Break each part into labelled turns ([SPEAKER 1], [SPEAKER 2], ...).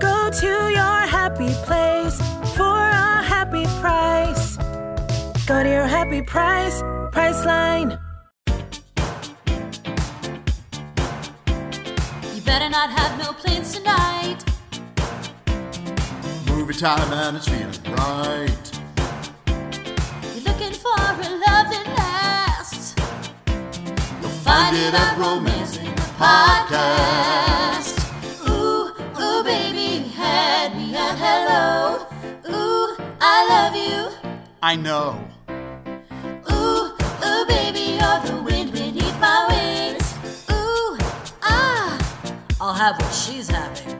[SPEAKER 1] Go to your happy place for a happy price. Go to your happy price, Priceline.
[SPEAKER 2] You better not have no plans tonight.
[SPEAKER 3] Movie time and it's feeling right.
[SPEAKER 2] You're looking for a love that lasts.
[SPEAKER 3] You'll find it at Romance in the Podcast.
[SPEAKER 2] Ooh, ooh, baby, you had me at hello. Ooh, I love you.
[SPEAKER 3] I know.
[SPEAKER 2] Ooh, ooh, baby, you're the wind beneath my wings. Ooh, ah, I'll have what she's having.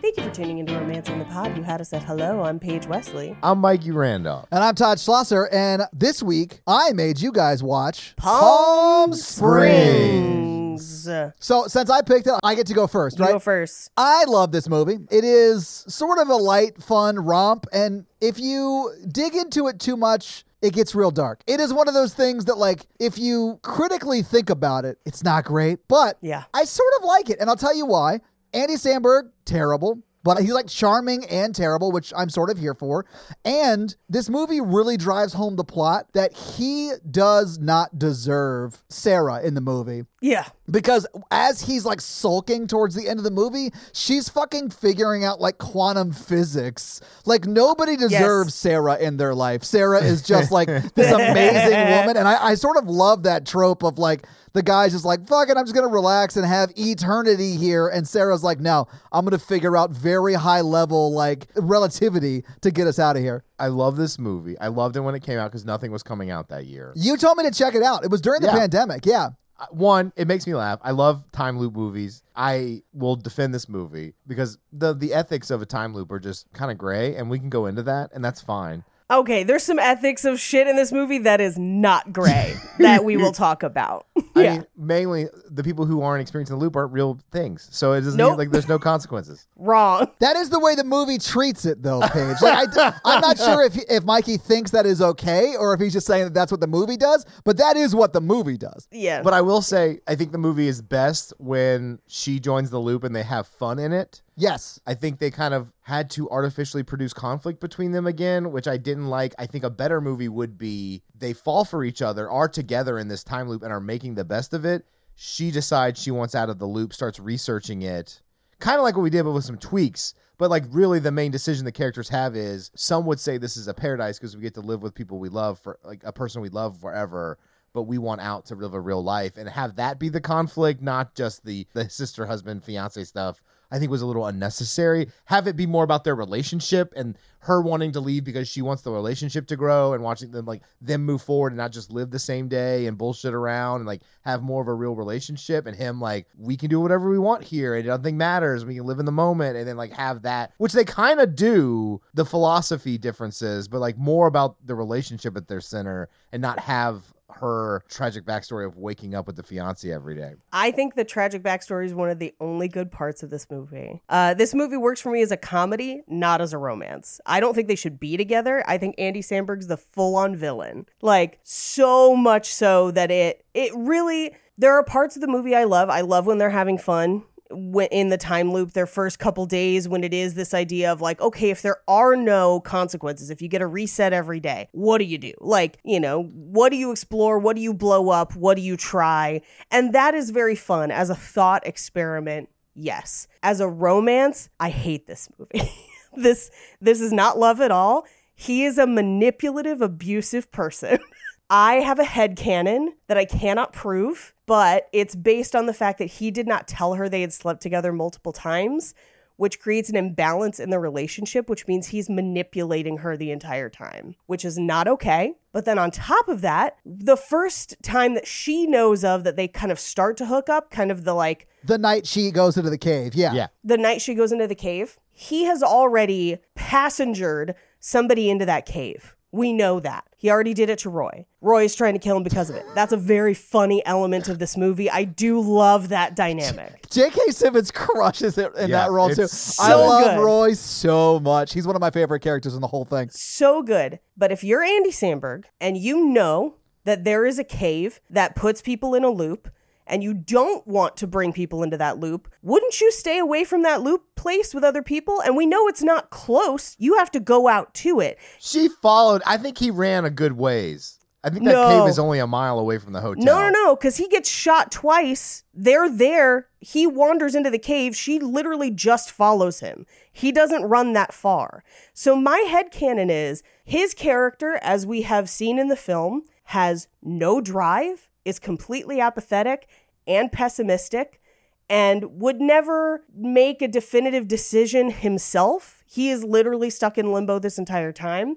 [SPEAKER 4] Thank you for tuning into Romance on the Pod. You had us at hello. I'm Paige Wesley.
[SPEAKER 5] I'm Mikey Randolph.
[SPEAKER 6] And I'm Todd Schlosser, and this week I made you guys watch
[SPEAKER 4] Palm
[SPEAKER 6] Springs.
[SPEAKER 4] You
[SPEAKER 6] So since I picked it, I get to go first, right?
[SPEAKER 4] go first.
[SPEAKER 6] I love this movie. It is sort of a light, fun romp, and if you dig into it too much, it gets real dark. It is one of those things that, like, if you critically think about it, it's not great, but
[SPEAKER 4] Yeah.
[SPEAKER 6] I sort of like it, and I'll tell you why. Andy Samberg, terrible, but he's like charming and terrible, which I'm sort of here for. And this movie really drives home the plot that he does not deserve Sarah in the movie
[SPEAKER 4] Yeah.
[SPEAKER 6] because as he's like sulking towards the end of the movie, she's fucking figuring out like quantum physics. Like nobody deserves Sarah in their life. Sarah is just like this amazing woman, and I, I sort of love that trope of like the guy's just like fuck it, I'm just gonna relax and have eternity here, and Sarah's like, no, I'm gonna figure out very high level like relativity to get us out of here.
[SPEAKER 5] I love this movie. I loved it when it came out because nothing was coming out that year.
[SPEAKER 6] You told me to check it out. It was during the
[SPEAKER 5] Yeah.
[SPEAKER 6] pandemic. Yeah.
[SPEAKER 5] Uh, One, it makes me laugh. I love time loop movies. I will defend this movie because the the ethics of a time loop are just kind of gray, and we can go into that, and that's fine.
[SPEAKER 4] Okay, there's some ethics of shit in this movie that is not gray that we will talk about.
[SPEAKER 5] I
[SPEAKER 4] yeah.
[SPEAKER 5] mean, mainly the people who aren't experiencing the loop aren't real things, so it doesn't
[SPEAKER 4] Nope.
[SPEAKER 5] like there's no consequences.
[SPEAKER 4] Wrong.
[SPEAKER 6] That is the way the movie treats it, though, Paige. Like, I, I'm not sure if if Mikey thinks that is okay or if he's just saying that that's what the movie does. But that is what the movie does.
[SPEAKER 4] Yeah.
[SPEAKER 5] But I will say, I think the movie is best when she joins the loop and they have fun in it.
[SPEAKER 6] Yes,
[SPEAKER 5] I think they kind of had to artificially produce conflict between them again, which I didn't like. I think a better movie would be they fall for each other, are together in this time loop, and are making the best of it. She decides she wants out of the loop, starts researching it, kind of like what we did, but with some tweaks. But like, really, the main decision the characters have is some would say this is a paradise because we get to live with people we love for like a person we love forever. But we want out to live a real life and have that be the conflict, not just the the sister, husband, fiance stuff. I think was a little unnecessary. Have it be more about their relationship and her wanting to leave because she wants the relationship to grow and watching them like them move forward and not just live the same day and bullshit around and like have more of a real relationship and him like we can do whatever we want here and nothing matters. We can live in the moment and then like have that which they kind of do the philosophy differences, but like more about the relationship at their center and not have her tragic backstory of waking up with the fiance every day.
[SPEAKER 4] I think the tragic backstory is one of the only good parts of this movie. Uh, this movie works for me as a comedy, not as a romance. I don't think they should be together. I think Andy Samberg's the full-on villain, like so much so that it it really. There are parts of the movie I love. I love when they're having fun when in the time loop their first couple days when it is this idea of like okay if there are no consequences if you get a reset every day what do you do like you know what do you explore what do you blow up what do you try and that is very fun as a thought experiment yes as a romance i hate this movie this this is not love at all he is a manipulative abusive person I have a head canon that I cannot prove, but it's based on the fact that he did not tell her they had slept together multiple times, which creates an imbalance in the relationship, which means he's manipulating her the entire time, which is not okay. But then on top of that, the first time that she knows of that they kind of start to hook up, kind of the like,
[SPEAKER 6] The night she goes into the cave. Yeah.
[SPEAKER 5] Yeah.
[SPEAKER 4] the night she goes into the cave, he has already passengered somebody into that cave. We know that. He already did it to Roy. Roy is trying to kill him because of it. That's a very funny element of this movie. I do love that dynamic.
[SPEAKER 6] J.K. Simmons crushes it in
[SPEAKER 5] Yeah,
[SPEAKER 6] that role
[SPEAKER 5] it's
[SPEAKER 6] too.
[SPEAKER 5] so
[SPEAKER 6] I love
[SPEAKER 4] good.
[SPEAKER 6] Roy so much. He's one of my favorite characters in the whole thing.
[SPEAKER 4] So good. But if you're Andy Sandberg and you know that there is a cave that puts people in a loop and you don't want to bring people into that loop, wouldn't you stay away from that loop place with other people? And we know it's not close. You have to go out to it.
[SPEAKER 5] She followed. I think he ran a good ways. I think that
[SPEAKER 4] No.
[SPEAKER 5] cave is only a mile away from the hotel.
[SPEAKER 4] No, no, no, because he gets shot twice. They're there. He wanders into the cave. She literally just follows him. He doesn't run that far. So, my headcanon is his character, as we have seen in the film, has no drive, is completely apathetic and pessimistic, and would never make a definitive decision himself. He is literally stuck in limbo this entire time.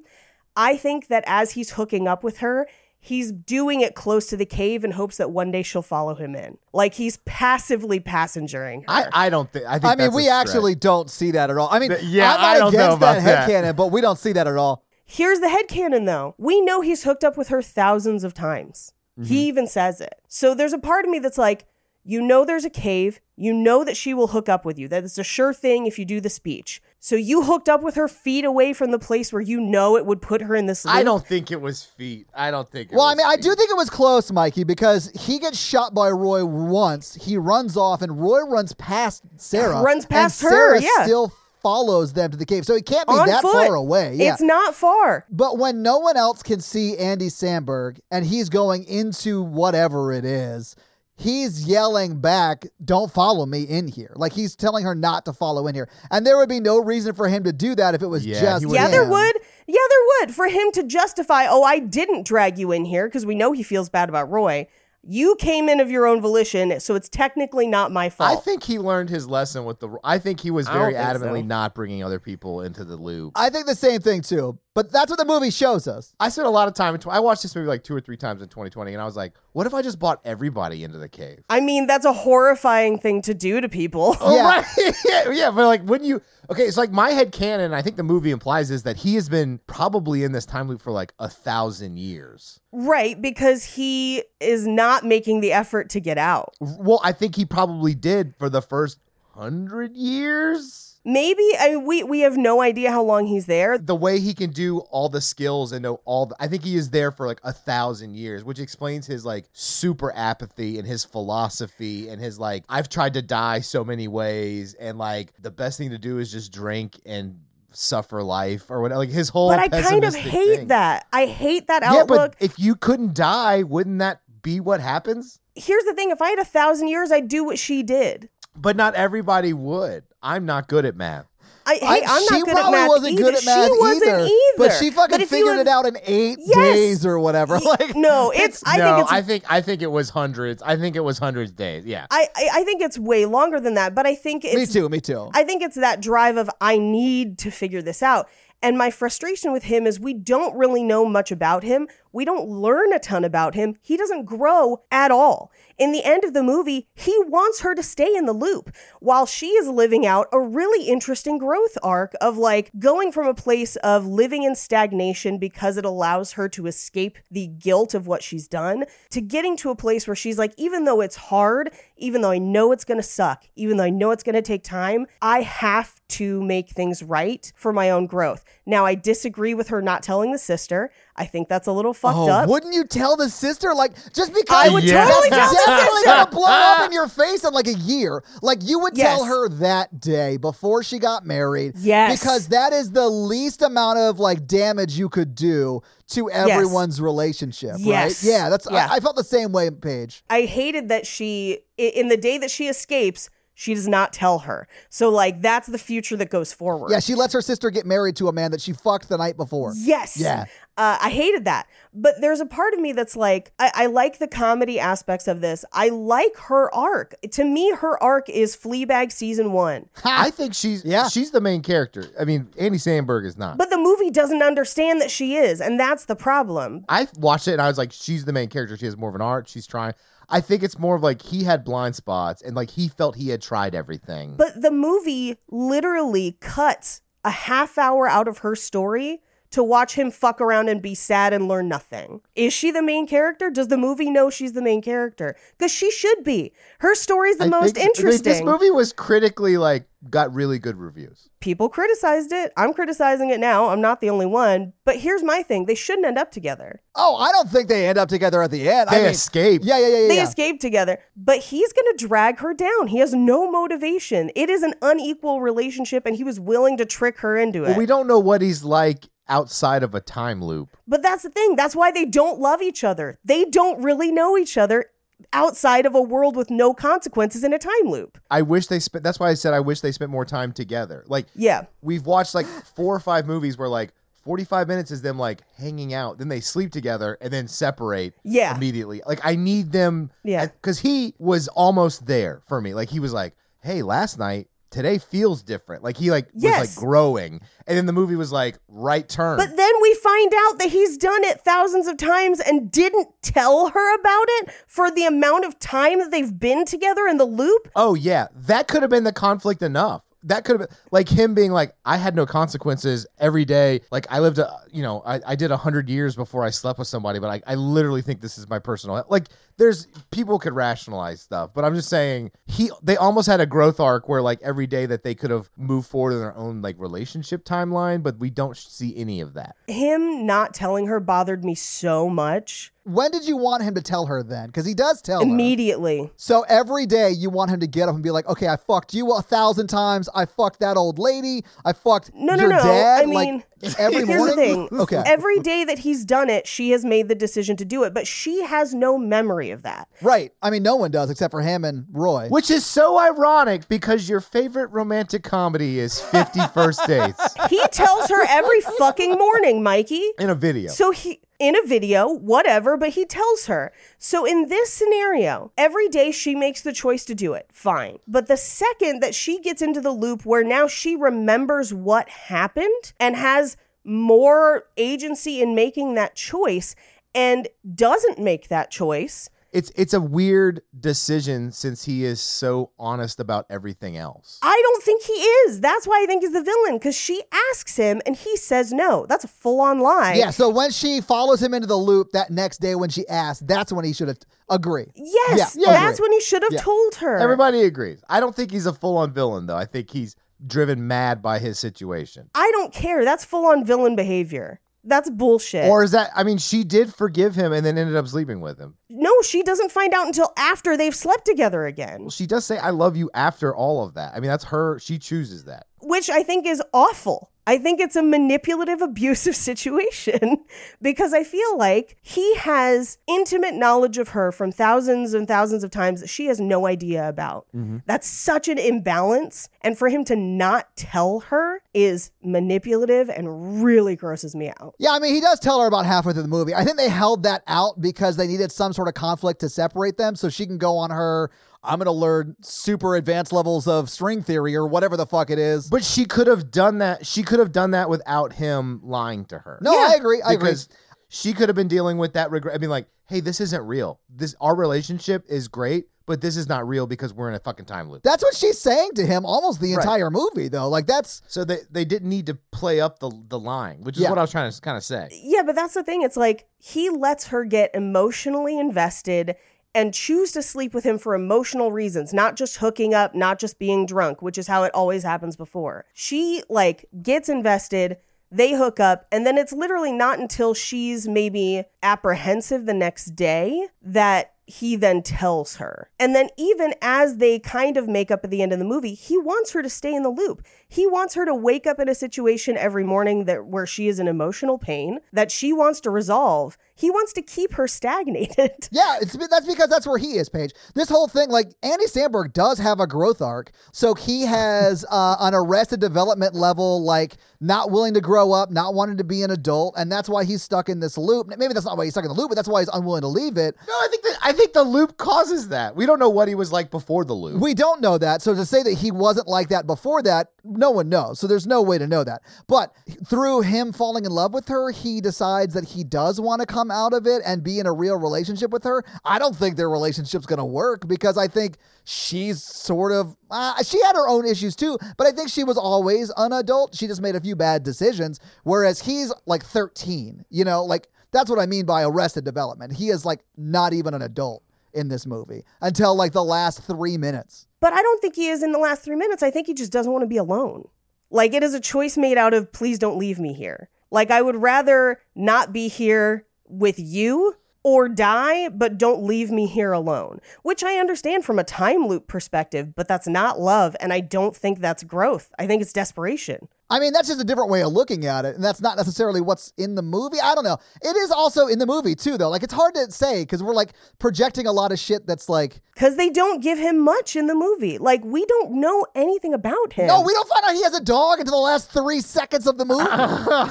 [SPEAKER 4] I think that as he's hooking up with her, he's doing it close to the cave in hopes that one day she'll follow him in. Like he's passively passengering her.
[SPEAKER 5] I, I don't think. I, think
[SPEAKER 6] I mean,
[SPEAKER 5] that's a
[SPEAKER 6] we
[SPEAKER 5] stretch.
[SPEAKER 6] actually don't see that at all. I mean,
[SPEAKER 5] Th- yeah,
[SPEAKER 6] I'm not
[SPEAKER 5] I don't know
[SPEAKER 6] against
[SPEAKER 5] about
[SPEAKER 6] that
[SPEAKER 5] that.
[SPEAKER 6] headcanon, but we don't see that at all.
[SPEAKER 4] Here's the headcanon though. We know he's hooked up with her thousands of times.
[SPEAKER 6] Mm-hmm.
[SPEAKER 4] He even says it. So there's a part of me that's like, you know there's a cave, you know that she will hook up with you. That it's a sure thing if you do the speech. So you hooked up with her feet away from the place where you know it would put her in this loop.
[SPEAKER 5] I don't think it was feet. I don't think. It
[SPEAKER 6] Well,
[SPEAKER 5] was
[SPEAKER 6] I mean, I do
[SPEAKER 5] feet.
[SPEAKER 6] think it was close, Mikey, because he gets shot by Roy once. He runs off, and Roy runs past Sarah.
[SPEAKER 4] Runs
[SPEAKER 6] and
[SPEAKER 4] past her,
[SPEAKER 6] Sarah
[SPEAKER 4] yeah.
[SPEAKER 6] Still follows them to the cave, so he can't be
[SPEAKER 4] On
[SPEAKER 6] that
[SPEAKER 4] foot.
[SPEAKER 6] far away. Yeah.
[SPEAKER 4] It's not far.
[SPEAKER 6] But when no one else can see Andy Sandberg and he's going into whatever it is, he's yelling back, Don't follow me in here. Like he's telling her not to follow in here. And there would be no reason for him to do that if it was
[SPEAKER 5] Yeah,
[SPEAKER 6] just.
[SPEAKER 5] he
[SPEAKER 4] Yeah,
[SPEAKER 6] him.
[SPEAKER 4] there would. Yeah, there would. For him to justify, oh, I didn't drag you in here because we know he feels bad about Roy. You came in of your own volition, so it's technically not my
[SPEAKER 5] I
[SPEAKER 4] fault.
[SPEAKER 5] think he learned his lesson with the. I think he was
[SPEAKER 4] I don't
[SPEAKER 5] very
[SPEAKER 4] think so.
[SPEAKER 5] adamantly not bringing other people into the loop. I,
[SPEAKER 6] I think the same thing too. But that's what the movie shows us.
[SPEAKER 5] spent a lot of time. In tw- I watched this movie like two or three times in 2020, and I was like, "What if I just bought everybody into the cave?"
[SPEAKER 4] I mean, that's a horrifying thing to do to people.
[SPEAKER 5] Oh,
[SPEAKER 6] Yeah.
[SPEAKER 5] right. yeah, yeah, but like, wouldn't you? Okay, it's like my head canon. I think the movie implies is that he has been probably in this time loop for like a thousand years.
[SPEAKER 4] right, because he is not making the effort to get out.
[SPEAKER 5] Well, I think he probably did for the first hundred years.
[SPEAKER 4] Maybe I mean, we we have no idea how long he's there.
[SPEAKER 5] The way he can do all the skills and know all the, I think he is there for like a thousand years, which explains his like super apathy and his philosophy and his like, I've tried to die so many ways, and like the best thing to do is just drink and suffer life or whatever. Like his whole
[SPEAKER 4] But I kind of
[SPEAKER 5] pessimistic
[SPEAKER 4] hate
[SPEAKER 5] thing.
[SPEAKER 4] that. I hate that
[SPEAKER 5] Yeah,
[SPEAKER 4] outlook.
[SPEAKER 5] but if you couldn't die, wouldn't that be what happens?
[SPEAKER 4] Here's the thing: if I had a thousand years, I'd do what she did.
[SPEAKER 5] But not everybody would. I'm not good at math.
[SPEAKER 4] I, hey,
[SPEAKER 6] I-
[SPEAKER 4] I'm
[SPEAKER 6] she
[SPEAKER 4] not good at
[SPEAKER 6] probably
[SPEAKER 4] math
[SPEAKER 6] wasn't
[SPEAKER 4] either.
[SPEAKER 6] good at math
[SPEAKER 4] she wasn't either,
[SPEAKER 6] But she fucking
[SPEAKER 4] if you
[SPEAKER 6] figured it
[SPEAKER 4] have-
[SPEAKER 6] out in eight
[SPEAKER 4] Yes.
[SPEAKER 6] days or whatever.
[SPEAKER 4] Y-
[SPEAKER 6] Like
[SPEAKER 4] no, it's. I
[SPEAKER 5] no,
[SPEAKER 4] think it's.
[SPEAKER 5] I think I think it was hundreds. I think it was hundreds days. Yeah.
[SPEAKER 4] I, I I think it's way longer than that. But I think it's.
[SPEAKER 6] me too, me too.
[SPEAKER 4] I think it's that drive of I need to figure this out. And my frustration with him is we don't really know much about him. We don't learn a ton about him. He doesn't grow at all. In the end of the movie, he wants her to stay in the loop while she is living out a really interesting growth arc of like going from a place of living in stagnation because it allows her to escape the guilt of what she's done to getting to a place where she's like, even though it's hard, even though I know it's going to suck, even though I know it's going to take time, I have to make things right for my own growth. Now, I disagree with her not telling the sister. I think that's a little fucked
[SPEAKER 6] Oh,
[SPEAKER 4] up.
[SPEAKER 6] wouldn't you tell the sister? Like, just because
[SPEAKER 4] I would
[SPEAKER 5] Oh, Yeah.
[SPEAKER 4] totally tell
[SPEAKER 6] that's
[SPEAKER 4] the
[SPEAKER 6] definitely
[SPEAKER 4] sister.
[SPEAKER 6] gonna blow up in your face in like a year. Like, you would tell
[SPEAKER 4] Yes.
[SPEAKER 6] her that day before she got married.
[SPEAKER 4] Yes.
[SPEAKER 6] because that is the least amount of like damage you could do to everyone's relationship.
[SPEAKER 4] Yes.
[SPEAKER 6] Right? Yeah, that's.
[SPEAKER 4] Yeah.
[SPEAKER 6] I, I felt the same way, Paige.
[SPEAKER 4] I hated that she, i- in the day that she escapes, She does not tell her. So like that's the future that goes forward.
[SPEAKER 6] Yeah, she lets her sister get married to a man that she fucked the night before.
[SPEAKER 4] Yes.
[SPEAKER 6] Yeah.
[SPEAKER 4] Uh, I hated that. But there's a part of me that's like, I, I like the comedy aspects of this. I like her arc. To me, her arc is Fleabag season one.
[SPEAKER 5] I think she's
[SPEAKER 6] Yeah.
[SPEAKER 5] she's the main character. I mean, Andy Sandberg is not.
[SPEAKER 4] But the movie doesn't understand that she is, and that's the problem.
[SPEAKER 5] I watched it and I was like, she's the main character. She has more of an arc. She's trying. I think it's more of like he had blind spots and like he felt he had tried everything.
[SPEAKER 4] But the movie literally cuts a half hour out of her story to watch him fuck around and be sad and learn nothing. Is she the main character? Does the movie know she's the main character? Because she should be. Her story's the
[SPEAKER 5] I
[SPEAKER 4] most
[SPEAKER 5] think- I mean,
[SPEAKER 4] interesting.
[SPEAKER 5] This movie was critically like got really good reviews.
[SPEAKER 4] people criticized it. I'm criticizing it now. I'm not the only one. But here's my thing they shouldn't end up together.
[SPEAKER 6] Oh, I don't think they end up together at the end. I
[SPEAKER 5] They
[SPEAKER 6] mean,
[SPEAKER 5] escape.
[SPEAKER 6] Yeah, yeah, yeah, yeah.
[SPEAKER 4] They
[SPEAKER 6] yeah.
[SPEAKER 4] escape together, but he's going to drag her down. He has no motivation. It is an unequal relationship, and he was willing to trick her into it.
[SPEAKER 5] Well, we don't know what he's like outside of a time loop.
[SPEAKER 4] but that's the thing. That's why they don't love each other. They don't really know each other outside of a world with no consequences in a time loop.
[SPEAKER 5] I wish they spent. That's why I said I wish they spent more time together. Like
[SPEAKER 4] Yeah.
[SPEAKER 5] we've watched like four or five movies where like 45 minutes is them like hanging out then they sleep together and then separate
[SPEAKER 4] Yeah.
[SPEAKER 5] immediately like i need them
[SPEAKER 4] Yeah.
[SPEAKER 5] because he was almost there for me like he was like hey last night today feels different like he like was
[SPEAKER 4] Yes.
[SPEAKER 5] like growing and then the movie was like right turn
[SPEAKER 4] But then we find out that he's done it thousands of times and didn't tell her about it for the amount of time that they've been together in the loop.
[SPEAKER 5] oh yeah that could have been the conflict enough that could have been like him being like i had no consequences every day like i lived a, you know i, I did 100 years before i slept with somebody but I, I literally think this is my personal like there's people could rationalize stuff but i'm just saying he they almost had a growth arc where like every day that they could have moved forward in their own like relationship timeline but we don't see any of that
[SPEAKER 4] Him not telling her bothered me so much.
[SPEAKER 6] when did you want him to tell her then? Because he does tell her.
[SPEAKER 4] Immediately.
[SPEAKER 6] So every day you want him to get up and be like, okay, I fucked you a thousand times. I fucked that old lady. I fucked
[SPEAKER 4] No, no,
[SPEAKER 6] your
[SPEAKER 4] no.
[SPEAKER 6] dad.
[SPEAKER 4] I
[SPEAKER 6] like,
[SPEAKER 4] mean,
[SPEAKER 6] every
[SPEAKER 4] Here's the
[SPEAKER 6] morning.
[SPEAKER 4] thing.
[SPEAKER 6] Okay.
[SPEAKER 4] Every day that he's done it, she has made the decision to do it, but she has no memory of that.
[SPEAKER 6] right. I mean, no one does except for him and Roy.
[SPEAKER 5] which is so ironic because your favorite romantic comedy is 50 first dates
[SPEAKER 4] He tells her every fucking morning, Mikey.
[SPEAKER 5] in a video
[SPEAKER 4] So he in a video, whatever, but he tells her. So in this scenario, every day she makes the choice to do it. Fine. But the second that she gets into the loop where now she remembers what happened and has more agency in making that choice and doesn't make that choice,
[SPEAKER 5] it's it's a weird decision since he is so honest about everything else.
[SPEAKER 4] I don't think he is. That's why I think he's the villain because she asks him and he says no. That's a full on lie.
[SPEAKER 6] yeah. So when she follows him into the loop that next day when she asked, that's when he should have agree.
[SPEAKER 4] Yes,
[SPEAKER 6] Yeah, yeah.
[SPEAKER 4] that's when he should have told her.
[SPEAKER 5] Everybody agrees. I don't think he's a full-on villain though. I think he's driven mad by his situation.
[SPEAKER 4] I don't care. That's full on villain behavior. That's bullshit.
[SPEAKER 5] Or is that I mean she did forgive him and then ended up sleeping with him.
[SPEAKER 4] no, she doesn't find out until after they've slept together again,
[SPEAKER 5] Well, she does say I love you after all of that. I mean that's her she chooses that.
[SPEAKER 4] which I think is awful. I think it's a manipulative, abusive situation because I feel like he has intimate knowledge of her from thousands and thousands of times that she has no idea about. That's such an imbalance. And for him to not tell her is manipulative and really grosses me out.
[SPEAKER 6] Yeah, I mean, he does tell her about halfway through the movie. I think they held that out because they needed some sort of conflict to separate them so she can go on her, I'm going to learn super advanced levels of string theory or whatever the fuck it is.
[SPEAKER 5] But she could have done that. She could have done that without him lying to her.
[SPEAKER 6] no, I agree. I agree.
[SPEAKER 5] because she could have been dealing with that regret. I mean, like, hey, this isn't real. This our relationship is great, but this is not real because we're in a fucking time loop.
[SPEAKER 6] That's what she's saying to him almost the
[SPEAKER 5] Right.
[SPEAKER 6] entire movie, though. Like, that's
[SPEAKER 5] So they, they didn't need to play up the the line, which is
[SPEAKER 6] Yeah.
[SPEAKER 5] what I was trying to kind of say.
[SPEAKER 4] Yeah, but that's the thing. It's like he lets her get emotionally invested and choose to sleep with him for emotional reasons, not just hooking up, not just being drunk, which is how it always happens before. She like gets invested, they hook up, and then it's literally not until she's maybe apprehensive the next day that he then tells her. And then, even as they kind of make up at the end of the movie, he wants her to stay in the loop. He wants her to wake up in a situation every morning that where she is in emotional pain that she wants to resolve. He wants to keep her stagnated.
[SPEAKER 6] Yeah, it's that's because that's where he is, Paige. This whole thing, like Andy Sandberg does have a growth arc, so he has uh, an arrested development level, like not willing to grow up, not wanting to be an adult, and that's why he's stuck in this loop. Maybe that's not why he's stuck in the loop, but that's why he's unwilling to leave it.
[SPEAKER 5] No, I think that, I think the loop causes that. We don't know what he was like before the loop.
[SPEAKER 6] We don't know that. So to say that he wasn't like that before that, no one knows. So there's no way to know that. But through him falling in love with her, he decides that he does want to come out of it and be in a real relationship with her. I don't think their relationship's going to work because I think she's sort of uh, she had her own issues too, but I think she was always an adult. She just made a few bad decisions whereas he's like 13. You know, like that's what I mean by arrested development. He is like not even an adult in this movie until like the last 3 minutes.
[SPEAKER 4] But I don't think he is in the last three minutes. I think he just doesn't want to be alone. Like, it is a choice made out of, please don't leave me here. Like, I would rather not be here with you or die, but don't leave me here alone, which I understand from a time loop perspective, but that's not love. And I don't think that's growth. I think it's desperation.
[SPEAKER 6] I mean, that's just a different way of looking at it, and that's not necessarily what's in the movie. I don't know. It is also in the movie too, though. Like it's hard to say because we're like projecting a lot of shit that's like,
[SPEAKER 4] Because they don't give him much in the movie. Like, we don't know anything about him.
[SPEAKER 6] no, we don't find out he has a dog until the last three seconds of the movie.
[SPEAKER 4] stuff like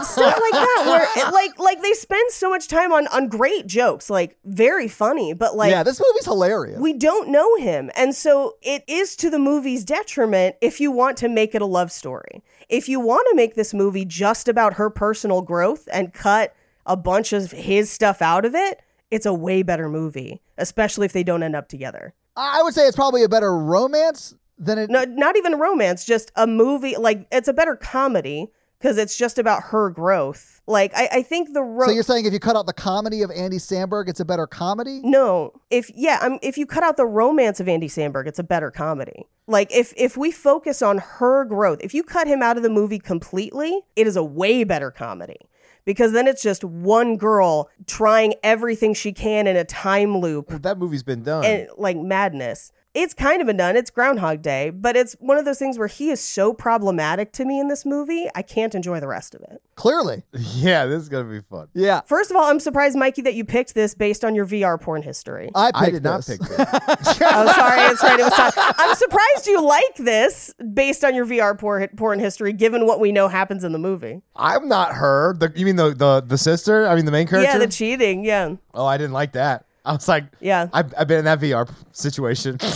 [SPEAKER 4] that where it, like like they spend so much time on on great jokes like very funny but like
[SPEAKER 6] yeah, this movie's hilarious.
[SPEAKER 4] we don't know him and so it is to the movie's detriment if you want to make it a love story if you want to make this movie just about her personal growth and cut a bunch of his stuff out of it it's a way better movie especially if they don't end up together
[SPEAKER 6] I I would say it's probably a better romance than it.
[SPEAKER 4] no, not even a romance, just a movie. Like it's a better comedy because it's just about her growth. Like I, I think the ro-
[SPEAKER 6] so you're saying if you cut out the comedy of Andy Samberg, it's a better comedy?
[SPEAKER 4] no, if yeah, um, if you cut out the romance of Andy Samberg, it's a better comedy. Like if if we focus on her growth, if you cut him out of the movie completely, it is a way better comedy. Because then it's just one girl trying everything she can in a time loop
[SPEAKER 5] That movie's been done.
[SPEAKER 4] and like madness. It's kind of been done. It's Groundhog Day, but it's one of those things where he is so problematic to me in this movie. I can't enjoy the rest of it.
[SPEAKER 6] Clearly,
[SPEAKER 5] yeah, this is gonna be fun.
[SPEAKER 6] yeah.
[SPEAKER 4] First of all, I'm surprised, Mikey, that you picked this based on your VR porn history.
[SPEAKER 6] I, picked
[SPEAKER 5] I did not
[SPEAKER 6] this.
[SPEAKER 5] pick that.
[SPEAKER 4] oh, sorry, it's right. It was time. I'm surprised you like this based on your VR porn, porn history, given what we know happens in the movie.
[SPEAKER 5] I'm not her. The, you mean the, the the sister? I mean the main character.
[SPEAKER 4] Yeah, the cheating. Yeah,
[SPEAKER 5] oh, I didn't like that. I was like,
[SPEAKER 4] Yeah.
[SPEAKER 5] I've, I've been in that VR situation.
[SPEAKER 4] yeah,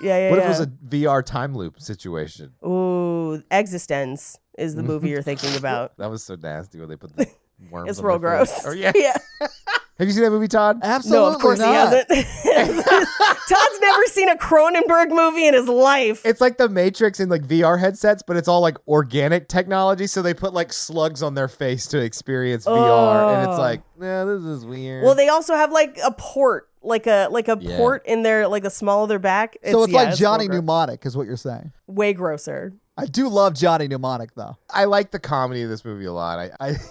[SPEAKER 4] yeah.
[SPEAKER 5] what
[SPEAKER 4] yeah.
[SPEAKER 5] if it was a VR time loop situation?
[SPEAKER 4] Ooh, Existence is the movie you're
[SPEAKER 5] Mm-hmm.
[SPEAKER 4] thinking about.
[SPEAKER 5] That was so nasty when they put the worms.
[SPEAKER 4] It's
[SPEAKER 5] on
[SPEAKER 4] real
[SPEAKER 5] their face.
[SPEAKER 4] gross.
[SPEAKER 5] Oh yeah.
[SPEAKER 4] yeah.
[SPEAKER 5] Have you seen that movie, Todd?
[SPEAKER 6] Absolutely
[SPEAKER 4] no, of course
[SPEAKER 6] not.
[SPEAKER 4] he hasn't. Todd's never seen a Cronenberg movie in his life.
[SPEAKER 5] It's like the Matrix in like VR headsets, but it's all like organic technology. So they put like slugs on their face to experience VR, and it's like, nah, this is weird.
[SPEAKER 4] Oh. well, they also have like a port, like a like a
[SPEAKER 5] Yeah.
[SPEAKER 4] port in their like the small of their back.
[SPEAKER 6] So it's
[SPEAKER 4] yeah,
[SPEAKER 6] like Johnny
[SPEAKER 4] real gro-
[SPEAKER 6] Mnemonic, is what you're saying.
[SPEAKER 4] way grosser.
[SPEAKER 6] I do love Johnny Mnemonic, though.
[SPEAKER 5] I like the comedy of this movie a lot. I, I,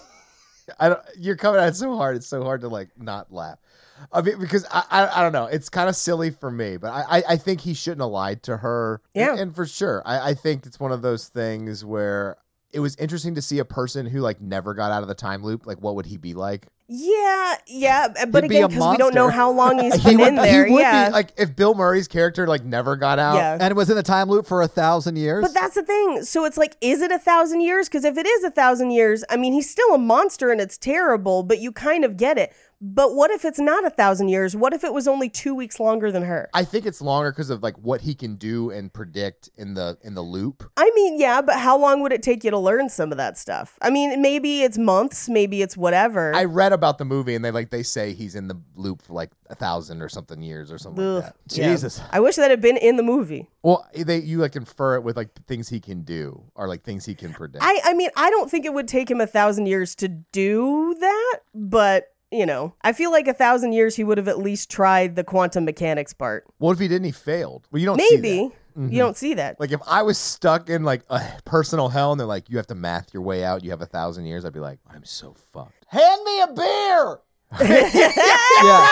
[SPEAKER 5] I don't, you're coming at it so hard. It's so hard to like not laugh. I mean, because I, I, I don't know. It's kind of silly for me, but I, I, I think he shouldn't have lied to her.
[SPEAKER 4] Yeah.
[SPEAKER 5] And, and for sure, I, I think it's one of those things where it was interesting to see a person who like never got out of the time loop. Like, what would he be like?
[SPEAKER 4] Yeah, yeah, but
[SPEAKER 6] He'd be
[SPEAKER 4] again,
[SPEAKER 6] a
[SPEAKER 4] because we don't know
[SPEAKER 6] monster.
[SPEAKER 4] how long he's been in there.
[SPEAKER 5] he would
[SPEAKER 4] yeah,
[SPEAKER 5] be like if Bill Murray's character like never got out.
[SPEAKER 4] yeah.
[SPEAKER 6] And it was in a time loop for a thousand years.
[SPEAKER 4] But that's the thing. So it's like, is it a thousand years? Because if it is a thousand years, I mean, he's still a monster and it's terrible, but you kind of get it. But what if it's not a thousand years? What if it was only two weeks longer than her?
[SPEAKER 5] I think it's longer because of like what he can do and predict in the in the loop.
[SPEAKER 4] I mean, yeah, but how long would it take you to learn some of that stuff? I mean, maybe it's months, maybe it's whatever.
[SPEAKER 5] I read about the movie and they like they say he's in the loop for like a thousand or something years or something
[SPEAKER 4] Ugh.
[SPEAKER 5] like that.
[SPEAKER 4] Yeah.
[SPEAKER 6] Jesus.
[SPEAKER 4] I wish that had been in the movie.
[SPEAKER 5] Well, they you like infer it with like things he can do or like things he can predict.
[SPEAKER 4] I, I mean, I don't think it would take him a thousand years to do that, but you know, I feel like a thousand years he would have at least tried the quantum mechanics part.
[SPEAKER 5] what if he didn't? He failed. Well, you don't see
[SPEAKER 4] Maybe
[SPEAKER 5] that.
[SPEAKER 6] Mm-hmm.
[SPEAKER 4] you don't see that.
[SPEAKER 5] Like if I was stuck in like a personal hell and they're like, you have to math your way out. You have a thousand years. I'd be like, I'm so fucked.
[SPEAKER 6] Hand me a beer.
[SPEAKER 5] yeah.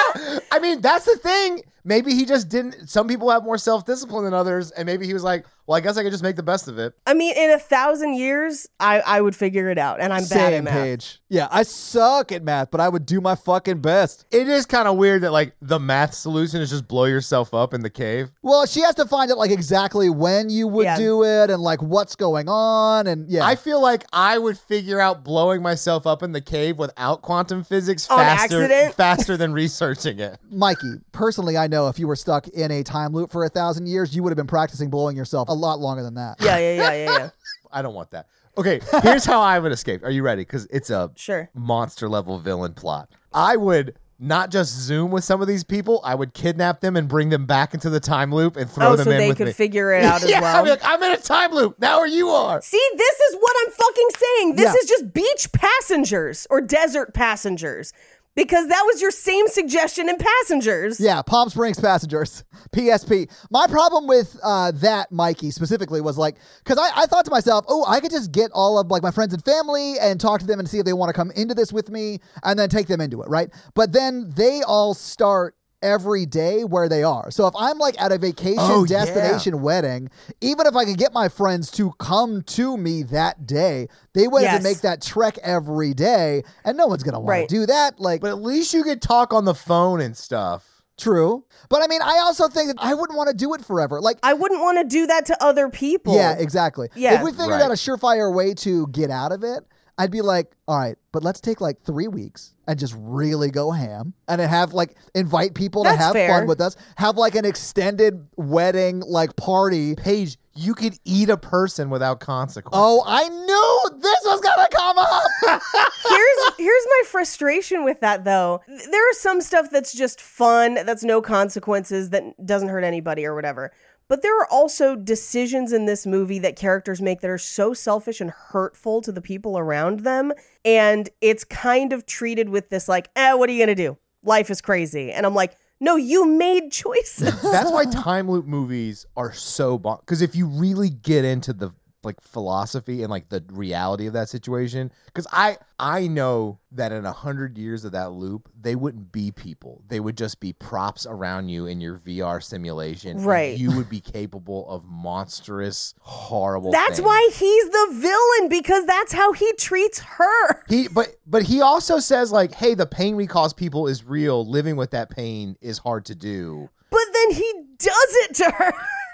[SPEAKER 5] I mean, that's the thing. Maybe he just didn't. Some people have more self discipline than others, and maybe he was like, "Well, I guess I could just make the best of it."
[SPEAKER 4] I mean, in a thousand years, I, I would figure it out, and I'm bad at
[SPEAKER 6] Same
[SPEAKER 4] math.
[SPEAKER 6] page. Yeah, I suck at math, but I would do my fucking best.
[SPEAKER 5] It is kind of weird that like the math solution is just blow yourself up in the cave.
[SPEAKER 6] Well, she has to find out like exactly when you would
[SPEAKER 4] Yeah.
[SPEAKER 6] do it and like what's going on and yeah.
[SPEAKER 5] I feel like I would figure out blowing myself up in the cave without quantum physics
[SPEAKER 4] On
[SPEAKER 5] faster
[SPEAKER 4] accident?
[SPEAKER 5] faster than researching it.
[SPEAKER 6] Mikey, personally, I know if you were stuck in a time loop for a thousand years, you would have been practicing blowing yourself a lot longer than that.
[SPEAKER 4] Yeah, yeah, yeah, yeah, yeah.
[SPEAKER 5] I don't want that. Okay, here's how I would escape. Are you ready? Because it's a
[SPEAKER 4] Sure.
[SPEAKER 5] monster level villain plot. I would not just zoom with some of these people. I would kidnap them and bring them back into the time loop and throw
[SPEAKER 4] Oh,
[SPEAKER 5] them
[SPEAKER 4] so
[SPEAKER 5] in
[SPEAKER 4] they
[SPEAKER 5] with
[SPEAKER 4] could
[SPEAKER 5] me.
[SPEAKER 4] figure it out as
[SPEAKER 5] yeah, I'd
[SPEAKER 4] well.
[SPEAKER 5] be like, I'm in a time loop. Now where you are.
[SPEAKER 4] See, this is what I'm fucking saying. This
[SPEAKER 6] Yeah.
[SPEAKER 4] is just beach passengers or desert passengers. Because that was your same suggestion in passengers.
[SPEAKER 6] Yeah, Palm Springs passengers, PSP. My problem with uh, that, Mikey, specifically was like, because I, I thought to myself, oh, I could just get all of like my friends and family and talk to them and see if they want to come into this with me and then take them into it, right? But then they all start every day where they are. So if I'm like at a vacation
[SPEAKER 5] Oh, yeah.
[SPEAKER 6] destination wedding, even if I could get my friends to come to me that day, they would have
[SPEAKER 4] Yes.
[SPEAKER 6] to make that trek every day and no one's going to want
[SPEAKER 4] Right.
[SPEAKER 6] to do that. Like
[SPEAKER 5] But at least you could talk on the phone and stuff.
[SPEAKER 6] True. But I mean, I also think that I wouldn't want to do it forever. Like,
[SPEAKER 4] I wouldn't want to do that to other people.
[SPEAKER 6] yeah, exactly.
[SPEAKER 4] Yeah.
[SPEAKER 6] If we figured
[SPEAKER 5] Right.
[SPEAKER 6] out a surefire way to get out of it, I'd be like, all right, but let's take like three weeks and just really go ham and then have like invite people to
[SPEAKER 4] That's
[SPEAKER 6] have
[SPEAKER 4] fair.
[SPEAKER 6] fun with us, have like an extended wedding like party.
[SPEAKER 5] Paige, you could eat a person without consequence.
[SPEAKER 6] Oh, I knew this was gonna come up.
[SPEAKER 4] here's here's my frustration with that though. Th- There are some stuff that's just fun, that's no consequences, that doesn't hurt anybody or whatever. But there are also decisions in this movie that characters make that are so selfish and hurtful to the people around them, and it's kind of treated with this like, "Eh, what are you gonna do? Life is crazy." And I'm like, "No, you made choices."
[SPEAKER 5] That's why time loop movies are so bon because if you really get into the like philosophy and like the reality of that situation, because I I know that in a hundred years of that loop, they wouldn't be people. They would just be props around you in your VR simulation. and
[SPEAKER 4] Right.
[SPEAKER 5] You would be capable of monstrous, horrible
[SPEAKER 4] that's
[SPEAKER 5] things.
[SPEAKER 4] why he's the villain because that's how he treats her.
[SPEAKER 5] He but but he also says like, hey, the pain we cause people is real. Living with that pain is hard to do.
[SPEAKER 4] But then he does it to her.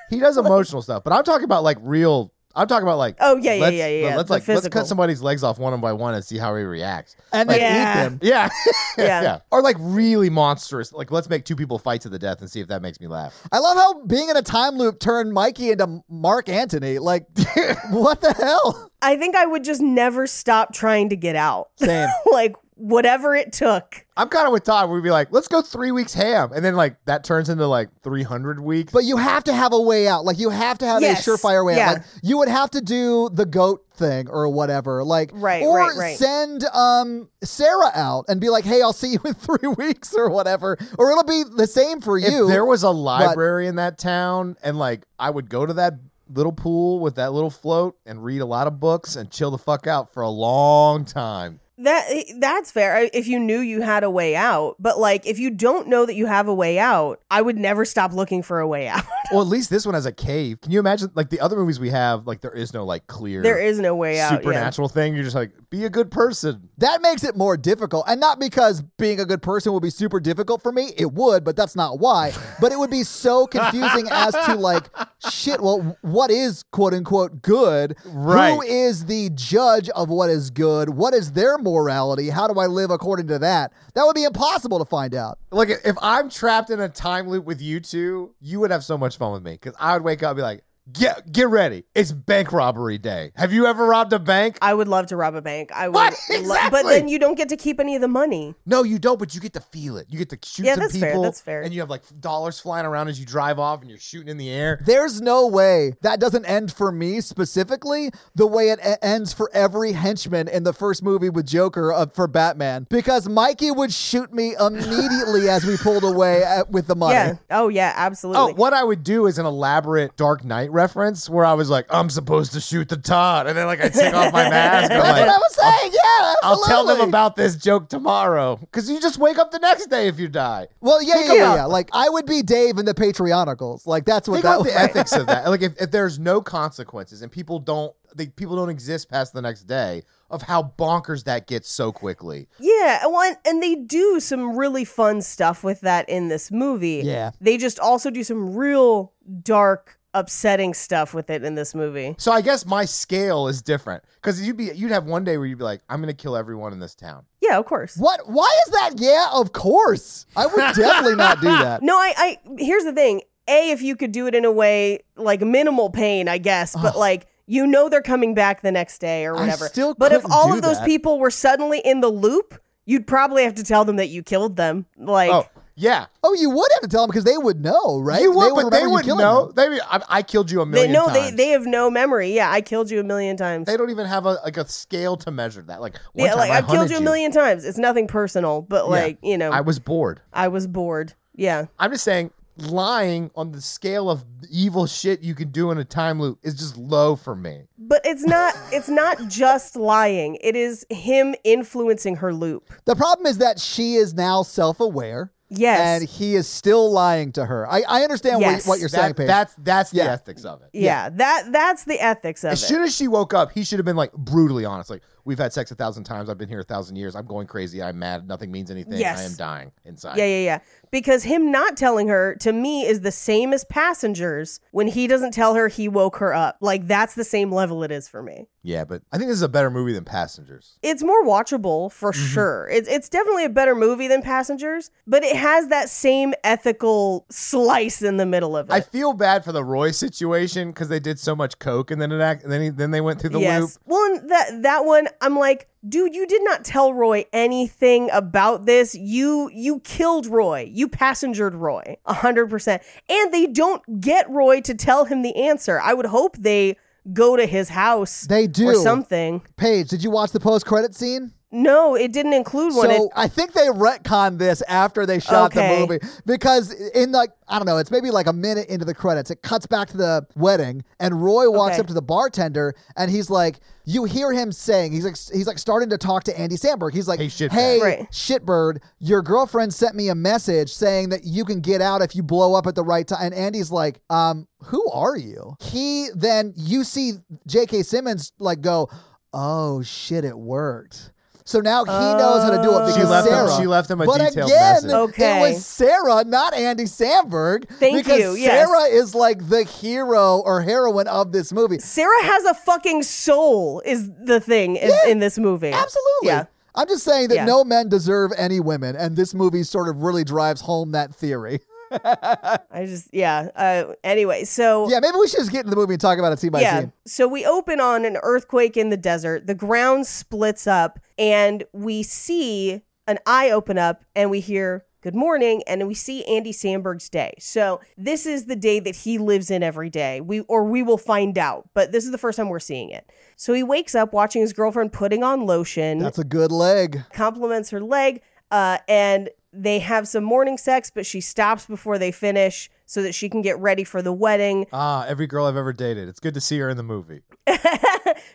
[SPEAKER 5] He does emotional stuff, but I'm talking about like real. I'm talking about like
[SPEAKER 4] Oh, yeah, yeah,
[SPEAKER 5] let's-
[SPEAKER 4] yeah, yeah, yeah,
[SPEAKER 5] Let's
[SPEAKER 4] the
[SPEAKER 5] like let's
[SPEAKER 4] physical.
[SPEAKER 5] cut somebody's legs off one by one and see how he reacts.
[SPEAKER 6] and then
[SPEAKER 4] Yeah.
[SPEAKER 6] eat them.
[SPEAKER 5] Yeah,
[SPEAKER 4] Yeah.
[SPEAKER 5] Or like really monstrous. Like let's make two people fight to the death and see if that makes me laugh.
[SPEAKER 6] I love how being in a time loop turned Mikey into Mark Antony. Like, what the hell?
[SPEAKER 4] I think I would just never stop trying to get out.
[SPEAKER 6] Same.
[SPEAKER 4] like whatever it took.
[SPEAKER 5] I'm kind of with Todd. We'd be like, let's go three weeks ham, and then like that turns into like 300 weeks.
[SPEAKER 6] But you have to have a way out. Like you have to have
[SPEAKER 4] Yes.
[SPEAKER 6] a surefire way
[SPEAKER 4] Yeah.
[SPEAKER 6] out. Like you would have to do the goat thing or whatever. Like
[SPEAKER 4] Right,
[SPEAKER 6] or
[SPEAKER 4] right, right.
[SPEAKER 6] send um Sarah out and be like, "Hey, I'll see you in 3 weeks or whatever." Or it'll be the same for
[SPEAKER 5] if
[SPEAKER 6] you.
[SPEAKER 5] there was a library in that town, and like I would go to that little pool with that little float and read a lot of books and chill the fuck out for a long time.
[SPEAKER 4] That eh, that's fair I- if you knew you had a way out, but like if you don't know that you have a way out, I would never stop looking for a way out.
[SPEAKER 5] Well, at least this one has a cave. Can you imagine? Like the other movies we have, like there is no like clear
[SPEAKER 4] there is no way out. yeah.
[SPEAKER 5] supernatural thing. You're just like, be a good person.
[SPEAKER 6] that makes it more difficult. And not because being a good person would be super difficult for me. It would, but that's not why. But it would be so confusing as to like, shit, well, what is quote unquote good? Who
[SPEAKER 5] Right.
[SPEAKER 6] is the judge of what is good? What is their morality? How do I live according to that? That would be impossible to find out.
[SPEAKER 5] Like if I'm trapped in a time loop with you two, you would have so much fun with me because I would wake up and be like, get get ready, it's bank robbery day. Have you ever robbed a bank?
[SPEAKER 4] I would love to rob a bank. I would,
[SPEAKER 5] What?
[SPEAKER 4] lo- but
[SPEAKER 5] Exactly.
[SPEAKER 4] then you don't get to keep any of the money.
[SPEAKER 5] No, you don't, but you get to feel it. You get to shoot
[SPEAKER 4] Yeah,
[SPEAKER 5] some
[SPEAKER 4] that's fair,
[SPEAKER 5] people.
[SPEAKER 4] that's fair.
[SPEAKER 5] And you have like dollars flying around as you drive off and you're shooting in the air.
[SPEAKER 6] There's no way that doesn't end for me specifically the way it e- ends for every henchman in the first movie with Joker of, for Batman because Mikey would shoot me immediately as we pulled away at, with the money.
[SPEAKER 4] Yeah. Oh yeah, absolutely.
[SPEAKER 5] Oh, what I would do is an elaborate Dark Knight reference where I was like, I'm supposed to shoot the Todd, and then like I take off my mask. and,
[SPEAKER 6] That's
[SPEAKER 5] like,
[SPEAKER 6] what I was saying. yeah,
[SPEAKER 5] I'll tell them
[SPEAKER 6] absolutely.
[SPEAKER 5] about this joke tomorrow. Because you just wake up the next day if you die.
[SPEAKER 6] Well, yeah, yeah,
[SPEAKER 5] Think
[SPEAKER 6] yeah,
[SPEAKER 5] about-
[SPEAKER 6] yeah. Like I would be Dave in the Patreonicals. Like that's what
[SPEAKER 5] Think
[SPEAKER 6] that
[SPEAKER 5] about
[SPEAKER 6] was.
[SPEAKER 5] the ethics of that. Like if, if there's no consequences and people don't they, people don't exist past the next day of how bonkers that gets so quickly.
[SPEAKER 4] Yeah, well, and, and they do some really fun stuff with that in this movie.
[SPEAKER 6] Yeah.
[SPEAKER 4] They just also do some real dark, upsetting stuff with it in this movie.
[SPEAKER 5] So I guess my scale is different. Because you'd be you'd have one day where you'd be like, I'm gonna kill everyone in this town.
[SPEAKER 4] Yeah, of course.
[SPEAKER 6] What? Why is that? Yeah, of course. I would definitely not do that.
[SPEAKER 4] No, I, I here's the thing. A, if you could do it in a way like minimal pain, I guess, but like you know they're coming back the next day or
[SPEAKER 6] I
[SPEAKER 4] whatever.
[SPEAKER 6] still
[SPEAKER 4] but if
[SPEAKER 6] couldn't
[SPEAKER 4] all
[SPEAKER 6] do
[SPEAKER 4] of those
[SPEAKER 6] that.
[SPEAKER 4] people were suddenly in the loop, you'd probably have to tell them that you killed them. Like
[SPEAKER 5] Oh, yeah.
[SPEAKER 6] Oh, you would have to tell them because they would know, right?
[SPEAKER 5] You would, but
[SPEAKER 6] remember
[SPEAKER 5] they
[SPEAKER 6] you
[SPEAKER 5] would
[SPEAKER 6] killing
[SPEAKER 5] know.
[SPEAKER 6] them.
[SPEAKER 5] They be- I, I killed you a
[SPEAKER 4] they
[SPEAKER 5] million
[SPEAKER 4] no,
[SPEAKER 5] times.
[SPEAKER 4] they they have no memory. Yeah, I killed you a million times.
[SPEAKER 5] They don't even have a like a scale to measure that. Like one
[SPEAKER 4] yeah,
[SPEAKER 5] time
[SPEAKER 4] like
[SPEAKER 5] I
[SPEAKER 4] I've killed
[SPEAKER 5] hunted
[SPEAKER 4] you a million times. It's nothing personal, but like, you know,
[SPEAKER 5] I was bored.
[SPEAKER 4] I was bored. Yeah.
[SPEAKER 5] I'm just saying lying on the scale of evil shit you can do in a time loop is just low for me.
[SPEAKER 4] But it's not it's not just lying. It is him influencing her loop.
[SPEAKER 6] The problem is that she is now self-aware.
[SPEAKER 4] Yes.
[SPEAKER 6] And he is still lying to her. I, I understand
[SPEAKER 4] Yes.
[SPEAKER 6] what, what you're saying,
[SPEAKER 5] That,
[SPEAKER 6] Paige.
[SPEAKER 5] that's that's the
[SPEAKER 6] Yeah.
[SPEAKER 5] ethics of it.
[SPEAKER 4] yeah, that that's the ethics of
[SPEAKER 5] As
[SPEAKER 4] it.
[SPEAKER 5] soon as she woke up, he should have been like brutally honest. Like, we've had sex a thousand times. I've been here a thousand years. I'm going crazy. I'm mad. Nothing means anything.
[SPEAKER 4] Yes.
[SPEAKER 5] I am dying inside.
[SPEAKER 4] Yeah, yeah, yeah. Because him not telling her to me is the same as passengers when he doesn't tell her he woke her up. Like that's the same level it is for me.
[SPEAKER 5] Yeah, but I think this is a better movie than Passengers.
[SPEAKER 4] It's more watchable for
[SPEAKER 5] Mm-hmm.
[SPEAKER 4] sure. It's it's definitely a better movie than Passengers, but it has that same ethical slice in the middle of it.
[SPEAKER 5] I feel bad for the Roy situation because they did so much coke and then it act, and then he, then they went through the loop.
[SPEAKER 4] Well, and that that one, I'm like, dude, you did not tell Roy anything about this. You you killed Roy. You passengered Roy, hundred percent. And they don't get Roy to tell him the answer. I would hope they go to his house.
[SPEAKER 6] They do.
[SPEAKER 4] or something.
[SPEAKER 6] Paige, did you watch the post-credit scene?
[SPEAKER 4] No, it didn't include one.
[SPEAKER 6] So
[SPEAKER 4] It-
[SPEAKER 6] I think they retconned this after they shot
[SPEAKER 4] Okay.
[SPEAKER 6] the movie because in like I don't know, it's maybe like a minute into the credits, it cuts back to the wedding, and Roy walks
[SPEAKER 4] Okay.
[SPEAKER 6] up to the bartender, and he's like, you hear him saying, he's like, he's like starting to talk to Andy Sandberg. He's like,
[SPEAKER 5] Hey, shitbag."
[SPEAKER 6] hey
[SPEAKER 4] Right.
[SPEAKER 6] shitbird, your girlfriend sent me a message saying that you can get out if you blow up at the right time. And Andy's like, um, who are you? He then you see J.K. Simmons like go, oh shit, it worked. So now he knows how to do it because
[SPEAKER 5] She left him-
[SPEAKER 6] Sarah.
[SPEAKER 5] she left him a
[SPEAKER 6] but
[SPEAKER 5] detailed
[SPEAKER 6] again,
[SPEAKER 5] message.
[SPEAKER 4] Oh. Okay.
[SPEAKER 6] It was Sarah, not Andy Sandberg.
[SPEAKER 4] Thank
[SPEAKER 6] because
[SPEAKER 4] you, yes.
[SPEAKER 6] Sarah is like the hero or heroine of this movie.
[SPEAKER 4] Sarah has a fucking soul is the thing is, in this movie.
[SPEAKER 6] Absolutely.
[SPEAKER 4] Yeah.
[SPEAKER 6] I'm just saying that
[SPEAKER 4] Yeah.
[SPEAKER 6] no men deserve any women, and this movie sort of really drives home that theory.
[SPEAKER 4] I just yeah. Uh, anyway, so
[SPEAKER 6] Yeah, maybe we should just get into the movie and talk about it scene by
[SPEAKER 4] yeah.
[SPEAKER 6] scene.
[SPEAKER 4] So we open on an earthquake in the desert. The ground splits up, and we see an eye open up, and we hear "Good morning," and we see Andy Sandberg's day. So this is the day that he lives in every day. We or we will find out, but this is the first time we're seeing it. So he wakes up watching his girlfriend putting on lotion
[SPEAKER 6] That's a good leg.
[SPEAKER 4] compliments her leg, uh, and they have some morning sex, but she stops before they finish so that she can get ready for the wedding.
[SPEAKER 5] Ah, every girl I've ever dated. It's good to see her in the movie.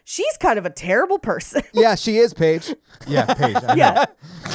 [SPEAKER 4] She's kind of a terrible person.
[SPEAKER 6] Yeah, she is Paige.
[SPEAKER 5] Yeah, Paige. I know.
[SPEAKER 4] yeah.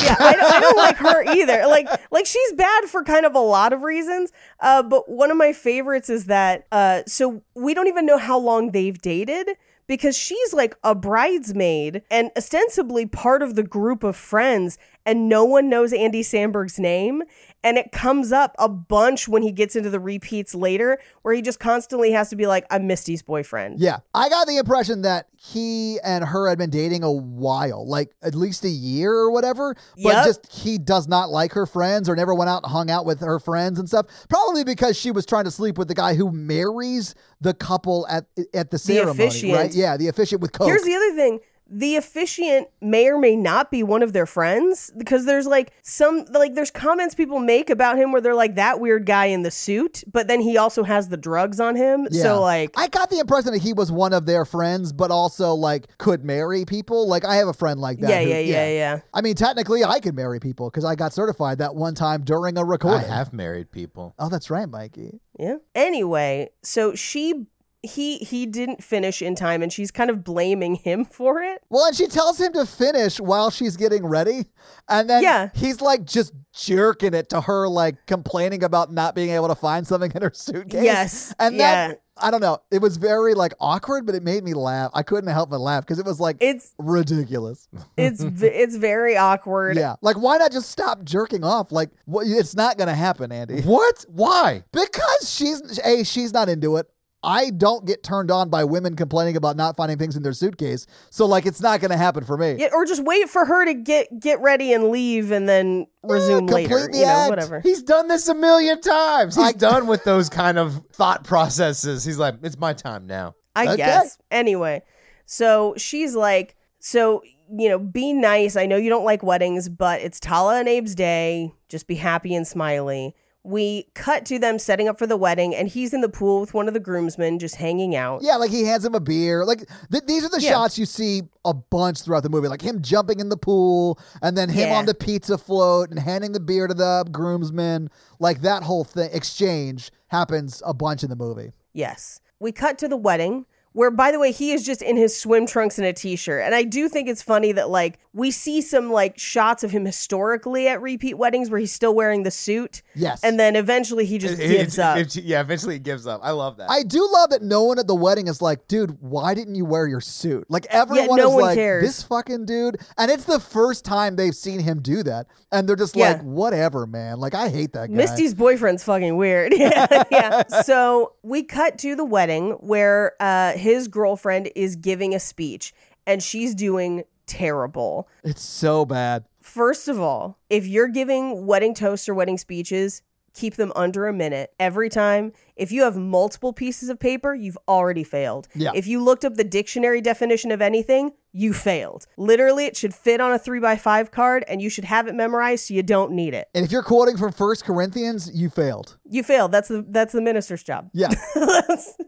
[SPEAKER 4] Yeah, I don't, I don't like her either. Like, like she's bad for kind of a lot of reasons. Uh, but one of my favorites is that uh, so we don't even know how long they've dated because she's like a bridesmaid and ostensibly part of the group of friends, and no one knows Andy Sandberg's name. And it comes up a bunch when he gets into the repeats later, where he just constantly has to be like, "I'm Misty's boyfriend."
[SPEAKER 6] Yeah. I got the impression that he and her had been dating a while, like at least a year or whatever. But
[SPEAKER 4] Yep.
[SPEAKER 6] just he does not like her friends or never went out and hung out with her friends and stuff. Probably because she was trying to sleep with the guy who marries the couple at at the ceremony. Right?
[SPEAKER 4] officiant.
[SPEAKER 6] Yeah, the officiant with Coke.
[SPEAKER 4] Here's the other thing. The officiant may or may not be one of their friends because there's like some like there's comments people make about him where they're like that weird guy in the suit, but then he also has the drugs on him.
[SPEAKER 6] Yeah.
[SPEAKER 4] So like
[SPEAKER 6] I got the impression that he was one of their friends, but also like could marry people. Like I have a friend like that.
[SPEAKER 4] yeah,
[SPEAKER 6] who-
[SPEAKER 4] yeah, yeah, yeah.
[SPEAKER 6] I mean, technically, I could marry people because I got certified that one time during a
[SPEAKER 5] I
[SPEAKER 6] recording.
[SPEAKER 5] have married people.
[SPEAKER 6] Oh, that's right, Mikey.
[SPEAKER 4] Yeah. Anyway, so she he he didn't finish in time and she's kind of blaming him for it.
[SPEAKER 6] Well, and she tells him to finish while she's getting ready. And then
[SPEAKER 4] Yeah.
[SPEAKER 6] he's like just jerking it to her, like complaining about not being able to find something in her suitcase.
[SPEAKER 4] Yes,
[SPEAKER 6] And
[SPEAKER 4] yeah.
[SPEAKER 6] that, I don't know, it was very like awkward, but it made me laugh. I couldn't help but laugh because it was like
[SPEAKER 4] It's
[SPEAKER 6] ridiculous.
[SPEAKER 4] it's v- it's very awkward.
[SPEAKER 6] Yeah. Like, why not just stop jerking off? Like, wh- it's not going to happen, Andy.
[SPEAKER 5] What? Why?
[SPEAKER 6] Because she's a she's not into it. I don't get turned on by women complaining about not finding things in their suitcase. So like it's not going to happen for me.
[SPEAKER 4] Yeah, or just wait for her to get get ready and leave and then resume
[SPEAKER 6] complete
[SPEAKER 4] later.
[SPEAKER 6] the
[SPEAKER 4] You know,
[SPEAKER 6] act.
[SPEAKER 4] whatever.
[SPEAKER 5] He's done this a million times. He's
[SPEAKER 6] I-
[SPEAKER 5] done with those kind of thought processes. He's like, it's my time now.
[SPEAKER 4] I
[SPEAKER 6] Okay.
[SPEAKER 4] guess. Anyway, so she's like, so, you know, be nice. I know you don't like weddings, but it's Tala and Abe's day. Just be happy and smiley. We cut to them setting up for the wedding, and he's in the pool with one of the groomsmen just hanging out.
[SPEAKER 6] Yeah, like he hands him a beer. Like th- these are the
[SPEAKER 4] Yeah.
[SPEAKER 6] shots you see a bunch throughout the movie, like him jumping in the pool and then him
[SPEAKER 4] Yeah.
[SPEAKER 6] on the pizza float and handing the beer to the groomsmen. Like that whole thing exchange happens a bunch in the movie.
[SPEAKER 4] Yes. We cut to the wedding, where, by the way, he is just in his swim trunks and a t shirt. And I do think it's funny that, like, we see some, like, shots of him historically at repeat weddings where he's still wearing the suit.
[SPEAKER 6] Yes.
[SPEAKER 4] And then eventually he just
[SPEAKER 5] It-
[SPEAKER 4] gives
[SPEAKER 5] it-
[SPEAKER 4] up.
[SPEAKER 5] it- yeah, eventually he gives up. I love that.
[SPEAKER 6] I do love that no one at the wedding is like, dude, why didn't you wear your suit? Like everyone
[SPEAKER 4] no
[SPEAKER 6] is
[SPEAKER 4] one
[SPEAKER 6] like,
[SPEAKER 4] cares.
[SPEAKER 6] this fucking dude. And it's the first time they've seen him do that. And they're just
[SPEAKER 4] Yeah.
[SPEAKER 6] like, whatever, man. Like I hate that guy.
[SPEAKER 4] Misty's boyfriend's fucking weird. yeah, yeah. So we cut to the wedding where uh, his girlfriend is giving a speech and she's doing terrible.
[SPEAKER 6] It's so bad.
[SPEAKER 4] First of all, if you're giving wedding toasts or wedding speeches, keep them under a minute every time. If you have multiple pieces of paper, you've already failed.
[SPEAKER 6] Yeah.
[SPEAKER 4] If you looked up the dictionary definition of anything, you failed. Literally, it should fit on a three by five card and you should have it memorized so you don't need it.
[SPEAKER 6] And if you're quoting from First Corinthians, you failed.
[SPEAKER 4] You failed. That's the that's the minister's job.
[SPEAKER 6] Yeah.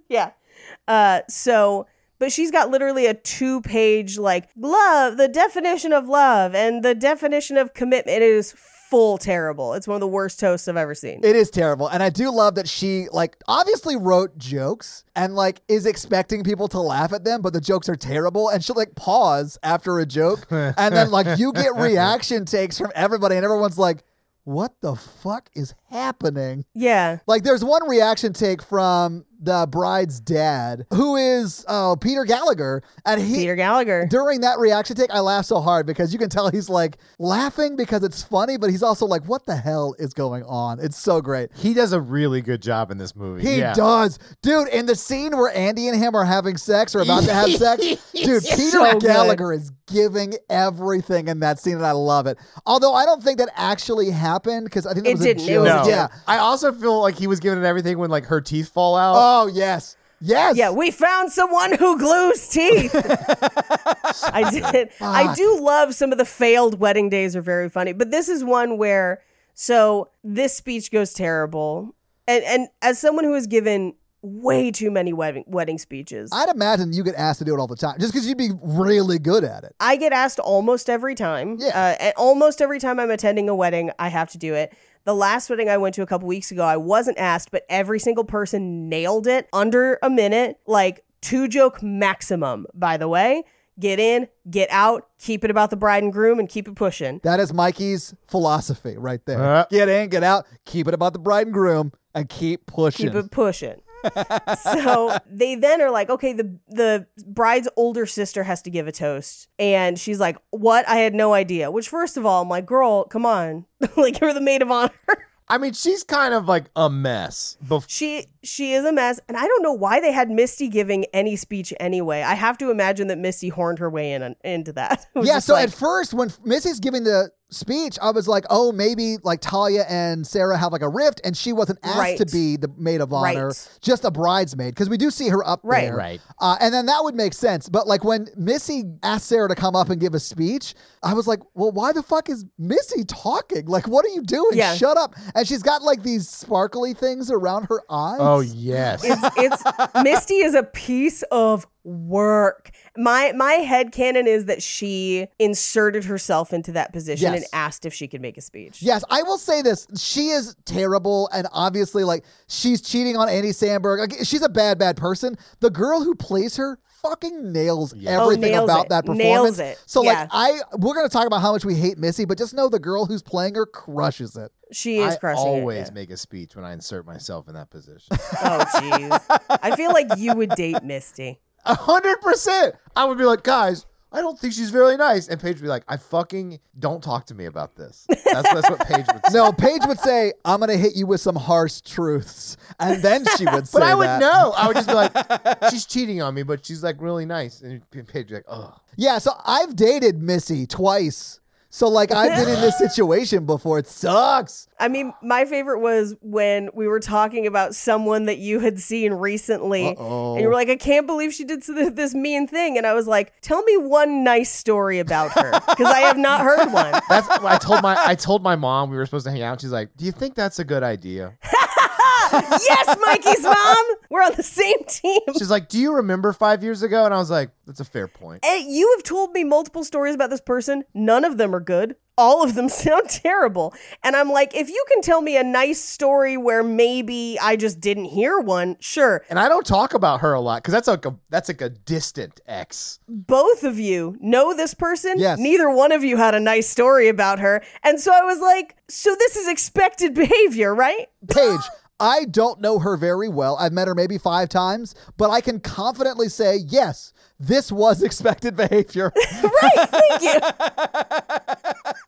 [SPEAKER 4] yeah. Uh, so, but she's got literally a two page, like, love, the definition of love and the definition of commitment. It is full terrible. It's one of the worst toasts I've ever seen.
[SPEAKER 6] It is terrible. And I do love that she like obviously wrote jokes and like is expecting people to laugh at them, but the jokes are terrible. And she'll like pause after a joke and then like you get reaction takes from everybody and everyone's like, what the fuck is happening?
[SPEAKER 4] yeah.
[SPEAKER 6] Like there's one reaction take from the bride's dad, who is oh Peter Gallagher, and he
[SPEAKER 4] Peter Gallagher.
[SPEAKER 6] during that reaction take, I laughed so hard because you can tell he's like laughing because it's funny, but he's also like, "What the hell is going on?" It's so great.
[SPEAKER 5] he does a really good job in this movie.
[SPEAKER 6] He
[SPEAKER 5] yeah.
[SPEAKER 6] does, dude. In the scene where Andy and him are having sex or about to have sex, dude, Peter
[SPEAKER 4] so good.
[SPEAKER 6] Gallagher is giving everything in that scene, and I love it. Although I don't think that actually happened because I think that
[SPEAKER 4] It
[SPEAKER 6] was
[SPEAKER 4] didn't.
[SPEAKER 6] a
[SPEAKER 4] It
[SPEAKER 6] joke.
[SPEAKER 4] was a
[SPEAKER 5] No.
[SPEAKER 6] yeah.
[SPEAKER 5] I also feel like he was giving it everything when like her teeth fall out.
[SPEAKER 6] Oh yes, yes.
[SPEAKER 4] Yeah, we found someone who glues teeth. I did. I do love some of the failed wedding days are very funny, but this is one where so this speech goes terrible, and and as someone who has given way too many wedding wedding speeches, I,
[SPEAKER 6] I'd imagine you get asked to do it all the time just because you'd be really good at it.
[SPEAKER 4] get asked almost every time.
[SPEAKER 6] Yeah.
[SPEAKER 4] uh, and almost every time I'm attending a wedding, I have to do it. The last wedding I went to a couple weeks ago, I wasn't asked, but every single person nailed it under a minute, like two joke maximum. By the way. Get in, get out, keep it about the bride and groom, and keep it pushing.
[SPEAKER 6] That is Mikey's philosophy right there.
[SPEAKER 5] Uh.
[SPEAKER 6] get in, get out, keep it about the bride and groom, and keep pushing.
[SPEAKER 4] keep it pushing. so they then are like, okay, the the bride's older sister has to give a toast, and she's like, "What? I had no idea." Which, first of all, I'm like, "Girl, come on! like, you're the maid of honor."
[SPEAKER 5] I mean, she's kind of like a mess. Bef-
[SPEAKER 4] she she is a mess, and I don't know why they had Misty giving any speech anyway. I have to imagine that Misty horned her way in into that. It was
[SPEAKER 6] Yeah,
[SPEAKER 4] just
[SPEAKER 6] so
[SPEAKER 4] like,
[SPEAKER 6] at first when Missy's giving the speech, I was like, oh, maybe like Talia and Sarah have like a rift, and she wasn't asked
[SPEAKER 4] Right.
[SPEAKER 6] to be the maid of honor,
[SPEAKER 4] Right.
[SPEAKER 6] just a bridesmaid, because we do see her up
[SPEAKER 4] Right.
[SPEAKER 6] there.
[SPEAKER 5] Right.
[SPEAKER 6] Uh, and then that would make sense. But like when Missy asked Sarah to come up and give a speech, I was like, well, why the fuck is Missy talking? Like, what are you doing?
[SPEAKER 4] Yeah.
[SPEAKER 6] Shut up. And she's got like these sparkly things around her eyes.
[SPEAKER 5] Oh yes.
[SPEAKER 4] it's Misty is a piece of work. My my head canon is that she inserted herself into that position
[SPEAKER 6] Yes.
[SPEAKER 4] and asked if she could make a speech.
[SPEAKER 6] Yes, I will say this. She is terrible and obviously like she's cheating on Andy Sandberg. Like she's a bad, bad person. The girl who plays her fucking nails
[SPEAKER 4] Oh,
[SPEAKER 6] everything
[SPEAKER 4] nails
[SPEAKER 6] about
[SPEAKER 4] it.
[SPEAKER 6] that performance.
[SPEAKER 4] Nails it.
[SPEAKER 6] So
[SPEAKER 4] Yeah.
[SPEAKER 6] like I we're gonna talk about how much we hate Missy, but just know the girl who's playing her crushes it.
[SPEAKER 4] She is
[SPEAKER 5] I
[SPEAKER 4] crushing it,
[SPEAKER 5] always
[SPEAKER 4] yeah.
[SPEAKER 5] make a speech when I insert myself in that position.
[SPEAKER 4] Oh jeez. I feel like you would date Misty.
[SPEAKER 5] A hundred percent. I would be like, guys, I don't think she's very nice. And Paige would be like, I fucking don't talk to me about this. That's, that's what Paige would say.
[SPEAKER 6] No, Paige would say, I'm gonna hit you with some harsh truths. And then she would say
[SPEAKER 5] But I would
[SPEAKER 6] that.
[SPEAKER 5] know. I would just be like, she's cheating on me, but she's like really nice. And Paige would be like, oh.
[SPEAKER 6] Yeah, so I've dated Missy twice. So like I've been in this situation before. It sucks.
[SPEAKER 4] I mean, my favorite was when we were talking about someone that you had seen recently, and you were like, "I can't believe she did this, this mean thing," and I was like, "Tell me one nice story about her, because I have not heard one."
[SPEAKER 5] That's I told my I told my mom we were supposed to hang out. And she's like, Do you think that's a good idea?
[SPEAKER 4] yes, Mikey's mom, we're on the same team.
[SPEAKER 5] She's like, Do you remember five years ago? And I was like, That's a fair point.
[SPEAKER 4] Eh, you have told me multiple stories about this person. None of them are good. All of them sound terrible. And I'm like, if you can tell me a nice story where maybe I just didn't hear one, sure.
[SPEAKER 5] And I don't talk about her a lot because that's like a that's like a distant ex.
[SPEAKER 4] both of you know this person.
[SPEAKER 6] Yes.
[SPEAKER 4] Neither one of you had a nice story about her. And so I was like, so this is expected behavior, right?
[SPEAKER 6] Paige, I don't know her very well. I've met her maybe five times, but I can confidently say, yes, this was expected behavior.
[SPEAKER 4] Thank you.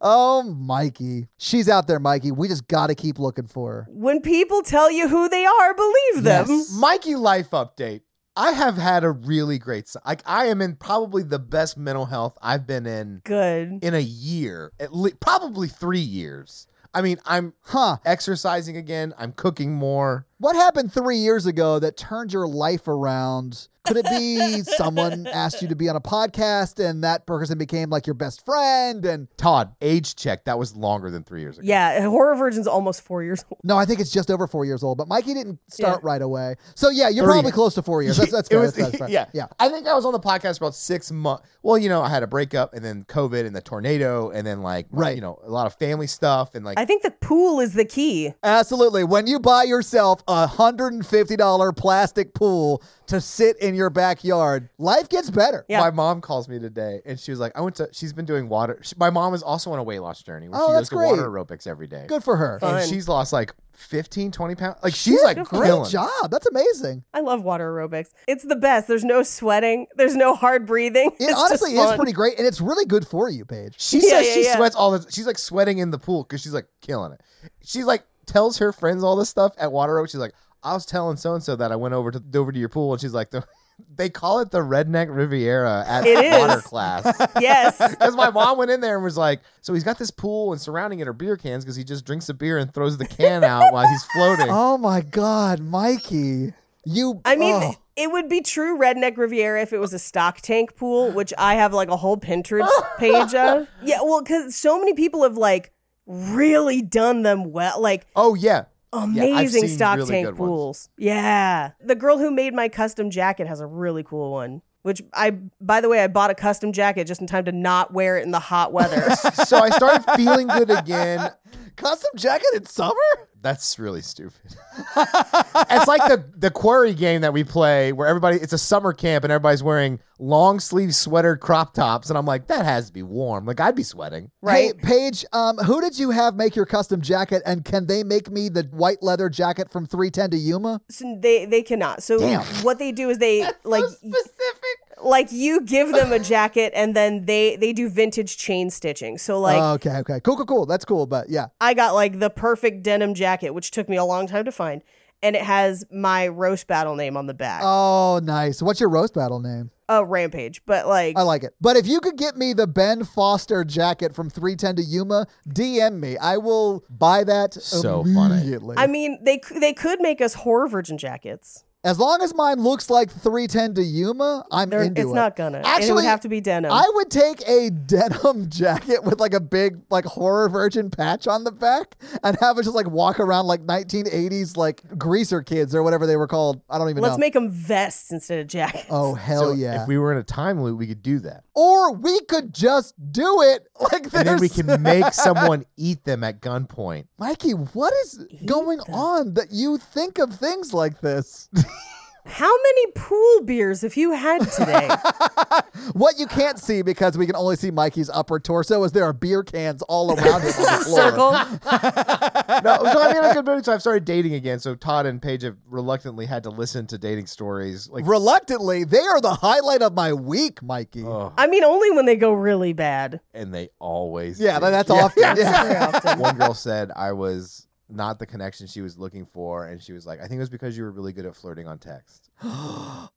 [SPEAKER 6] oh, Mikey. She's out there, Mikey. We just got to keep looking for her.
[SPEAKER 4] when people tell you who they are, believe them.
[SPEAKER 6] Yes.
[SPEAKER 5] Mikey life update. I have had a really great si- like I am in probably the best mental health I've been in
[SPEAKER 4] Good.
[SPEAKER 5] in a year, at le- probably 3 years. I mean, I'm
[SPEAKER 6] Huh.
[SPEAKER 5] exercising again, I'm cooking more.
[SPEAKER 6] What happened three years ago that turned your life around? Could it be someone asked you to be on a podcast and that person became like your best friend? And
[SPEAKER 5] Todd, age check, that was longer than 3 years ago.
[SPEAKER 4] Yeah, Horror Virgin's almost four years old.
[SPEAKER 6] no, I think it's just over four years old, but Mikey didn't start right away. So yeah, you're
[SPEAKER 5] Three.
[SPEAKER 6] probably close to four years. That's, that's,
[SPEAKER 5] It
[SPEAKER 6] fair.
[SPEAKER 5] was-
[SPEAKER 6] that's, that's fair.
[SPEAKER 5] yeah.
[SPEAKER 6] Yeah.
[SPEAKER 5] I think I was on the podcast about six months. Well, you know, I had a breakup and then COVID and the tornado and then like,
[SPEAKER 6] Right.
[SPEAKER 5] you know, a lot of family stuff and like,
[SPEAKER 4] I think the pool is the key.
[SPEAKER 6] Absolutely. When you buy yourself a $150 plastic pool to sit in your backyard, life gets better.
[SPEAKER 4] Yeah.
[SPEAKER 5] My mom calls me today, and she was like, "I went to." She's been doing water. She, my mom is also on a weight loss journey where
[SPEAKER 6] Oh,
[SPEAKER 5] she
[SPEAKER 6] that's
[SPEAKER 5] goes to water
[SPEAKER 6] great.
[SPEAKER 5] aerobics every day,
[SPEAKER 6] Good for her.
[SPEAKER 5] and
[SPEAKER 4] Fun.
[SPEAKER 5] she's lost like 15, 20 pounds. Like she's like
[SPEAKER 6] Great
[SPEAKER 5] killing. it.
[SPEAKER 6] job. That's amazing.
[SPEAKER 4] I love water aerobics. It's the best. There's no sweating. There's no hard breathing.
[SPEAKER 6] It
[SPEAKER 4] It's just
[SPEAKER 6] honestly is
[SPEAKER 4] fun.
[SPEAKER 6] pretty great, and it's really good for you, Paige.
[SPEAKER 5] She
[SPEAKER 4] Yeah,
[SPEAKER 5] says
[SPEAKER 4] yeah,
[SPEAKER 5] she
[SPEAKER 4] yeah.
[SPEAKER 5] sweats all the. She's like sweating in the pool because she's like killing it. She's like tells her friends all this stuff at water aerobics. She's like, "I was telling so and so that I went over to over to your pool," and she's like, the, "They call it the Redneck Riviera at
[SPEAKER 4] It
[SPEAKER 5] water
[SPEAKER 4] is.
[SPEAKER 5] class."
[SPEAKER 4] Yes.
[SPEAKER 5] Because my mom went in there and was like, so he's got this pool and surrounding it are beer cans because he just drinks a beer and throws the can out while he's floating.
[SPEAKER 6] Oh my God, Mikey. You.
[SPEAKER 4] I mean,
[SPEAKER 6] oh.
[SPEAKER 4] it would be true Redneck Riviera if it was a stock tank pool, which I have like a whole Pinterest page of. Yeah, well, because so many people have like really done them well, like
[SPEAKER 5] Oh yeah.
[SPEAKER 4] amazing
[SPEAKER 5] seen
[SPEAKER 4] stock
[SPEAKER 5] really
[SPEAKER 4] tank
[SPEAKER 5] good ones.
[SPEAKER 4] pools. Yeah, the girl who made my custom jacket has a really cool one. Which I, by the way, I bought a custom jacket just in time to not wear it in the hot weather.
[SPEAKER 5] So I started feeling good again.
[SPEAKER 6] custom jacket in summer?
[SPEAKER 5] That's really stupid. it's like the the quarry game that we play where everybody it's a summer camp and everybody's wearing long sleeve sweater crop tops and I'm like that has to be warm. Like I'd be sweating.
[SPEAKER 4] Right.
[SPEAKER 6] Hey, Paige, um, who did you have make your custom jacket, and can they make me the white leather jacket from 310 to Yuma?
[SPEAKER 4] So they they cannot. So
[SPEAKER 6] Damn.
[SPEAKER 4] what they do is they like Like you give them a jacket and then they they do vintage chain stitching. So like
[SPEAKER 6] Oh, okay, okay. Cool, cool, cool. That's cool, but yeah.
[SPEAKER 4] I got like the perfect denim jacket, which took me a long time to find, and it has my roast battle name on the back. Uh,
[SPEAKER 6] Oh, nice. What's your roast battle name?
[SPEAKER 4] rampage, but like
[SPEAKER 6] I like it. But if you could get me the Ben Foster jacket from 310 to Yuma, DM me. I will buy that
[SPEAKER 5] So funny.
[SPEAKER 6] immediately.
[SPEAKER 4] I mean, they c- they could make us horror virgin jackets.
[SPEAKER 6] As long as mine looks like 310 to Yuma, I'm
[SPEAKER 4] They're-
[SPEAKER 6] into
[SPEAKER 4] it's
[SPEAKER 6] it.
[SPEAKER 4] not gonna. And
[SPEAKER 6] Actually,
[SPEAKER 4] it would have to be denim.
[SPEAKER 6] I would take a denim jacket with like a big like horror virgin patch on the back and have it just like walk around like 1980s like greaser kids or whatever they were called. I don't even
[SPEAKER 4] Let's
[SPEAKER 6] know.
[SPEAKER 4] make them vests instead of jackets.
[SPEAKER 6] oh hell
[SPEAKER 5] So
[SPEAKER 6] yeah.
[SPEAKER 5] If we were in a time loop, we could do that.
[SPEAKER 6] or we could just do it like
[SPEAKER 5] And then we
[SPEAKER 6] there's-
[SPEAKER 5] can make someone eat them at gunpoint.
[SPEAKER 6] Mikey, what is going on that you think of things like this?
[SPEAKER 4] How many pool beers have you had today?
[SPEAKER 6] What you can't see because we can only see Mikey's upper torso is there are beer cans all around him on the floor.
[SPEAKER 4] Circle.
[SPEAKER 5] No, so I'm in a good mood, so I've started dating again. So Todd and Paige have reluctantly had to listen to dating stories. Like,
[SPEAKER 6] Reluctantly, they are the highlight of my week, Mikey.
[SPEAKER 5] Oh,
[SPEAKER 4] I mean, only when they go really bad.
[SPEAKER 5] and they always
[SPEAKER 6] yeah,
[SPEAKER 5] do.
[SPEAKER 6] but that's often. Yeah.
[SPEAKER 4] Very often.
[SPEAKER 5] One girl said I was not the connection she was looking for, and she was like, "I think it was because you were really good at flirting on text."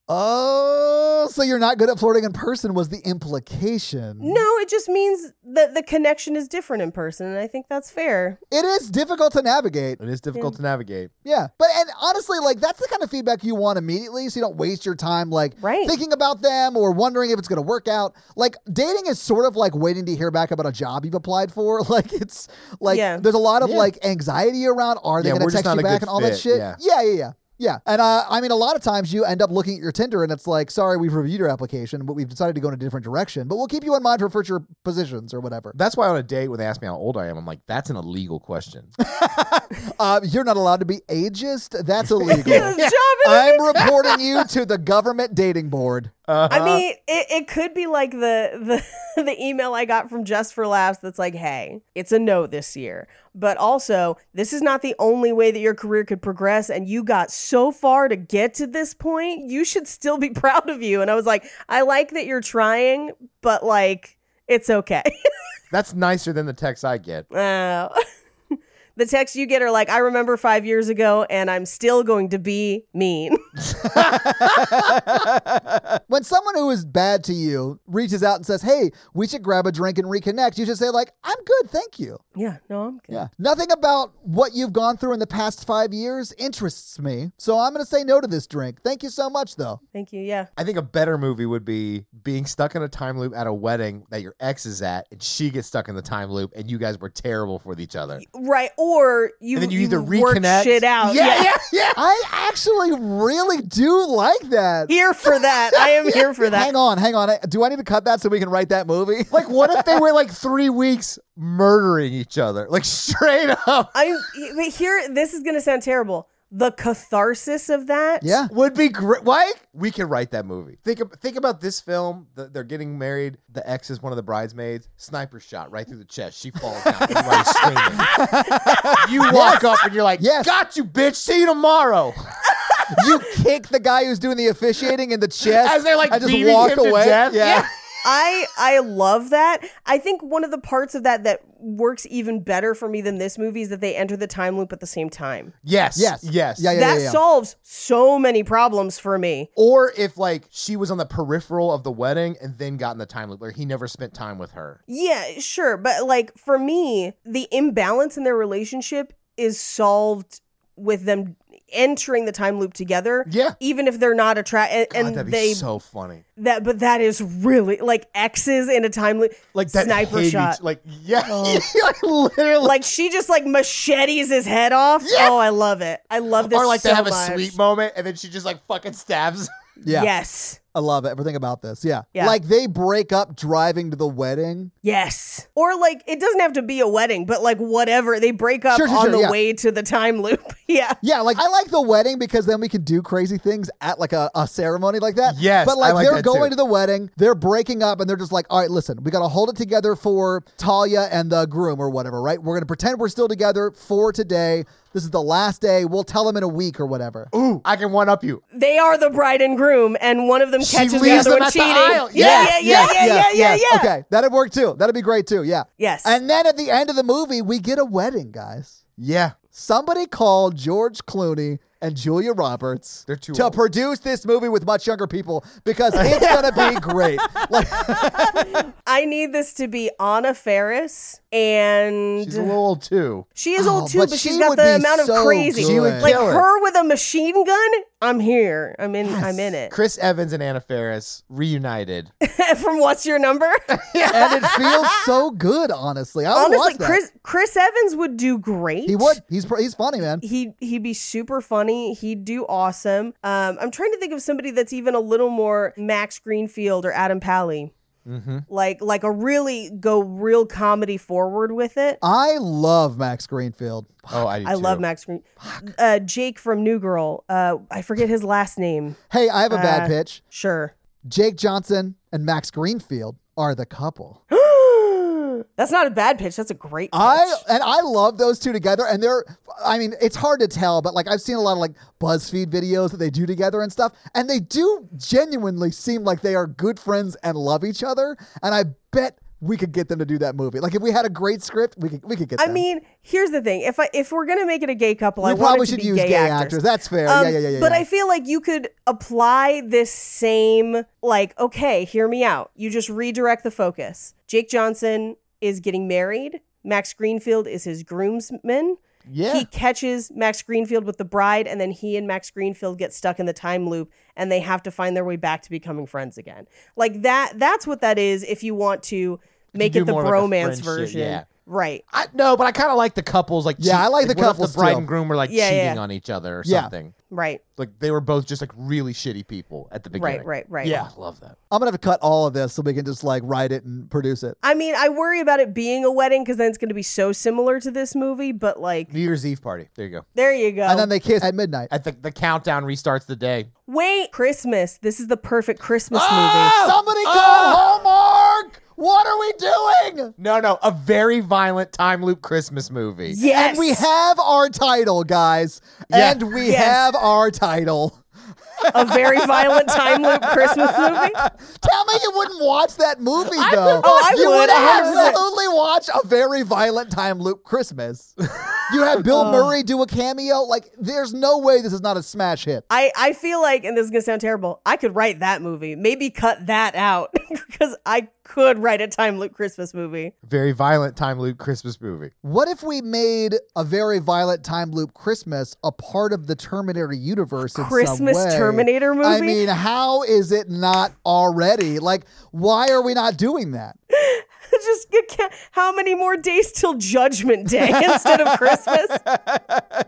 [SPEAKER 6] Oh, so you're not good at flirting in person was the implication.
[SPEAKER 4] No, it just means that the connection is different in person, and I think that's fair.
[SPEAKER 6] It is difficult to navigate.
[SPEAKER 5] It is difficult to navigate.
[SPEAKER 6] Yeah. But and honestly, like that's the kind of feedback you want immediately so you don't waste your time like
[SPEAKER 4] Right.
[SPEAKER 6] thinking about them or wondering if it's gonna work out. Like dating is sort of like waiting to hear back about a job you've applied for. Like it's like
[SPEAKER 4] Yeah.
[SPEAKER 6] there's a lot of
[SPEAKER 5] Yeah.
[SPEAKER 6] like anxiety around are they
[SPEAKER 5] Yeah,
[SPEAKER 6] gonna
[SPEAKER 5] we're just
[SPEAKER 6] text you
[SPEAKER 5] not a
[SPEAKER 6] back
[SPEAKER 5] good
[SPEAKER 6] and all that
[SPEAKER 5] fit.
[SPEAKER 6] shit.
[SPEAKER 5] Yeah.
[SPEAKER 6] yeah, yeah. yeah. Yeah. And uh, I mean, a lot of times you end up looking at your Tinder and it's like, sorry, we've reviewed your application, but we've decided to go in a different direction. But we'll keep you in mind for future positions or whatever.
[SPEAKER 5] That's why on a date when they ask me how old I am, I'm like, "That's an illegal question."
[SPEAKER 6] Uh, you're not allowed to be ageist. That's illegal.
[SPEAKER 4] Job in-
[SPEAKER 6] I'm reporting you to the government dating board.
[SPEAKER 4] I mean, it, it could be like the, the the email I got from Just for Laughs that's like, hey, it's a no this year. But also, this is not the only way that your career could progress, and you got so far to get to this point. You should still be proud of you. And I was like, I like that you're trying, but like, it's okay.
[SPEAKER 5] That's nicer than the text I get.
[SPEAKER 4] Oh. the texts you get are like, I remember five years ago, and I'm still going to be mean.
[SPEAKER 6] When someone who is bad to you reaches out and says, "Hey, we should grab a drink and reconnect," you should say like, "I'm good, thank you."
[SPEAKER 4] yeah, no, I'm good.
[SPEAKER 6] Nothing about what you've gone through in the past five years interests me, so I'm going to say no to this drink. Thank you so much, though.
[SPEAKER 4] Thank you. Yeah.
[SPEAKER 5] I think a better movie would be being stuck in a time loop at a wedding that your ex is at, and she gets stuck in the time loop, and you guys were terrible with each other.
[SPEAKER 4] Right. Or you,
[SPEAKER 5] and then you,
[SPEAKER 4] you
[SPEAKER 5] either
[SPEAKER 4] work
[SPEAKER 5] reconnect
[SPEAKER 4] shit out.
[SPEAKER 5] Yeah, yeah, yeah.
[SPEAKER 6] I actually really do like that.
[SPEAKER 4] Here for that. I am here for that.
[SPEAKER 6] Hang on, hang on. I- Do I need to cut that so we can write that movie?
[SPEAKER 5] Like, what if they were like three weeks murdering each other, like straight up?
[SPEAKER 4] I but here this is gonna sound terrible. The catharsis of that.
[SPEAKER 6] yeah.
[SPEAKER 5] Would be great. Why we could write that movie. Think ab- think about this film. The, they're getting married. The ex is one of the bridesmaids. Sniper shot right through the chest. She falls down. Everybody's screaming. You walk up and you're like,
[SPEAKER 6] Yes.
[SPEAKER 5] "Got you, bitch. See you tomorrow."
[SPEAKER 6] you kick the guy who's doing the officiating in the chest
[SPEAKER 5] As they're, like,
[SPEAKER 6] and just
[SPEAKER 5] beating
[SPEAKER 6] walk
[SPEAKER 5] him to
[SPEAKER 6] away.
[SPEAKER 5] death?
[SPEAKER 6] Yeah.
[SPEAKER 5] Yeah.
[SPEAKER 4] I I love that. I think one of the parts of that that works even better for me than this movie is that they enter the time loop at the same time.
[SPEAKER 5] Yes.
[SPEAKER 6] Yes.
[SPEAKER 5] Yes.
[SPEAKER 6] Yeah, yeah,
[SPEAKER 4] that solves so many problems for me.
[SPEAKER 5] Or if like she was on the peripheral of the wedding and then got in the time loop, where he never spent time with her.
[SPEAKER 4] Yeah, sure. But like for me, the imbalance in their relationship is solved with them entering the time loop together.
[SPEAKER 5] Yeah.
[SPEAKER 4] Even if they're not attracted
[SPEAKER 5] God,
[SPEAKER 4] and,
[SPEAKER 5] that'd
[SPEAKER 4] they
[SPEAKER 5] be so funny.
[SPEAKER 4] that but that is really like exes in a time loop
[SPEAKER 5] Like that
[SPEAKER 4] sniper
[SPEAKER 5] hate each-
[SPEAKER 4] shot.
[SPEAKER 5] like yeah,
[SPEAKER 6] Oh.
[SPEAKER 5] like literally.
[SPEAKER 4] like she just like machetes his head off. Oh, I love it. I love this.
[SPEAKER 5] or like
[SPEAKER 4] so
[SPEAKER 5] they have
[SPEAKER 4] much.
[SPEAKER 5] a sweet moment and then she just like fucking stabs. him.
[SPEAKER 6] Yeah.
[SPEAKER 4] Yes.
[SPEAKER 6] I love everything about this. Yeah.
[SPEAKER 4] Yeah.
[SPEAKER 6] Like they break up driving to the wedding.
[SPEAKER 4] Yes. Or like it doesn't have to be a wedding, but like whatever. They break up
[SPEAKER 6] Sure, sure,
[SPEAKER 4] on
[SPEAKER 6] sure,
[SPEAKER 4] the
[SPEAKER 6] yeah.
[SPEAKER 4] way to the time loop. yeah.
[SPEAKER 6] Yeah, like I like the wedding because then we can do crazy things at like a, a ceremony like that.
[SPEAKER 5] Yes,
[SPEAKER 6] But
[SPEAKER 5] I
[SPEAKER 6] like,
[SPEAKER 5] like
[SPEAKER 6] they're
[SPEAKER 5] that
[SPEAKER 6] going
[SPEAKER 5] too.
[SPEAKER 6] to the wedding, they're breaking up, and they're just like, all right, listen, we got to hold it together for Talia and the groom or whatever, right? We're going to pretend we're still together for today. This is the last day. We'll tell them in a week or whatever.
[SPEAKER 5] Ooh, I can one up you.
[SPEAKER 4] they are the bride and groom, and one of them
[SPEAKER 5] She
[SPEAKER 4] catches the
[SPEAKER 5] leaves
[SPEAKER 4] other
[SPEAKER 5] them
[SPEAKER 4] one
[SPEAKER 5] at the
[SPEAKER 4] cheating.
[SPEAKER 5] aisle.
[SPEAKER 4] yeah, yeah, yeah, yeah, yeah, yeah, yeah.
[SPEAKER 6] Okay, that'd work too. That'd be great too. Yeah.
[SPEAKER 4] Yes.
[SPEAKER 6] And then at the end of the movie, we get a wedding, guys.
[SPEAKER 5] Yeah.
[SPEAKER 6] Somebody called George Clooney and Julia Roberts
[SPEAKER 5] They're too
[SPEAKER 6] to
[SPEAKER 5] old.
[SPEAKER 6] produce this movie with much younger people because it's gonna be great. Like
[SPEAKER 4] I need this to be Anna Ferris, and
[SPEAKER 5] She's a little old too.
[SPEAKER 4] she is
[SPEAKER 6] Oh,
[SPEAKER 4] old too,
[SPEAKER 6] but
[SPEAKER 4] but, she's
[SPEAKER 6] she
[SPEAKER 4] got
[SPEAKER 6] would
[SPEAKER 4] the
[SPEAKER 6] be
[SPEAKER 4] amount
[SPEAKER 6] so
[SPEAKER 4] of crazy.
[SPEAKER 6] She would
[SPEAKER 4] like
[SPEAKER 5] kill
[SPEAKER 4] her.
[SPEAKER 5] it.
[SPEAKER 4] with a machine gun. I'm here. I'm in. I'm in it.
[SPEAKER 5] Chris Evans and Anna Faris reunited.
[SPEAKER 4] From what's your number?
[SPEAKER 6] and it feels so good, honestly. I would
[SPEAKER 4] Honestly,
[SPEAKER 6] watch that.
[SPEAKER 4] Chris Chris Evans would do great.
[SPEAKER 6] he would. He's pr- he's funny, man.
[SPEAKER 4] He he'd be super funny. He'd do awesome. Um, I'm trying to think of somebody that's even a little more Max Greenfield or Adam Pally.
[SPEAKER 5] Mm-hmm.
[SPEAKER 4] Like like a really go real comedy forward with it.
[SPEAKER 6] I love Max Greenfield.
[SPEAKER 5] Oh, I do
[SPEAKER 4] I
[SPEAKER 5] too.
[SPEAKER 4] love Max Green. Uh, Jake from New Girl. Uh, I forget his last name.
[SPEAKER 6] Hey, I have a
[SPEAKER 4] Uh,
[SPEAKER 6] bad pitch.
[SPEAKER 4] Sure.
[SPEAKER 6] Jake Johnson and Max Greenfield are the couple.
[SPEAKER 4] That's not a bad pitch. That's a great pitch.
[SPEAKER 6] I and I love those two together, and they're. I mean, it's hard to tell, but like I've seen a lot of like BuzzFeed videos that they do together and stuff, and they do genuinely seem like they are good friends and love each other. And I bet we could get them to do that movie. Like if we had a great script, we could we could get.
[SPEAKER 4] I
[SPEAKER 6] them.
[SPEAKER 4] mean, here's the thing. If I if we're gonna make it a gay couple,
[SPEAKER 6] we
[SPEAKER 4] I want
[SPEAKER 6] probably
[SPEAKER 4] it to
[SPEAKER 6] should
[SPEAKER 4] be
[SPEAKER 6] use
[SPEAKER 4] gay,
[SPEAKER 6] actors.
[SPEAKER 4] actors.
[SPEAKER 6] That's fair.
[SPEAKER 4] Um,
[SPEAKER 6] yeah, yeah, yeah, yeah.
[SPEAKER 4] But
[SPEAKER 6] yeah.
[SPEAKER 4] I feel like you could apply this same, like, okay, hear me out. You just redirect the focus. Jake Johnson is getting married. Max Greenfield is his groomsman.
[SPEAKER 5] Yeah.
[SPEAKER 4] He catches Max Greenfield with the bride, and then he and Max Greenfield get stuck in the time loop, and they have to find their way back to becoming friends again. Like that. That's what that is. If you want to make
[SPEAKER 5] do
[SPEAKER 4] it the
[SPEAKER 5] more of, like,
[SPEAKER 4] bromance
[SPEAKER 5] a friendship,
[SPEAKER 4] version,
[SPEAKER 5] yeah.
[SPEAKER 4] right?
[SPEAKER 5] I, no, but I kind of like the couples. Like,
[SPEAKER 6] Yeah, I like the
[SPEAKER 5] what if
[SPEAKER 6] couples,
[SPEAKER 5] The bride
[SPEAKER 6] too.
[SPEAKER 5] and groom were like
[SPEAKER 4] Yeah,
[SPEAKER 5] cheating
[SPEAKER 4] yeah.
[SPEAKER 5] on each other or
[SPEAKER 6] Yeah.
[SPEAKER 5] something.
[SPEAKER 4] Right.
[SPEAKER 5] Like they were both just like really shitty people at the beginning.
[SPEAKER 4] Right. Right. Right.
[SPEAKER 5] Yeah, I love that.
[SPEAKER 6] I'm gonna have to cut all of this so we can just like write it and produce it.
[SPEAKER 4] I mean, I worry about it being a wedding because then it's going to be so similar to this movie. But like,
[SPEAKER 5] New Year's Eve party. There you go.
[SPEAKER 4] there you go.
[SPEAKER 6] And then they kiss at midnight.
[SPEAKER 5] I think the countdown restarts the day.
[SPEAKER 4] Wait, Christmas. This is the perfect Christmas
[SPEAKER 6] Ah, Somebody call Hallmark! What are we doing?
[SPEAKER 5] Ah! No, no, a very violent time loop Christmas movie.
[SPEAKER 4] movie. Yes,
[SPEAKER 6] And we have our title, guys.
[SPEAKER 5] Yeah.
[SPEAKER 6] And we
[SPEAKER 4] Yes.
[SPEAKER 6] have our title.
[SPEAKER 4] a very violent time loop Christmas movie.
[SPEAKER 6] Tell me you wouldn't watch that movie, though.
[SPEAKER 4] Oh, I
[SPEAKER 6] you
[SPEAKER 4] would,
[SPEAKER 6] would
[SPEAKER 4] 100%.
[SPEAKER 6] absolutely watch a very violent time loop Christmas. You have Bill
[SPEAKER 4] Uh.
[SPEAKER 6] Murray do a cameo. Like, there's no way this is not a smash hit.
[SPEAKER 4] I, I feel like, and this is gonna sound terrible. I could write that movie. Maybe cut that out because I could write a time loop Christmas movie.
[SPEAKER 5] Very violent time loop Christmas movie.
[SPEAKER 6] What if we made a very violent time loop Christmas a part of the Terminator universe? in some
[SPEAKER 4] Christmas
[SPEAKER 6] way?
[SPEAKER 4] Terminator movie?
[SPEAKER 6] I mean, how is it not already? Like, why are we not doing that?
[SPEAKER 4] Just you can't, how many more days till Judgment Day instead of Christmas?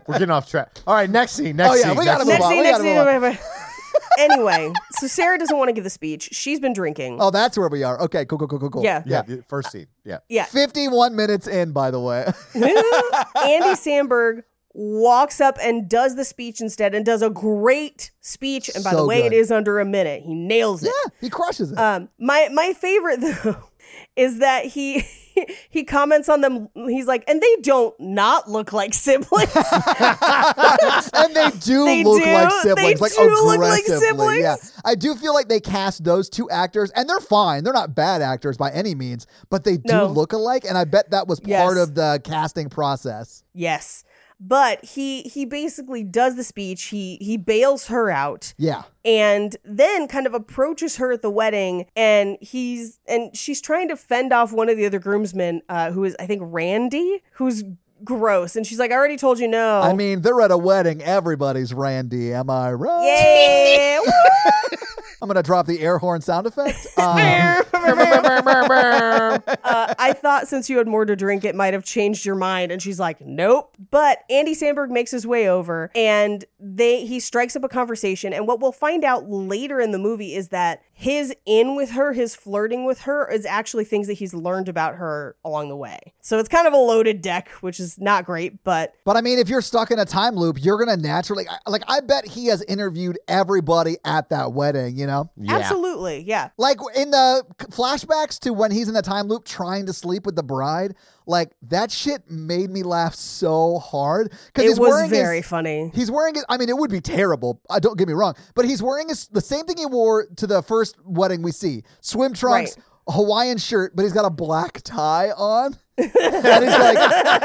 [SPEAKER 5] We're getting off track. All right, next scene. Next
[SPEAKER 6] Oh, yeah,
[SPEAKER 5] scene.
[SPEAKER 6] we gotta move
[SPEAKER 5] next
[SPEAKER 4] next
[SPEAKER 6] on.
[SPEAKER 5] scene.
[SPEAKER 4] scene,
[SPEAKER 6] we
[SPEAKER 4] next
[SPEAKER 6] gotta
[SPEAKER 4] scene.
[SPEAKER 6] move
[SPEAKER 4] anyway, so Sarah doesn't want to give the speech. She's been drinking.
[SPEAKER 6] Oh, that's where we are. Okay, cool, cool, cool, cool, cool.
[SPEAKER 4] yeah.
[SPEAKER 5] Yeah, the first scene. Yeah.
[SPEAKER 4] Yeah.
[SPEAKER 6] 51 minutes in, by the way.
[SPEAKER 4] Andy Sandberg walks up and does the speech instead and does a great speech. And by
[SPEAKER 6] So
[SPEAKER 4] the way,
[SPEAKER 6] good.
[SPEAKER 4] it is under a minute. He nails it.
[SPEAKER 6] yeah, he crushes it.
[SPEAKER 4] Um, my my favorite though is that he he comments on them. He's like, and they don't not look like siblings.
[SPEAKER 6] and they do
[SPEAKER 4] They
[SPEAKER 6] look
[SPEAKER 4] do.
[SPEAKER 6] like
[SPEAKER 4] They
[SPEAKER 6] siblings. like
[SPEAKER 4] do look like
[SPEAKER 6] aggressively.
[SPEAKER 4] siblings.
[SPEAKER 6] Yeah. I do feel like they cast those two actors, and they're fine. They're not bad actors by any means, but they do
[SPEAKER 4] No.
[SPEAKER 6] look alike, and I bet that was part
[SPEAKER 4] Yes.
[SPEAKER 6] of the casting process.
[SPEAKER 4] yes, but he he basically does the speech. He he bails her out.
[SPEAKER 6] Yeah.
[SPEAKER 4] and then kind of approaches her at the wedding and he's and she's trying to fend off one of the other groomsmen uh, who is i think randy who's gross and she's like i already told you no
[SPEAKER 6] I mean, they're at a wedding. Everybody's Randy. Am I right?
[SPEAKER 4] yeah
[SPEAKER 6] I'm going to drop the air horn sound effect. Um,
[SPEAKER 4] uh, i thought since you had more to drink it might have changed your mind and she's like nope but andy sandberg makes his way over and they he strikes up a conversation and what we'll find out later in the movie is that his in with her his flirting with her is actually things that he's learned about her along the way so it's kind of a loaded deck which is not great but
[SPEAKER 6] but I mean, if you're stuck in a time loop, you're going to naturally, I- like, I bet he has interviewed everybody at that wedding, you know?
[SPEAKER 5] Yeah.
[SPEAKER 4] absolutely yeah
[SPEAKER 6] Like in the c- flashbacks to when he's in the time loop trying to sleep with the bride, like that shit made me laugh so hard because
[SPEAKER 4] it
[SPEAKER 6] he's
[SPEAKER 4] was
[SPEAKER 6] wearing his-
[SPEAKER 4] very funny
[SPEAKER 6] He's wearing it. I mean, it would be terrible. I don't get me wrong, but he's wearing his, the same thing he wore to the first wedding we see: swim trunks,
[SPEAKER 4] Right.
[SPEAKER 6] a Hawaiian shirt, but he's got a black tie on. And he's like,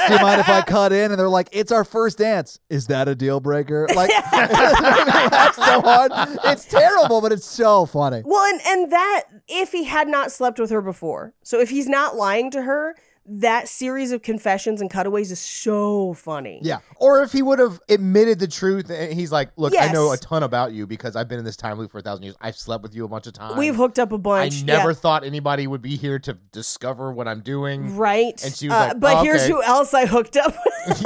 [SPEAKER 6] "Do you mind if I cut in?" And they're like, "It's our first dance. Is that a deal breaker?" Like, laugh so hard. It's terrible, but it's so funny.
[SPEAKER 4] Well, and, and that if he had not slept with her before. So if he's not lying to her, that series of confessions and cutaways is so funny.
[SPEAKER 6] Yeah,
[SPEAKER 5] Or if he would have admitted the truth and he's like, Look, I know a
[SPEAKER 4] Yes.
[SPEAKER 5] ton about you because I've been in this time loop for a thousand years. I've slept with you a bunch of times.
[SPEAKER 4] We've hooked up a
[SPEAKER 5] I
[SPEAKER 4] bunch.
[SPEAKER 5] never
[SPEAKER 4] yeah.
[SPEAKER 5] thought anybody would be here to discover what I'm doing.
[SPEAKER 4] right.
[SPEAKER 5] And she was
[SPEAKER 4] Uh,
[SPEAKER 5] like,
[SPEAKER 4] but
[SPEAKER 5] "Oh,
[SPEAKER 4] here's
[SPEAKER 5] okay."
[SPEAKER 4] who else I hooked up.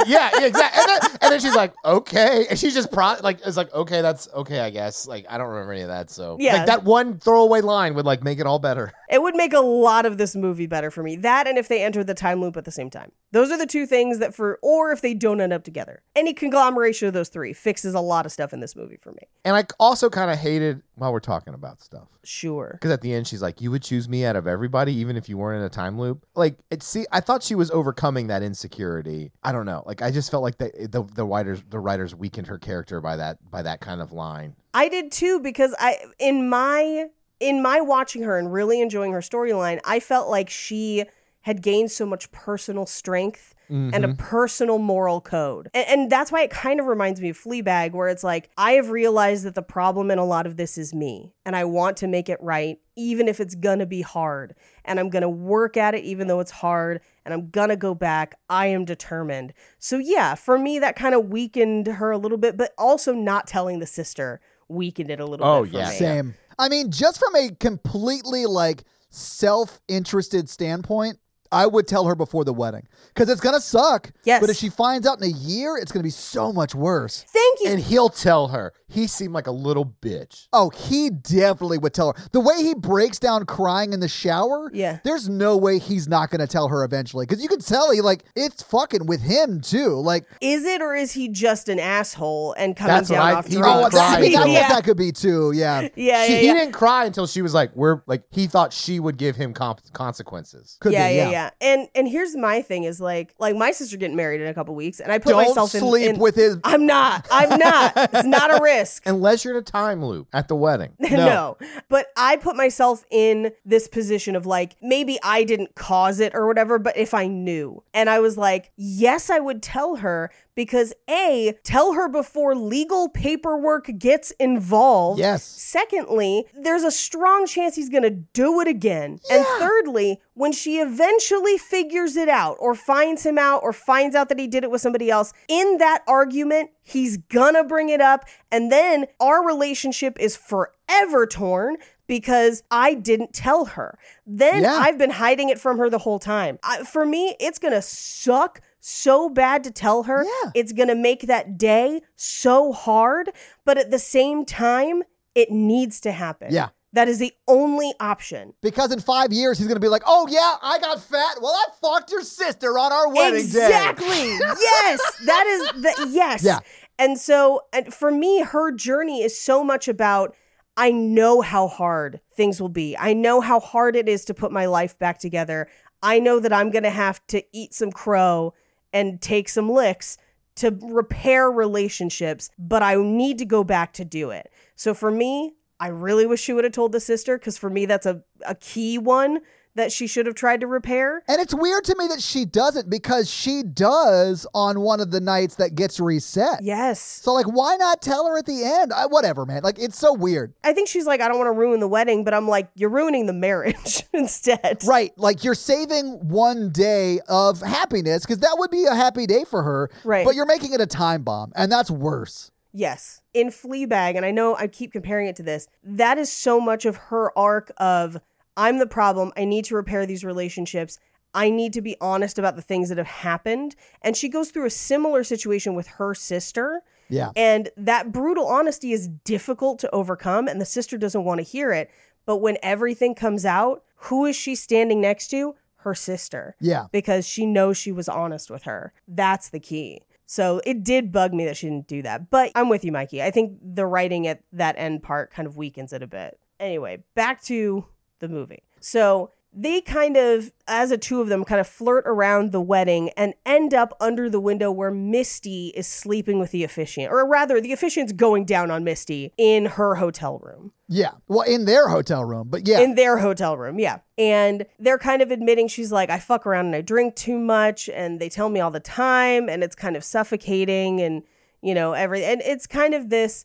[SPEAKER 5] yeah, yeah, exactly. And then, and then she's like, okay. And she's just pro- like, it's like, okay, that's okay, I guess. Like, I don't remember any of that. So,
[SPEAKER 4] Yeah.
[SPEAKER 5] like, that one throwaway line would like make it all better.
[SPEAKER 4] it would make a lot of this movie better for me. That and if they entered the time loop at the same time. Those are the two things that for or if they don't end up together. Any conglomeration of those three fixes a lot of stuff in this movie for me.
[SPEAKER 5] And I also kind of hated while we're talking about stuff
[SPEAKER 4] Sure.
[SPEAKER 5] because at the end she's like, you would choose me out of everybody, even if you weren't in a time loop. Like, it see, I thought she was overcoming that insecurity. I don't know. Like, I just felt like the the, the writers the writers weakened her character by that by that kind of line.
[SPEAKER 4] I did too because I in my in my watching her and really enjoying her storyline, I felt like she had gained so much personal strength and
[SPEAKER 5] Mm-hmm.
[SPEAKER 4] a personal moral code. And, and that's why it kind of reminds me of Fleabag, where it's like, I have realized that the problem in a lot of this is me, and I want to make it right, even if it's gonna be hard. And I'm gonna work at it, even though it's hard, and I'm gonna go back. I am determined. So, yeah, for me, that kind of weakened her a little bit, but also not telling the sister weakened it a little
[SPEAKER 5] Oh,
[SPEAKER 4] bit. for
[SPEAKER 5] yeah.
[SPEAKER 4] me.
[SPEAKER 6] Same. I mean, just from a completely like self interested standpoint, I would tell her before the wedding because it's going to suck.
[SPEAKER 4] Yes.
[SPEAKER 6] But if she finds out in a year, it's going to be so much worse.
[SPEAKER 4] Thank you.
[SPEAKER 5] And he'll tell her he seemed like a little bitch.
[SPEAKER 6] Oh, he definitely would tell her. The way he breaks down crying in the shower,
[SPEAKER 4] Yeah.
[SPEAKER 6] there's no way he's not going to tell her eventually because you can tell he like it's fucking with him too. Like
[SPEAKER 4] Is it or is he just an asshole and coming
[SPEAKER 5] That's what
[SPEAKER 4] down
[SPEAKER 5] I-
[SPEAKER 4] off
[SPEAKER 5] he
[SPEAKER 4] drugs?
[SPEAKER 5] won't
[SPEAKER 6] oh, that, I mean, I
[SPEAKER 5] cry. though.
[SPEAKER 6] don't know if
[SPEAKER 4] yeah.
[SPEAKER 6] that could be too. Yeah.
[SPEAKER 4] Yeah,
[SPEAKER 5] she,
[SPEAKER 4] yeah,
[SPEAKER 5] he
[SPEAKER 4] yeah.
[SPEAKER 5] didn't cry until she was like, "We're like he thought she would give him comp- consequences."
[SPEAKER 6] Could
[SPEAKER 4] yeah,
[SPEAKER 6] be,
[SPEAKER 4] yeah, yeah, And and here's my thing is like like my sister getting married in a couple weeks, and I put
[SPEAKER 6] Don't
[SPEAKER 4] myself in-
[SPEAKER 6] sleep
[SPEAKER 4] in.
[SPEAKER 6] with his.
[SPEAKER 4] I'm not. I'm not. it's not a risk.
[SPEAKER 5] Unless you're in a time loop at the wedding.
[SPEAKER 4] No. But I put myself in this position of like, maybe I didn't cause it or whatever, but if I knew. And I was like, yes, I would tell her because A, tell her before legal paperwork gets involved.
[SPEAKER 6] Yes.
[SPEAKER 4] Secondly, there's a strong chance he's going to do it again. And thirdly, when she eventually figures it out or finds him out or finds out that he did it with somebody else, in that argument, he's going to bring it up. And then our relationship is forever torn because I didn't tell her. Then
[SPEAKER 6] Yeah.
[SPEAKER 4] I've been hiding it from her the whole time. I, for me, it's going to suck so bad to tell her.
[SPEAKER 6] Yeah.
[SPEAKER 4] It's going to make that day so hard, but at the same time, it needs to happen.
[SPEAKER 6] Yeah.
[SPEAKER 4] That is the only option.
[SPEAKER 6] Because in five years, he's going to be like, oh, yeah, I got fat. Well, I fucked your sister on our wedding
[SPEAKER 4] exactly.
[SPEAKER 6] day.
[SPEAKER 4] yes. That is the yes.
[SPEAKER 6] Yeah.
[SPEAKER 4] And so and for me, her journey is so much about I know how hard things will be. I know how hard it is to put my life back together. I know that I'm going to have to eat some crow and take some licks to repair relationships, but I need to go back to do it. So for me, I really wish she would have told the sister because for me, that's a, a key one that she should have tried to repair.
[SPEAKER 6] And it's weird to me that she doesn't because she does on one of the nights that gets reset.
[SPEAKER 4] Yes.
[SPEAKER 6] So, like, why not tell her at the end? I, whatever, man. Like, it's so weird.
[SPEAKER 4] I think she's like, I don't want to ruin the wedding, but I'm like, you're ruining the marriage instead.
[SPEAKER 6] Right. Like, you're saving one day of happiness because that would be a happy day for her.
[SPEAKER 4] Right.
[SPEAKER 6] But you're making it a time bomb, and that's worse.
[SPEAKER 4] Yes. In Fleabag, and I know I keep comparing it to this, that is so much of her arc of I'm the problem. I need to repair these relationships. I need to be honest about the things that have happened. And she goes through a similar situation with her sister.
[SPEAKER 6] Yeah.
[SPEAKER 4] And that brutal honesty is difficult to overcome, and the sister doesn't want to hear it. But when everything comes out, who is she standing next to? Her sister.
[SPEAKER 6] Yeah.
[SPEAKER 4] because she knows she was honest with her. That's the key. So it did bug me that she didn't do that. But I'm with you, Mikey. I think the writing at that end part kind of weakens it a bit. Anyway, back to the movie. So they kind of, as a two of them, kind of flirt around the wedding and end up under the window where Misty is sleeping with the officiant, or rather, the officiant's going down on Misty in her hotel room.
[SPEAKER 6] Yeah. Well, in their hotel room, but yeah.
[SPEAKER 4] In their hotel room, yeah. And they're kind of admitting she's like, I fuck around and I drink too much, and they tell me all the time, and it's kind of suffocating, and you know, every and it's kind of this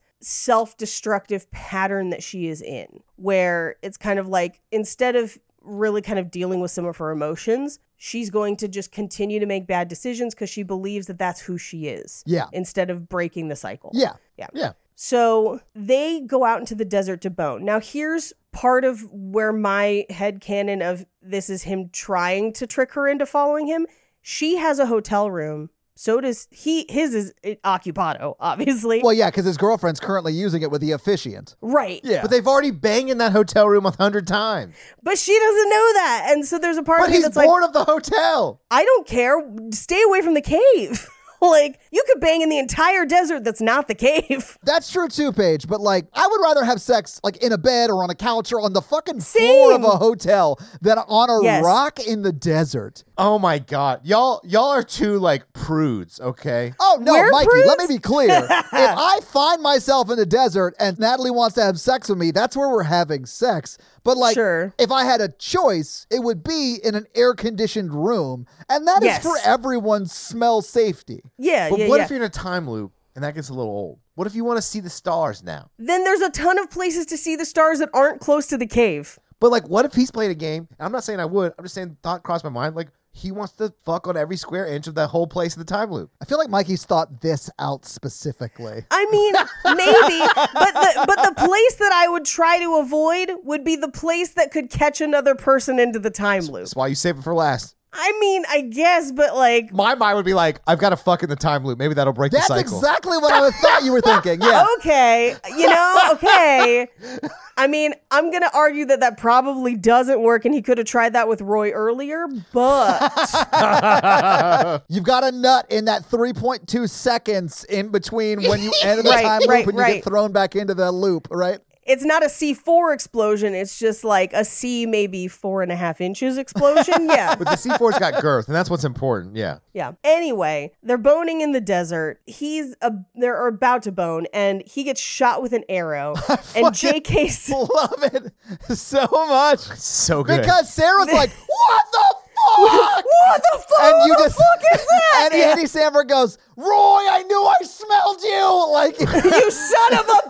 [SPEAKER 4] self-destructive pattern that she is in, where it's kind of like instead of really kind of dealing with some of her emotions, she's going to just continue to make bad decisions because she believes that that's who she is.
[SPEAKER 6] Yeah.
[SPEAKER 4] Instead of breaking the cycle.
[SPEAKER 6] yeah.
[SPEAKER 4] Yeah.
[SPEAKER 6] Yeah.
[SPEAKER 4] So they go out into the desert to bone. Now, here's part of where my head canon of this is him trying to trick her into following him. She has a hotel room. So does he. His is eh, occupado, obviously.
[SPEAKER 6] Well, yeah, because his girlfriend's currently using it with the officiant.
[SPEAKER 4] right.
[SPEAKER 6] Yeah.
[SPEAKER 5] But they've already banged in that hotel room a hundred times.
[SPEAKER 4] But she doesn't know that. And so there's a part
[SPEAKER 5] But
[SPEAKER 4] of me
[SPEAKER 5] he's
[SPEAKER 4] that's like,
[SPEAKER 5] bored of the hotel.
[SPEAKER 4] I don't care. Stay away from the cave. like, you could bang in the entire desert that's not the cave.
[SPEAKER 6] That's true too, Paige, but like I would rather have sex like in a bed or on a couch or on the fucking floor of
[SPEAKER 4] Same.
[SPEAKER 6] a hotel than on a
[SPEAKER 4] Yes.
[SPEAKER 6] rock in the desert.
[SPEAKER 5] Oh my god, y'all, y'all are two like prudes. Okay.
[SPEAKER 6] Oh no,
[SPEAKER 4] We're
[SPEAKER 6] Mikey, let me
[SPEAKER 4] prudes?
[SPEAKER 6] be clear. if I find myself in the desert and Natalie wants to have sex with me, that's where we're having sex. But like
[SPEAKER 4] Sure.
[SPEAKER 6] if I had a choice, it would be in an air conditioned room. And that is
[SPEAKER 4] Yes.
[SPEAKER 6] for everyone's smell safety.
[SPEAKER 4] Yeah.
[SPEAKER 5] But
[SPEAKER 4] yeah,
[SPEAKER 5] what
[SPEAKER 4] yeah.
[SPEAKER 5] if you're in a time loop and that gets a little old? What if you want to see the stars now?
[SPEAKER 4] then there's a ton of places to see the stars that aren't close to the cave.
[SPEAKER 5] But like, what if he's played a game? And I'm not saying I would. I'm just saying thought crossed my mind. Like he wants to fuck on every square inch of that whole place in the time loop.
[SPEAKER 6] I feel like Mikey's thought this out specifically.
[SPEAKER 4] I mean, maybe, but the but the place that I would try to avoid would be the place that could catch another person into the time loop.
[SPEAKER 5] That's why you save it for last.
[SPEAKER 4] I mean, I guess, but like,
[SPEAKER 5] My mind would be like, I've got to fuck in the time loop. Maybe that'll break
[SPEAKER 6] That's
[SPEAKER 5] the cycle.
[SPEAKER 6] exactly what I thought you were thinking. Yeah.
[SPEAKER 4] okay, you know, okay. I mean, I'm gonna argue that that probably doesn't work, and he could have tried that with Roy earlier, but
[SPEAKER 6] You've got a nut in that 3.2 seconds in between when you enter the
[SPEAKER 4] Right,
[SPEAKER 6] time loop
[SPEAKER 4] right,
[SPEAKER 6] and you
[SPEAKER 4] right.
[SPEAKER 6] get thrown back into the loop, right?
[SPEAKER 4] it's not a C4 explosion. It's just like a C, maybe four and a half inches explosion. Yeah.
[SPEAKER 5] but the C4's got girth, and that's what's important. Yeah.
[SPEAKER 4] Yeah. Anyway, they're boning in the desert. He's a, they're about to bone, and he gets shot with an arrow. and J.K. Simmons-
[SPEAKER 6] Love it so much.
[SPEAKER 5] So good.
[SPEAKER 6] Because Sarah's like, what the fuck?
[SPEAKER 4] what the fuck?
[SPEAKER 6] And
[SPEAKER 4] what
[SPEAKER 6] you
[SPEAKER 4] the
[SPEAKER 6] just
[SPEAKER 4] fuck is that?
[SPEAKER 6] and Andy Samberg goes, Roy, I knew I smelled you. Like
[SPEAKER 4] you son of a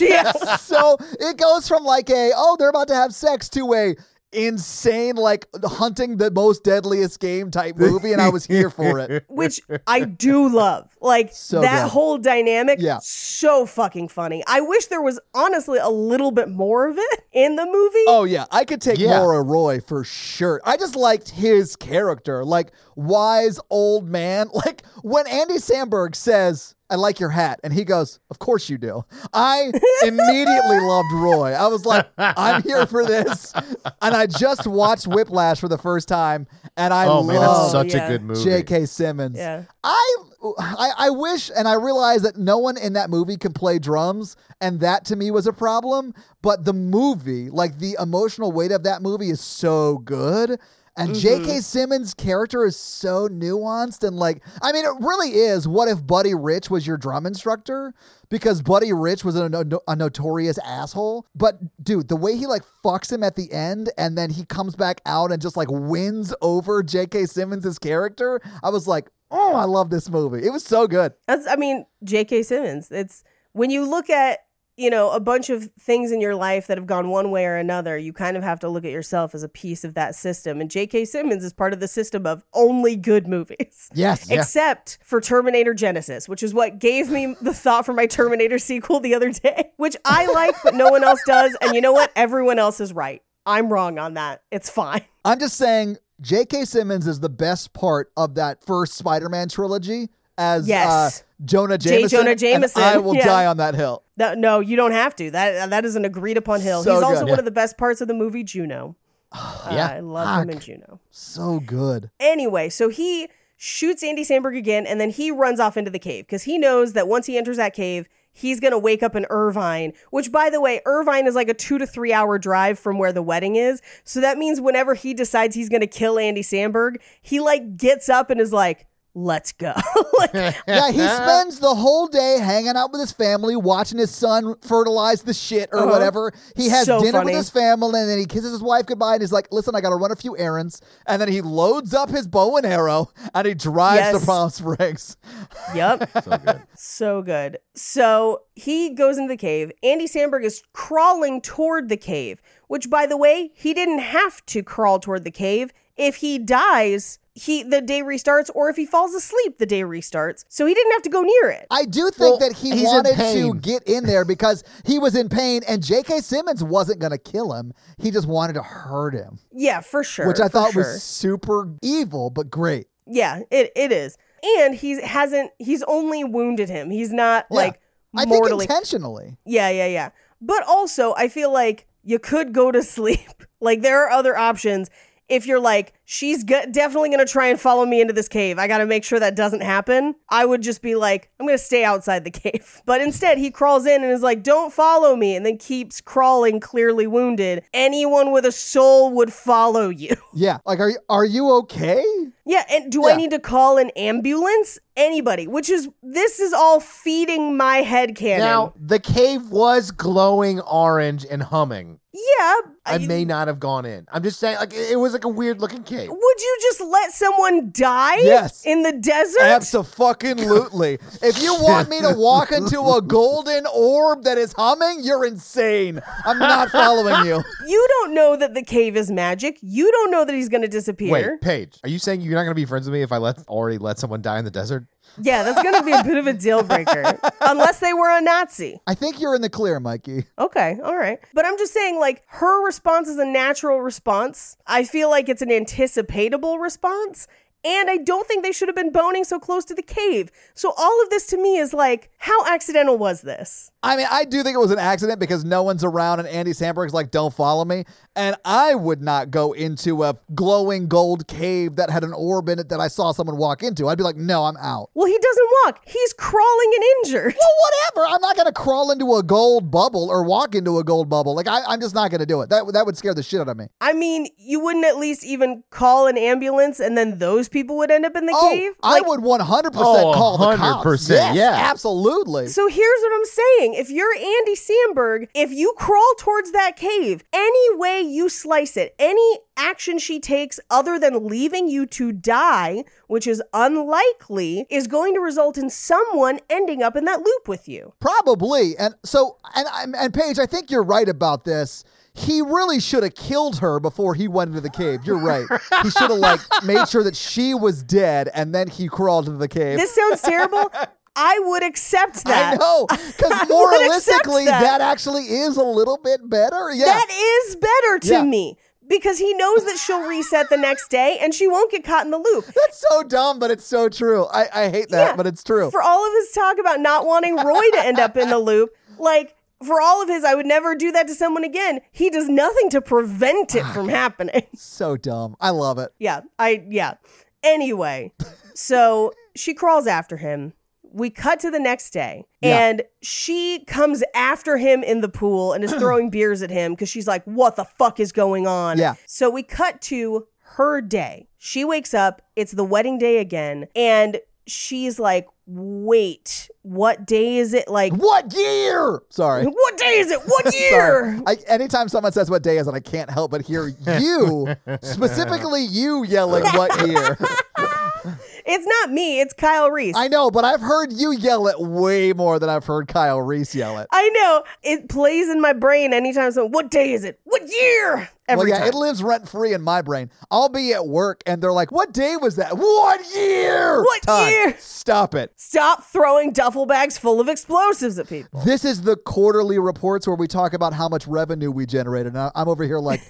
[SPEAKER 4] Yes.
[SPEAKER 6] so it goes from like a oh they're about to have sex to a insane like hunting the most deadliest game type movie, and I was here for it.
[SPEAKER 4] Which I do love. Like
[SPEAKER 6] So
[SPEAKER 4] that
[SPEAKER 6] good.
[SPEAKER 4] whole dynamic.
[SPEAKER 6] Yeah.
[SPEAKER 4] So fucking funny. I wish there was honestly a little bit more of it in the movie.
[SPEAKER 6] Oh yeah, I could take
[SPEAKER 5] Yeah.
[SPEAKER 6] Laura Roy for sure. I just liked his character, like wise old man. Like when Andy Samberg says, "I like your hat," and he goes, "Of course you do." I immediately loved Roy. I was like, "I'm here for this," and I just watched Whiplash for the first time, and I
[SPEAKER 5] oh man, that's
[SPEAKER 6] loved
[SPEAKER 4] so
[SPEAKER 5] such
[SPEAKER 4] yeah.
[SPEAKER 5] a good movie.
[SPEAKER 6] J.K. Simmons.
[SPEAKER 4] Yeah.
[SPEAKER 6] I, I I wish and I realize that no one in that movie can play drums and that to me was a problem but the movie like the emotional weight of that movie is so good and
[SPEAKER 4] Mm-hmm.
[SPEAKER 6] J.K. Simmons' character is so nuanced and like I mean it really is what if Buddy Rich was your drum instructor because Buddy Rich was a, no- a notorious asshole but dude the way he like fucks him at the end and then he comes back out and just like wins over J.K. Simmons' character I was like Oh, I love this movie. It was so good.
[SPEAKER 4] That's, I mean, J.K. Simmons. It's when you look at, you know, a bunch of things in your life that have gone one way or another, you kind of have to look at yourself as a piece of that system. And J.K. Simmons is part of the system of only good movies.
[SPEAKER 6] Yes.
[SPEAKER 4] Except for Terminator Genesis, which is what gave me the thought for my Terminator sequel the other day, which I like, but no one else does. And you know what? Everyone else is right. I'm wrong on that. It's fine.
[SPEAKER 6] I'm just saying J.K. Simmons is the best part of that first Spider-Man trilogy as
[SPEAKER 4] Yes.
[SPEAKER 6] uh, Jonah
[SPEAKER 4] J.
[SPEAKER 6] Jameson.
[SPEAKER 4] Jonah
[SPEAKER 6] and
[SPEAKER 4] Jameson,
[SPEAKER 6] I will
[SPEAKER 4] yeah.
[SPEAKER 6] die on that hill.
[SPEAKER 4] That- no, you don't have to. That uh, that is an agreed upon hill.
[SPEAKER 6] So
[SPEAKER 4] He's also
[SPEAKER 6] good.
[SPEAKER 4] one of the best parts of the movie Juno. yeah, I love him in
[SPEAKER 6] Fuck.
[SPEAKER 4] Juno.
[SPEAKER 6] So good.
[SPEAKER 4] Anyway, so he shoots Andy Sandberg again, and then he runs off into the cave because he knows that once he enters that cave, he's going to wake up in Irvine, which, by the way, Irvine is like a two to three hour drive from where the wedding is. So that means whenever he decides he's going to kill Andy Sandberg, he like gets up and is like, let's go. like,
[SPEAKER 6] yeah, he spends the whole day hanging out with his family, watching his son fertilize the shit or whatever. He has
[SPEAKER 4] Uh-huh. So
[SPEAKER 6] dinner
[SPEAKER 4] funny.
[SPEAKER 6] with his family, and then he kisses his wife goodbye, and he's like, "Listen, I got to run a few errands." And then he loads up his bow and arrow, and he drives
[SPEAKER 4] Yes.
[SPEAKER 6] to Palm Springs.
[SPEAKER 4] yep.
[SPEAKER 5] So good.
[SPEAKER 4] So good. So he goes into the cave. Andy Sandberg is crawling toward the cave, which by the way, he didn't have to crawl toward the cave. If he dies, he the day restarts, or if he falls asleep, the day restarts. So he didn't have to go near it.
[SPEAKER 6] I do think
[SPEAKER 5] Well,
[SPEAKER 6] that he
[SPEAKER 5] he's in
[SPEAKER 6] wanted to
[SPEAKER 5] pain.
[SPEAKER 6] get in there because he was in pain, and J.K. Simmons wasn't going to kill him. He just wanted to hurt him,
[SPEAKER 4] yeah, for sure.
[SPEAKER 6] which I
[SPEAKER 4] for
[SPEAKER 6] thought
[SPEAKER 4] sure.
[SPEAKER 6] was super evil but great.
[SPEAKER 4] Yeah, it, it is. And he hasn't he's only wounded him. He's not
[SPEAKER 6] Yeah.
[SPEAKER 4] like
[SPEAKER 6] I think
[SPEAKER 4] mortally
[SPEAKER 6] intentionally.
[SPEAKER 4] Yeah, yeah, yeah. But also, I feel like you could go to sleep. like there are other options. If you're like, she's go- definitely going to try and follow me into this cave. I got to make sure that doesn't happen. I would just be like, I'm going to stay outside the cave. But instead, he crawls in and is like, don't follow me. And then keeps crawling, clearly wounded. Anyone with a soul would follow you.
[SPEAKER 6] Yeah, like are you are you okay?
[SPEAKER 4] Yeah, and do I
[SPEAKER 6] Yeah.
[SPEAKER 4] need to call an ambulance? Anybody, which is this is all feeding my head cannon.
[SPEAKER 5] Now the cave was glowing orange and humming.
[SPEAKER 4] yeah,
[SPEAKER 5] I may not have gone in. I'm just saying, like it it was like a weird looking cave.
[SPEAKER 4] Would you just let someone die
[SPEAKER 6] Yes.
[SPEAKER 4] in the desert?
[SPEAKER 6] Absolutely. If you want me to walk into a golden orb that is humming, you're insane. I'm not following you.
[SPEAKER 4] You don't know that the cave is magic. You don't know that he's going to disappear.
[SPEAKER 5] Wait, Paige, are you saying you're not going to be friends with me if I let already let someone die in the desert?
[SPEAKER 4] Yeah, that's going to be a bit of a deal breaker. Unless they were a Nazi.
[SPEAKER 6] I think you're in the clear, Mikey.
[SPEAKER 4] Okay, all right. But I'm just saying, like, her response is a natural response. I feel like it's an anticipatable response. And I don't think they should have been boning so close to the cave. So all of this to me is like, how accidental was this?
[SPEAKER 6] I mean, I do think it was an accident because no one's around and Andy Sandberg's like, don't follow me. And I would not go into a glowing gold cave that had an orb in it that I saw someone walk into. I'd be like, no, I'm out.
[SPEAKER 4] Well, he doesn't walk. He's crawling and injured.
[SPEAKER 6] Whatever. I'm not going to crawl into a gold bubble or walk into a gold bubble. Like, I, I'm just not going to do it. That, that would scare the shit out of me.
[SPEAKER 4] I mean, you wouldn't at least even call an ambulance and then those people would end up in the cave? Like,
[SPEAKER 6] Oh, I would 100%
[SPEAKER 5] Oh,
[SPEAKER 6] call the cops.
[SPEAKER 5] 100%, yeah.
[SPEAKER 6] absolutely.
[SPEAKER 4] So here's what I'm saying. If you're Andy Sandberg, if you crawl towards that cave, any way you slice it, any action she takes other than leaving you to die, which is unlikely, is going to result in someone ending up in that loop with you.
[SPEAKER 6] Probably. And so and I'm- and Paige, I think you're right about this. He really should have killed her before he went into the cave. You're right. He should have like made sure that she was dead and then he crawled into the cave.
[SPEAKER 4] This sounds terrible. I would accept that.
[SPEAKER 6] I know, because
[SPEAKER 4] I
[SPEAKER 6] more
[SPEAKER 4] would accept
[SPEAKER 6] realistically,
[SPEAKER 4] that.
[SPEAKER 6] that. actually is a little bit better. Yeah,
[SPEAKER 4] That is better to
[SPEAKER 6] Yeah.
[SPEAKER 4] me because he knows that she'll reset the next day and she won't get caught in the loop.
[SPEAKER 6] that's so dumb, but it's so true. I, I hate that, but it's true.
[SPEAKER 4] For all of his talk about not wanting Roy to end up in the loop, like for all of his, I would never do that to someone again. He does nothing to prevent
[SPEAKER 6] Ah,
[SPEAKER 4] it from happening.
[SPEAKER 6] so dumb. I love it.
[SPEAKER 4] Yeah, I yeah. Anyway, so she crawls after him. We cut to the next day,
[SPEAKER 6] Yeah.
[SPEAKER 4] and she comes after him in the pool and is throwing beers at him because she's like, "What the fuck is going on?"
[SPEAKER 6] Yeah.
[SPEAKER 4] So we cut to her day. She wakes up. It's the wedding day again, and she's like, "Wait, what day is it?" Like,
[SPEAKER 6] What year? Sorry.
[SPEAKER 4] what day is it? What
[SPEAKER 6] Sorry.
[SPEAKER 4] year?
[SPEAKER 6] I, anytime someone says what day is it, I can't help but hear you, specifically you yelling what year.
[SPEAKER 4] It's not me. It's Kyle Reese.
[SPEAKER 6] I know, but I've heard you yell it way more than I've heard Kyle Reese yell it.
[SPEAKER 4] I know it plays in my brain anytime. So, what day is it? What year? Every
[SPEAKER 6] well, yeah, it
[SPEAKER 4] time.
[SPEAKER 6] lives rent free in my brain. I'll be at work and they're like, what day was that? What year?
[SPEAKER 4] What
[SPEAKER 6] Time.
[SPEAKER 4] year?
[SPEAKER 6] Stop it.
[SPEAKER 4] Stop throwing duffel bags full of explosives at people.
[SPEAKER 6] This is the quarterly reports where we talk about how much revenue we generated. And I- I'm over here like,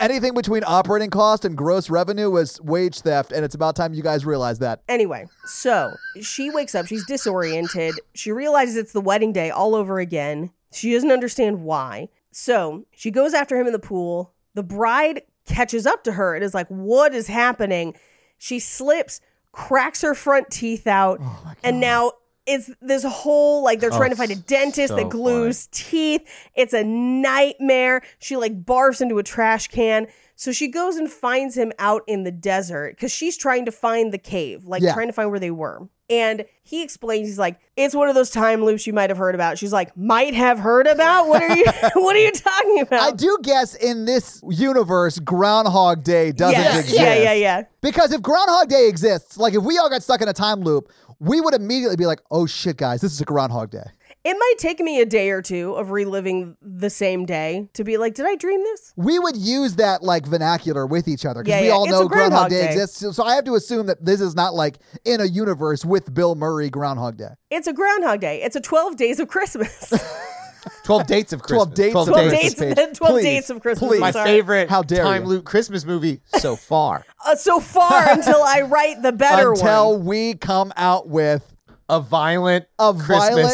[SPEAKER 6] anything between operating cost and gross revenue is wage theft. And it's about time you guys realize that.
[SPEAKER 4] Anyway, so she wakes up. She's disoriented. She realizes it's the wedding day all over again. She doesn't understand why. So she goes after him in the pool. The bride catches up to her and is like, What is
[SPEAKER 6] Oh
[SPEAKER 4] happening? She slips, cracks her front teeth out, and now it's this whole like they're
[SPEAKER 5] Oh,
[SPEAKER 4] trying to find a dentist
[SPEAKER 5] so
[SPEAKER 4] that glues teeth. It's a nightmare. She like barfs into a trash can. So she goes and finds him out in the desert because she's trying to find the cave, like
[SPEAKER 6] Yeah.
[SPEAKER 4] trying to find where they were. And he explains, he's like, it's one of those time loops you might have heard about. She's like, might have heard about? What are you what are you talking
[SPEAKER 6] I
[SPEAKER 4] about?
[SPEAKER 6] do guess in this universe, Groundhog Day doesn't
[SPEAKER 4] Yes.
[SPEAKER 6] exist.
[SPEAKER 4] Yeah, yeah, yeah.
[SPEAKER 6] Because if Groundhog Day exists, like if we all got stuck in a time loop, we would immediately be like, oh shit, guys, this is a Groundhog Day.
[SPEAKER 4] It might take me a day or two of reliving the same day to be like, did I dream this?
[SPEAKER 6] We would use that like vernacular with each other because
[SPEAKER 4] Yeah,
[SPEAKER 6] we
[SPEAKER 4] yeah,
[SPEAKER 6] all
[SPEAKER 4] it's
[SPEAKER 6] know
[SPEAKER 4] a
[SPEAKER 6] Groundhog
[SPEAKER 4] Groundhog
[SPEAKER 6] Day,
[SPEAKER 4] Day.
[SPEAKER 6] exists. So, so I have to assume that this is not like in a universe with Bill Murray Groundhog Day.
[SPEAKER 4] It's a Groundhog Day. It's a 12 days of Christmas.
[SPEAKER 5] 12 dates of
[SPEAKER 6] 12
[SPEAKER 5] Christmas.
[SPEAKER 6] dates of
[SPEAKER 4] 12
[SPEAKER 6] Christmas. Dates
[SPEAKER 4] dates,
[SPEAKER 6] of
[SPEAKER 5] Paige.
[SPEAKER 4] 12
[SPEAKER 5] Please,
[SPEAKER 4] dates of Christmas.
[SPEAKER 5] please.
[SPEAKER 4] I'm
[SPEAKER 5] My
[SPEAKER 4] sorry.
[SPEAKER 5] favorite
[SPEAKER 6] How dare
[SPEAKER 5] time
[SPEAKER 6] you.
[SPEAKER 5] loop Christmas movie so far
[SPEAKER 4] Uh, so far until I write the better
[SPEAKER 6] Until
[SPEAKER 4] one.
[SPEAKER 6] we come out with
[SPEAKER 5] a violent
[SPEAKER 6] a
[SPEAKER 5] Christmas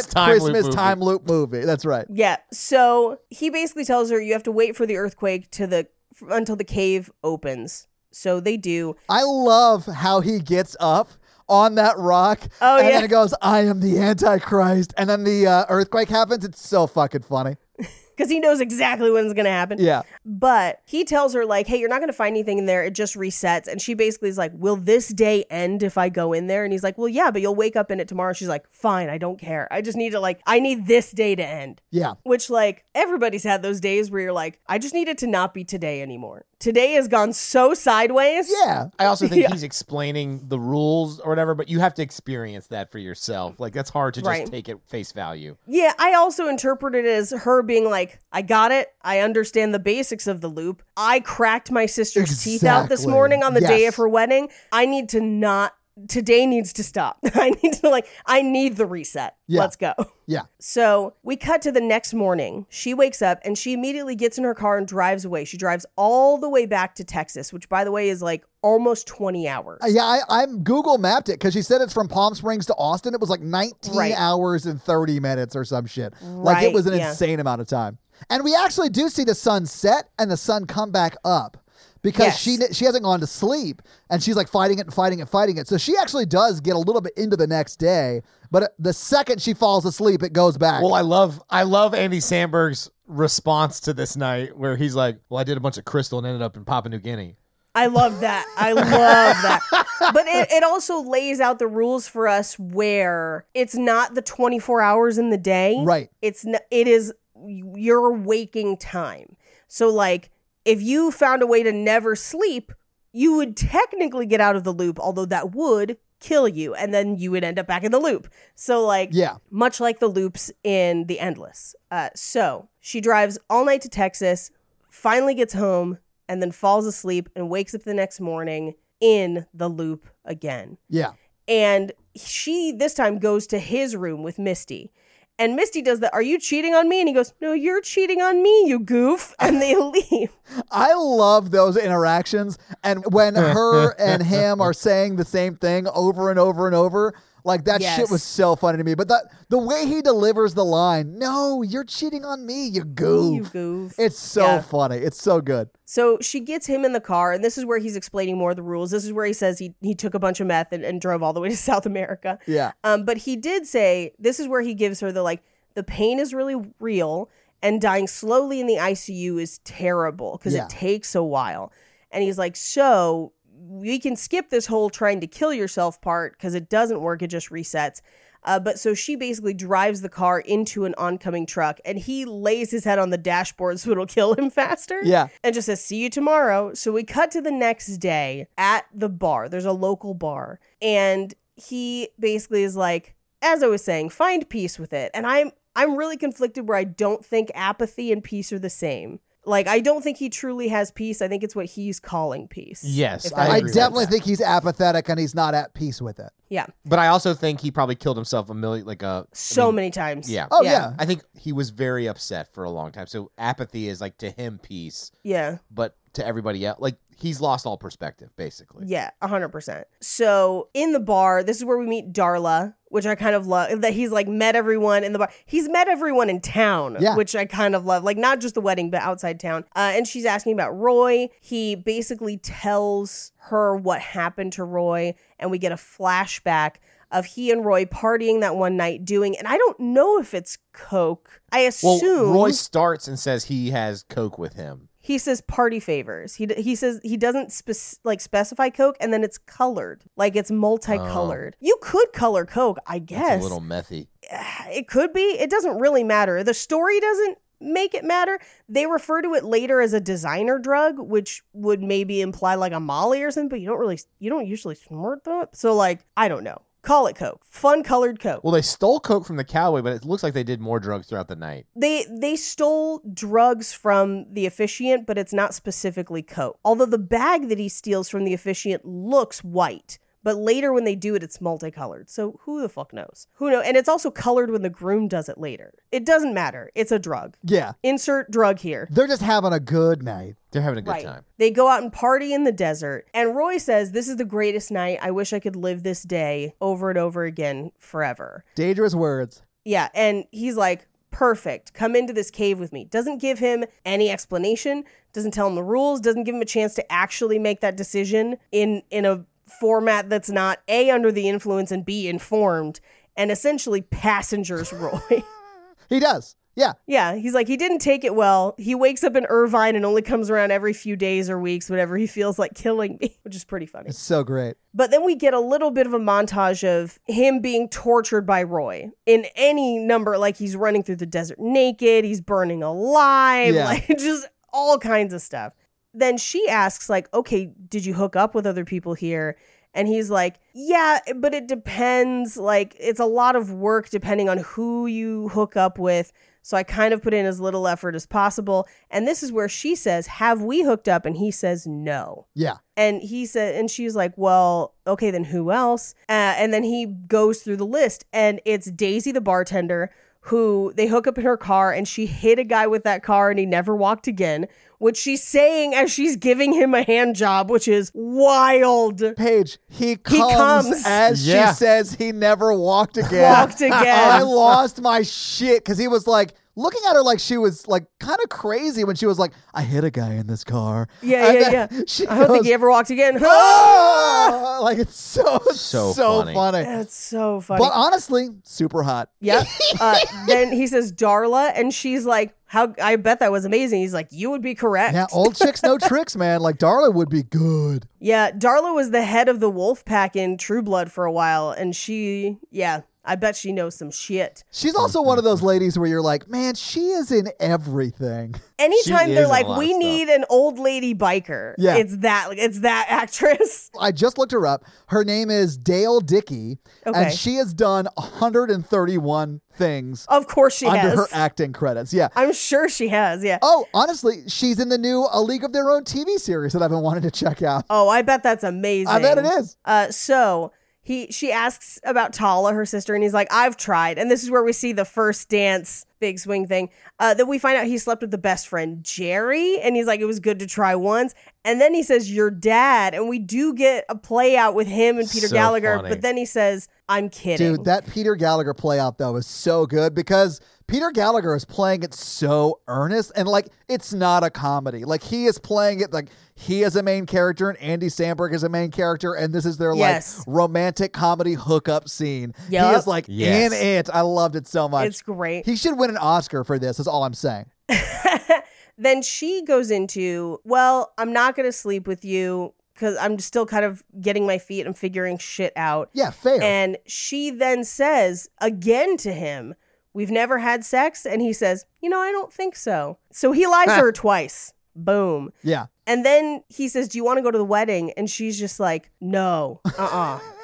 [SPEAKER 6] violent
[SPEAKER 5] time loop
[SPEAKER 6] Christmas
[SPEAKER 5] movie.
[SPEAKER 6] time loop movie. That's right.
[SPEAKER 4] Yeah. So he basically tells her you have to wait for the earthquake to the f- until the cave opens. So they do.
[SPEAKER 6] I love how he gets up on that rock.
[SPEAKER 4] Oh,
[SPEAKER 6] and
[SPEAKER 4] yeah.
[SPEAKER 6] then it goes, I am the Antichrist. And then the uh, earthquake happens. It's so fucking funny.
[SPEAKER 4] Because he knows exactly when it's going to happen.
[SPEAKER 6] Yeah.
[SPEAKER 4] But he tells her, like, hey, you're not going to find anything in there. It just resets. And she basically is like, will this day end if I go in there? And he's like, well, yeah, but you'll wake up in it tomorrow. She's like, fine, I don't care. I just need to, like, I need this day to end.
[SPEAKER 6] Yeah.
[SPEAKER 4] Which, like, everybody's had those days where you're like, I just need it to not be today anymore. Today has gone so sideways.
[SPEAKER 6] Yeah.
[SPEAKER 5] I also think he's explaining the rules or whatever, but you have to experience that for yourself. Like that's hard to just
[SPEAKER 4] Right.
[SPEAKER 5] take it face value.
[SPEAKER 4] Yeah, I also interpreted it as her being like, I got it. I understand the basics of the loop. I cracked my sister's teeth out this
[SPEAKER 6] Exactly.
[SPEAKER 4] morning on the day
[SPEAKER 6] Yes.
[SPEAKER 4] of her wedding. I need to not, today needs to stop. I need to, like, I need the reset.
[SPEAKER 6] Yeah.
[SPEAKER 4] Let's go.
[SPEAKER 6] Yeah.
[SPEAKER 4] So we cut to the next morning. She wakes up and she immediately gets in her car and drives away. She drives all the way back to Texas, which, by the way, is like almost 20 hours.
[SPEAKER 6] Uh, Yeah, I, I'm Google mapped it because she said it's from Palm Springs to Austin. It was like 19
[SPEAKER 4] Right.
[SPEAKER 6] hours and 30 minutes or some shit. Like it
[SPEAKER 4] Right,
[SPEAKER 6] was an
[SPEAKER 4] yeah.
[SPEAKER 6] insane amount of time. And we actually do see the sun set and the sun come back up because
[SPEAKER 4] Yes.
[SPEAKER 6] she she she hasn't gone to sleep and she's like fighting it and fighting it, fighting it. So she actually does get a little bit into the next day, but uh, the second she falls asleep, it goes back.
[SPEAKER 5] Well, I love I love Andy Sandberg's response to this night where he's like, Well, I did a bunch of crystal and ended up in Papua New Guinea.
[SPEAKER 4] I love that. I love that. But it, it also lays out the rules for us where it's not the 24 hours in the day.
[SPEAKER 6] right.
[SPEAKER 4] It's n- it is your waking time. So like if you found a way to never sleep, you would technically get out of the loop, although that would kill you and then you would end up back in the loop. So like
[SPEAKER 6] Yeah.
[SPEAKER 4] much like the loops in The Endless. Uh, so she drives all night to Texas, finally gets home, and then falls asleep and wakes up the next morning in the loop again.
[SPEAKER 6] Yeah.
[SPEAKER 4] And she this time goes to his room with Misty. And Misty does the, Are you cheating on me? And he goes, No, you're cheating on me, you goof. And they leave.
[SPEAKER 6] I love those interactions. And when her and him are saying the same thing over and over and over, like that shit
[SPEAKER 4] Yes.
[SPEAKER 6] was so funny to me. But that the way he delivers the line, no, you're cheating on me, you
[SPEAKER 4] You
[SPEAKER 6] goof.
[SPEAKER 4] goof.
[SPEAKER 6] It's so
[SPEAKER 4] Yeah.
[SPEAKER 6] funny. It's so good.
[SPEAKER 4] So she gets him in the car, and this is where he's explaining more of the rules. This is where he says he, he took a bunch of meth and, and drove all the way to South America.
[SPEAKER 6] Yeah.
[SPEAKER 4] Um, but he did say this is where he gives her the like the pain is really real and dying slowly in the ICU is terrible because
[SPEAKER 6] Yeah.
[SPEAKER 4] it takes a while. And he's like, so we can skip this whole trying to kill yourself part because it doesn't work; it just resets. Uh, but so she basically drives the car into an oncoming truck, and he lays his head on the dashboard so it'll kill him faster
[SPEAKER 6] Yeah.
[SPEAKER 4] and just says, See you tomorrow. So we cut to the next day at the bar. There's a local bar. And he basically is like, as I was saying, find peace with it. And I'm I'm really conflicted where I don't think apathy and peace are the same. Like I don't think he truly has peace. I think it's what he's calling peace.
[SPEAKER 5] Yes,
[SPEAKER 4] If that
[SPEAKER 5] I
[SPEAKER 6] I,
[SPEAKER 4] makes
[SPEAKER 5] agree with
[SPEAKER 6] definitely
[SPEAKER 5] that.
[SPEAKER 6] think he's apathetic and he's not at peace with it.
[SPEAKER 4] Yeah.
[SPEAKER 5] But I also think he probably killed himself a million like a
[SPEAKER 4] So
[SPEAKER 5] I mean,
[SPEAKER 4] many times.
[SPEAKER 5] Yeah.
[SPEAKER 6] Oh,
[SPEAKER 4] Yeah.
[SPEAKER 6] yeah.
[SPEAKER 5] I think he was very upset for a long time. So apathy is like to him peace,
[SPEAKER 4] Yeah.
[SPEAKER 5] but to everybody else like he's lost all perspective, basically.
[SPEAKER 4] Yeah, 100%. So in the bar, this is where we meet Darla, which I kind of love that he's like met everyone in the bar. He's met everyone in town,
[SPEAKER 6] Yeah.
[SPEAKER 4] which I kind of love. Like not just the wedding, but outside town. Uh, and she's asking about Roy. He basically tells her what happened to Roy, and we get a flashback of he and Roy partying that one night doing, and I don't know if it's coke. I
[SPEAKER 5] Well,
[SPEAKER 4] assume
[SPEAKER 5] Roy starts and says he has coke with him.
[SPEAKER 4] he says party favors. He d- he says he doesn't spec- like specify Coke, and then it's colored, like it's multicolored. You could color Coke, I
[SPEAKER 5] Oh. That's
[SPEAKER 4] guess.
[SPEAKER 5] a little methy.
[SPEAKER 4] it could be. It doesn't really matter. The story doesn't make it matter. They refer to it later as a designer drug, which would maybe imply like a Molly or something. But you don't really you don't usually snort that. So like I don't know. Call it Coke, fun colored Coke.
[SPEAKER 5] Well, they stole coke from the cowboy, but it looks like they did more drugs throughout the night.
[SPEAKER 4] they they stole drugs from the officiant, but it's not specifically coke. Although the bag that he steals from the officiant looks white, but later when they do it, it's multicolored. So who the fuck knows? Who know? And it's also colored when the groom does it later. It doesn't matter. It's a drug.
[SPEAKER 6] Yeah.
[SPEAKER 4] Insert drug here.
[SPEAKER 6] They're just having a good night.
[SPEAKER 5] They're having a good time.
[SPEAKER 4] They go out and party in the desert. And Roy says, This is the greatest night. I wish I could live this day over and over again forever.
[SPEAKER 6] Dangerous words.
[SPEAKER 4] Yeah, and he's like, "Perfect. Come into this cave with me." Doesn't give him any explanation, doesn't tell him the rules, doesn't give him a chance to actually make that decision in in a format that's not A under the influence and B informed and essentially passengers Roy.
[SPEAKER 6] He does. Yeah.
[SPEAKER 4] yeah, he's like he didn't take it well. He wakes up in Irvine and only comes around every few days or weeks whenever he feels like killing me, which is pretty funny.
[SPEAKER 6] It's so great.
[SPEAKER 4] But then we get a little bit of a montage of him being tortured by Roy in any number, like he's running through the desert naked, he's burning alive,
[SPEAKER 6] Yeah.
[SPEAKER 4] like just all kinds of stuff. Then she asks, like, okay, did you hook up with other people here? And he's like, yeah, but it depends. Like, it's a lot of work depending on who you hook up with. So I kind of put in as little effort as possible. And this is where she says, have we hooked up? And he says, no.
[SPEAKER 6] Yeah.
[SPEAKER 4] And he said, and she's like, well, okay, then who else? Uh, and then he goes through the list, and it's Daisy, the bartender, who they hook up in her car, and she hit a guy with that car, and he never walked again, which she's saying as she's giving him a hand job, which is wild.
[SPEAKER 6] Paige, he comes,
[SPEAKER 4] comes.
[SPEAKER 6] as
[SPEAKER 5] Yeah.
[SPEAKER 6] she says he never walked again.
[SPEAKER 4] Walked again.
[SPEAKER 6] I lost my shit because he was like looking at her like she was like kind of crazy when she was like, I hit a guy in this car.
[SPEAKER 4] Yeah,
[SPEAKER 6] And
[SPEAKER 4] yeah,
[SPEAKER 6] then
[SPEAKER 4] yeah.
[SPEAKER 6] She
[SPEAKER 4] I don't
[SPEAKER 6] goes,
[SPEAKER 4] think he ever walked again.
[SPEAKER 6] "Ah!" Like it's so so,
[SPEAKER 5] So
[SPEAKER 6] funny.
[SPEAKER 5] funny.
[SPEAKER 4] That's so funny.
[SPEAKER 6] But uh, honestly, super hot.
[SPEAKER 4] Yep. Uh, then he says Darla, and she's like, "How? I bet that was amazing." He's like, "You would be correct."
[SPEAKER 6] Yeah, old chicks, no tricks, man. Like Darla would be good.
[SPEAKER 4] Yeah, Darla was the head of the wolf pack in True Blood for a while, and she, yeah, I bet she knows some shit.
[SPEAKER 6] She's also one of those ladies where you're like, man, she is in everything.
[SPEAKER 4] Anytime
[SPEAKER 5] She is
[SPEAKER 4] they're
[SPEAKER 5] in a
[SPEAKER 4] like,
[SPEAKER 5] lot of
[SPEAKER 4] "We
[SPEAKER 5] stuff.
[SPEAKER 4] need an old lady biker,"
[SPEAKER 6] Yeah.
[SPEAKER 4] it's that, it's that actress.
[SPEAKER 6] I just looked her up. Her name is Dale Dickey,
[SPEAKER 4] Okay.
[SPEAKER 6] and she has done 131 things
[SPEAKER 4] Of course, Oh, she
[SPEAKER 6] under
[SPEAKER 4] has.
[SPEAKER 6] her acting credits. Yeah.
[SPEAKER 4] I'm sure she has. Yeah.
[SPEAKER 6] Oh, honestly, she's in the new A League of Their Own TV series that I've been wanting to check out.
[SPEAKER 4] Oh, I bet that's amazing.
[SPEAKER 6] I bet it is.
[SPEAKER 4] Uh, so he she asks about Tala, her sister, and he's like, "I've tried." And this is where we see the first dance big swing thing. Uh, then we find out he slept with the best friend Jerry, and he's like, "It was good to try once." And then he says, "Your dad," and we do get a play out with him and Peter
[SPEAKER 5] So
[SPEAKER 4] Gallagher.
[SPEAKER 5] funny.
[SPEAKER 4] But then he says, "I'm kidding."
[SPEAKER 6] Dude, that Peter Gallagher playout though is so good because Peter Gallagher is playing it so earnest and like it's not a comedy. Like he is playing it like he is a main character and Andy Samberg is a main character and this is their
[SPEAKER 4] Yes.
[SPEAKER 6] like romantic comedy hookup scene. He
[SPEAKER 4] Yup.
[SPEAKER 6] is like
[SPEAKER 5] Yes.
[SPEAKER 6] in it. I loved it so much.
[SPEAKER 4] it's great.
[SPEAKER 6] he should win an Oscar for this. Is all I'm saying.
[SPEAKER 4] then she goes into, well, I'm not going to sleep with you because I'm still kind of getting my feet and figuring shit out.
[SPEAKER 6] Yeah, fair.
[SPEAKER 4] And she then says again to him, We've never had sex. And he says, You know, I don't think so. So he lies to her twice. Boom.
[SPEAKER 6] Ah. yeah,
[SPEAKER 4] And then he says, Do you want to go to the wedding? And she's just like, No, uh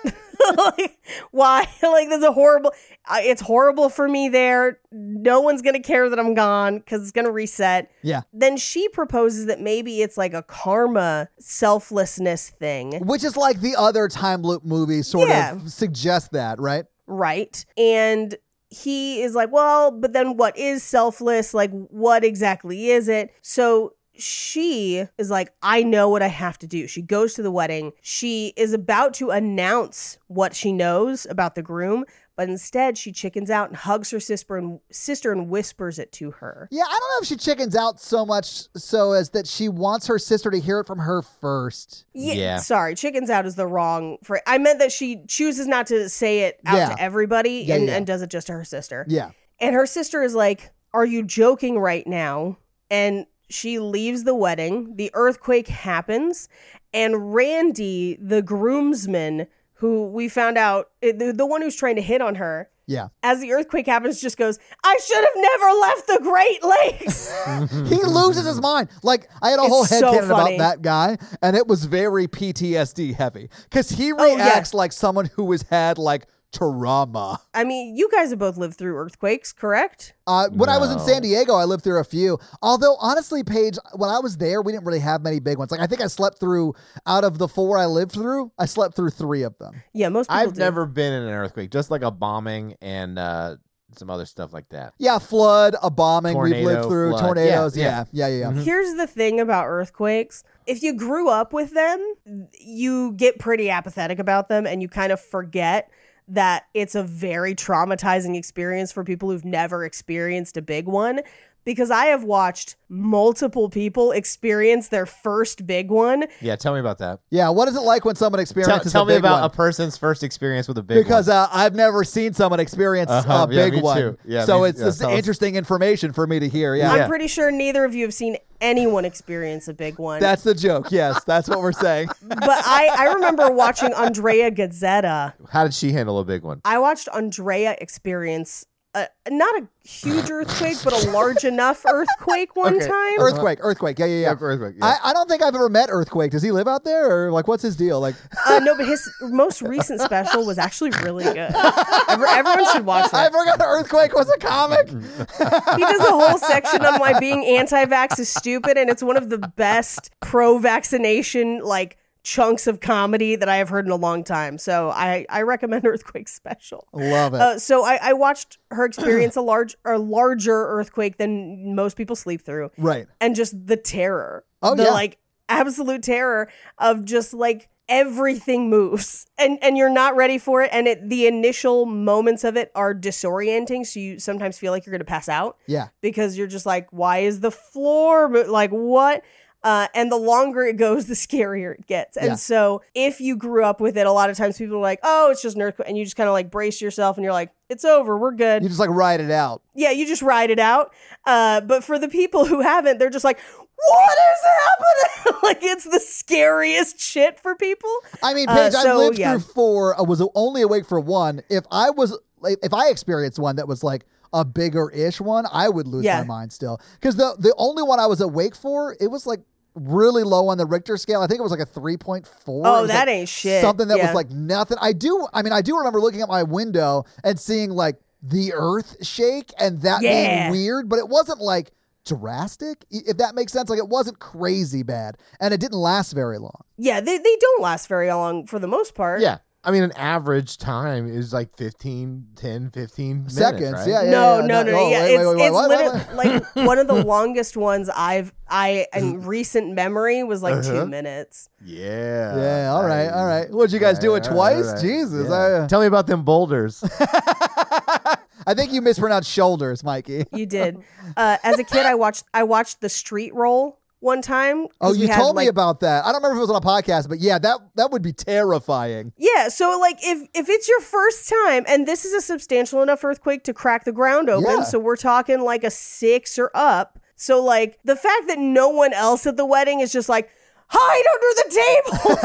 [SPEAKER 4] uh like, why? like, this is a horrible, I it's horrible for me there. No one's going to care that I'm gone because it's going to reset.
[SPEAKER 6] Yeah.
[SPEAKER 4] Then she proposes that maybe it's like a karma selflessness thing.
[SPEAKER 6] which is like the other time loop movie sort
[SPEAKER 4] Yeah.
[SPEAKER 6] of suggests that, right?
[SPEAKER 4] right? And he is like, well, but then what is selfless? Like, what exactly is it? So she is like, I know what I have to do. She goes to the wedding. She is about to announce what she knows about the groom, but instead she chickens out and hugs her sister and sister and whispers it to her.
[SPEAKER 6] Yeah, I don't know if she chickens out so much so as that she wants her sister to hear it from her first.
[SPEAKER 4] Ye-
[SPEAKER 5] Yeah.
[SPEAKER 4] Sorry, chickens out is the wrong phrase. I meant that she chooses not to say it out
[SPEAKER 6] Yeah.
[SPEAKER 4] to everybody
[SPEAKER 6] Yeah,
[SPEAKER 4] and,
[SPEAKER 6] yeah.
[SPEAKER 4] and does it just to her sister.
[SPEAKER 6] Yeah.
[SPEAKER 4] And her sister is like, Are you joking right now? And she leaves the wedding. The earthquake happens. And Randy, the groomsman, who we found out, eh, the, the one who's trying to hit on her,
[SPEAKER 6] Yeah.
[SPEAKER 4] as the earthquake happens, just goes, I should have never left the Great Lakes.
[SPEAKER 6] He loses his mind. Like I had a
[SPEAKER 4] It's
[SPEAKER 6] whole
[SPEAKER 4] so
[SPEAKER 6] headcanon about
[SPEAKER 4] funny.
[SPEAKER 6] that guy, and it was very PTSD heavy because he
[SPEAKER 4] Oh, yeah.
[SPEAKER 6] reacts like someone who has had like trauma.
[SPEAKER 4] I mean, you guys have both lived through earthquakes, correct?
[SPEAKER 6] Uh, when I was in
[SPEAKER 5] No.
[SPEAKER 6] San Diego, I lived through a few. Although honestly, Paige, when I was there, we didn't really have many big ones. Like I think I slept through out of the four I lived through, I slept through three of them.
[SPEAKER 4] Yeah, most people
[SPEAKER 5] I've
[SPEAKER 4] do.
[SPEAKER 5] never been in an earthquake, just like a bombing and uh, some other stuff like that.
[SPEAKER 6] Yeah, flood, a bombing we've lived
[SPEAKER 5] Tornado,
[SPEAKER 6] through,
[SPEAKER 5] flood.
[SPEAKER 6] tornadoes. Yeah,
[SPEAKER 5] Yeah, Mm-hmm.
[SPEAKER 6] yeah, yeah, yeah.
[SPEAKER 4] Here's the thing about earthquakes. If you grew up with them, you get pretty apathetic about them and you kind of forget that it's a very traumatizing experience for people who've never experienced a big one. Because I have watched multiple people experience their first big one.
[SPEAKER 5] Yeah, tell me about that.
[SPEAKER 6] Yeah, What is it like when someone
[SPEAKER 5] Tell,
[SPEAKER 6] experiences
[SPEAKER 5] tell
[SPEAKER 6] a
[SPEAKER 5] me
[SPEAKER 6] big
[SPEAKER 5] about
[SPEAKER 6] one?
[SPEAKER 5] a person's first experience with a big
[SPEAKER 6] because uh, I've never seen someone experience
[SPEAKER 5] Uh-huh,
[SPEAKER 6] a
[SPEAKER 5] yeah,
[SPEAKER 6] big
[SPEAKER 5] me
[SPEAKER 6] one.
[SPEAKER 5] too. Yeah,
[SPEAKER 6] so
[SPEAKER 5] me-
[SPEAKER 6] it's
[SPEAKER 5] yeah,
[SPEAKER 6] this
[SPEAKER 5] sounds-
[SPEAKER 6] interesting information for me to hear. Yeah.
[SPEAKER 4] I'm pretty sure neither of you have seen anyone experience a big one.
[SPEAKER 6] That's the joke. Yes, that's what we're saying.
[SPEAKER 4] but I, I remember watching Andrea Gazzetta.
[SPEAKER 6] uh,
[SPEAKER 5] one. How did she handle a big one?
[SPEAKER 4] I watched Andrea experience a, not a huge earthquake, but a large enough earthquake one
[SPEAKER 5] Okay.
[SPEAKER 4] time.
[SPEAKER 6] earthquake, earthquake. Yeah, yeah, yeah.
[SPEAKER 5] Earth- earthquake, yeah.
[SPEAKER 6] I, I don't think I've ever met Earthquake. Does he live out there, or like, what's his deal? Like,
[SPEAKER 4] Uh, no, but his most recent special was actually really good. Every, everyone should watch
[SPEAKER 6] I
[SPEAKER 4] that.
[SPEAKER 6] forgot Earthquake was a comic.
[SPEAKER 4] He does a whole section on why being anti-vax is stupid, and it's one of the best pro-vaccination like chunks of comedy that I have heard in a long time. So I I recommend Earthquake Special.
[SPEAKER 6] Love it.
[SPEAKER 4] Uh, so I, I watched her experience a large a larger earthquake than most people sleep through.
[SPEAKER 6] right.
[SPEAKER 4] and just the terror.
[SPEAKER 6] Oh,
[SPEAKER 4] the
[SPEAKER 6] yeah.
[SPEAKER 4] like absolute terror of just like everything moves and and you're not ready for it and it the initial moments of it are disorienting so you sometimes feel like you're going to pass out
[SPEAKER 6] Yeah.
[SPEAKER 4] because you're just like why is the floor mo- like what uh, and the longer it goes, the scarier it gets. And
[SPEAKER 6] Yeah.
[SPEAKER 4] so, if you grew up with it, a lot of times people are like, "Oh, it's just an earthquake," and you just kind of like brace yourself, and you're like, "It's over, we're good."
[SPEAKER 6] You just like ride it out.
[SPEAKER 4] yeah, you just ride it out. Uh, but for the people who haven't, they're just like, what is happening? like, it's the scariest shit for people.
[SPEAKER 6] I mean,
[SPEAKER 4] Uh,
[SPEAKER 6] Paige, I
[SPEAKER 4] so,
[SPEAKER 6] lived
[SPEAKER 4] yeah.
[SPEAKER 6] through four. I was only awake for one. If I was, like, if I experienced one that was like a bigger ish one, I would lose
[SPEAKER 4] Yeah.
[SPEAKER 6] my mind still. Because the the only one I was awake for, it was like really low on the Richter scale. I think it was like a three point four.
[SPEAKER 4] Oh, that ain't shit.
[SPEAKER 6] Something that was
[SPEAKER 4] Yeah.
[SPEAKER 6] like nothing. I do. I mean, I do remember looking at my window and seeing like the Earth shake and that
[SPEAKER 4] Yeah.
[SPEAKER 6] being weird, but it wasn't like drastic i- if that makes sense like it wasn't crazy bad and it didn't last very long
[SPEAKER 4] Yeah, they, they don't last very long for the most part.
[SPEAKER 5] Yeah. I mean, an average time is like 15, 10, 15 minutes,
[SPEAKER 6] seconds.
[SPEAKER 5] right?
[SPEAKER 6] Yeah, yeah,
[SPEAKER 4] no,
[SPEAKER 6] yeah,
[SPEAKER 4] no, no, no.
[SPEAKER 6] Oh,
[SPEAKER 4] yeah,
[SPEAKER 6] wait,
[SPEAKER 4] it's,
[SPEAKER 6] wait, wait,
[SPEAKER 4] it's
[SPEAKER 6] what, what, what? Uh-huh.
[SPEAKER 4] literally like one of the longest ones I've I in recent memory was like two minutes.
[SPEAKER 5] Yeah.
[SPEAKER 6] Yeah, all right,
[SPEAKER 5] I-
[SPEAKER 6] all right. What'd you guys do it
[SPEAKER 5] all
[SPEAKER 6] twice? Jesus, I- uh,
[SPEAKER 5] Tell me about them boulders.
[SPEAKER 6] I think you mispronounced shoulders, Mikey.
[SPEAKER 4] You did. Uh, as a kid, I watched I watched the Street Roll one time. 'cause
[SPEAKER 6] Oh,
[SPEAKER 4] we
[SPEAKER 6] you
[SPEAKER 4] had,
[SPEAKER 6] told me
[SPEAKER 4] like,
[SPEAKER 6] about that. I don't remember if it was on a podcast, but yeah, that that would be terrifying.
[SPEAKER 4] Yeah, so like if if it's your first time and this is a substantial enough earthquake to crack the ground open,
[SPEAKER 6] Yeah.
[SPEAKER 4] so we're talking like a 6 or up. So like the fact that no one else at the wedding is just like hide under the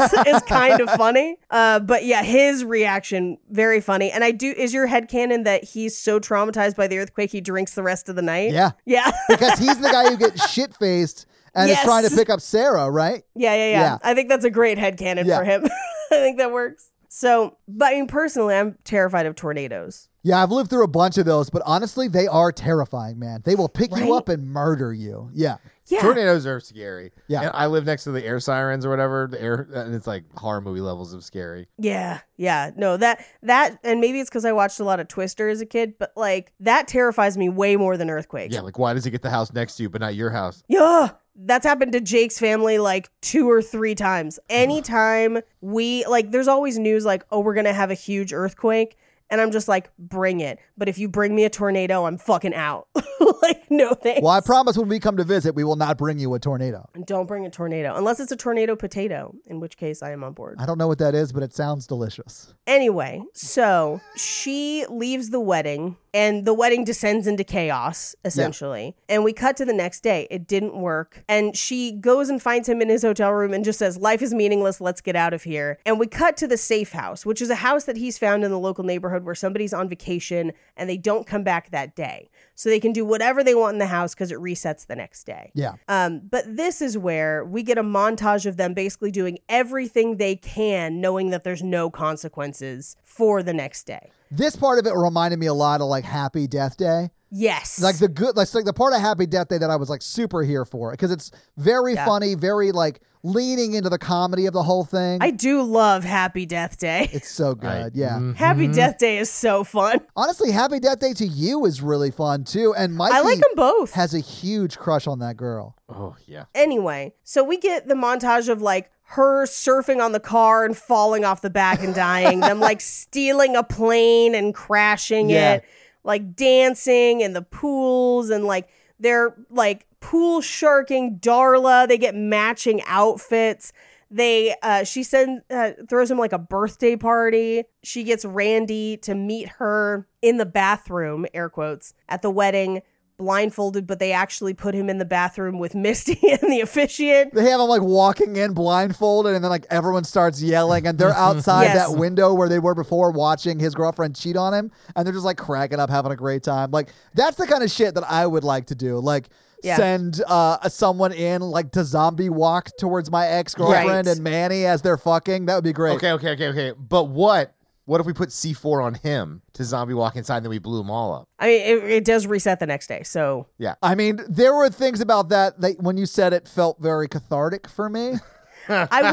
[SPEAKER 4] tables is kind of funny. Uh but yeah, his reaction very funny. And I do is your head canon that he's so traumatized by the earthquake he drinks the rest of the night?
[SPEAKER 6] Yeah,
[SPEAKER 4] Yeah.
[SPEAKER 6] because he's the guy who gets shit faced and
[SPEAKER 4] Yes.
[SPEAKER 6] is trying to pick up Sarah, right?
[SPEAKER 4] Yeah, yeah, yeah.
[SPEAKER 6] Yeah.
[SPEAKER 4] I think that's a great headcanon
[SPEAKER 6] Yeah.
[SPEAKER 4] for him. I think that works. So, but I mean, personally, I'm terrified of tornadoes.
[SPEAKER 6] Yeah, I've lived through a bunch of those, but honestly, they are terrifying, man. They will pick
[SPEAKER 4] Right?
[SPEAKER 6] you up and murder you. Yeah,
[SPEAKER 4] Yeah.
[SPEAKER 5] Tornadoes are scary.
[SPEAKER 6] Yeah.
[SPEAKER 5] And I live next to the air sirens or whatever. The air, and it's like horror movie levels of scary.
[SPEAKER 4] Yeah, yeah. No, that that and maybe it's because I watched a lot of Twister as a kid, but like that terrifies me way more than earthquakes.
[SPEAKER 5] Yeah. Like, why does it get the house next to you but not your house?
[SPEAKER 4] Yeah. That's happened to Jake's family like two or three times. Anytime we like there's always news like, oh, we're gonna have a huge earthquake. and I'm just like, bring it. But if you bring me a tornado, I'm fucking out. like, no thanks.
[SPEAKER 6] Well, I promise when we come to visit, we will not bring you a tornado.
[SPEAKER 4] Don't bring a tornado unless it's a tornado potato, in which case I am on board.
[SPEAKER 6] I don't know what that is, but it sounds delicious.
[SPEAKER 4] Anyway, so she leaves the wedding and the wedding descends into chaos essentially. And we cut to the next day. It didn't work. And she goes and finds him in his hotel room and just says, "Life is meaningless. Let's get out of here." And we cut to the safe house, which is a house that he's found in the local neighborhood where somebody's on vacation and they don't come back that day. So they can do whatever they want in the house cuz it resets the next day.
[SPEAKER 6] Yeah.
[SPEAKER 4] Um, but this is where we get a montage of them basically doing everything they can, knowing that there's no consequences for the next day.
[SPEAKER 6] This part of it reminded me a lot of like Happy Death Day.
[SPEAKER 4] Yes.
[SPEAKER 6] Like the good, like, like the part of Happy Death Day that I was like super here for because it's very funny, very like leaning into the comedy of the whole thing.
[SPEAKER 4] I do love Happy Death Day.
[SPEAKER 6] it's so good. yeah.
[SPEAKER 4] Happy
[SPEAKER 6] Mhm.
[SPEAKER 4] Death Day is so fun.
[SPEAKER 6] Honestly, Happy Death Day to you is really fun too. And Mikey
[SPEAKER 4] I like them both.
[SPEAKER 6] has a huge crush on that girl.
[SPEAKER 5] Oh yeah.
[SPEAKER 4] anyway, so we get the montage of like her surfing on the car and falling off the back and dying, them like stealing a plane and crashing
[SPEAKER 6] Yeah.
[SPEAKER 4] it, like dancing in the pools and like they're like pool sharking Darla. They get matching outfits. They uh she sends uh, throws him like a birthday party. She gets Randy to meet her in the bathroom, air quotes, at the wedding blindfolded, but they actually put him in the bathroom with Misty and the officiant.
[SPEAKER 6] They have them like walking in blindfolded, and then like everyone starts yelling, and they're outside
[SPEAKER 4] Yes.
[SPEAKER 6] that window where they were before watching his girlfriend cheat on him, and they're just like cracking up, having a great time. Like that's the kind of shit that I would like to do. Like
[SPEAKER 4] Yeah.
[SPEAKER 6] send uh, someone in like to zombie walk towards my ex girlfriend
[SPEAKER 4] Right.
[SPEAKER 6] and Manny as they're fucking. That would be great.
[SPEAKER 5] Okay, okay, okay, okay. But what? What if we put C four on him to zombie walk inside, and then we blew them all up?
[SPEAKER 4] I mean, it, it does reset the next day. So
[SPEAKER 6] I mean, there were things about that that when you said it felt very cathartic for me.
[SPEAKER 4] I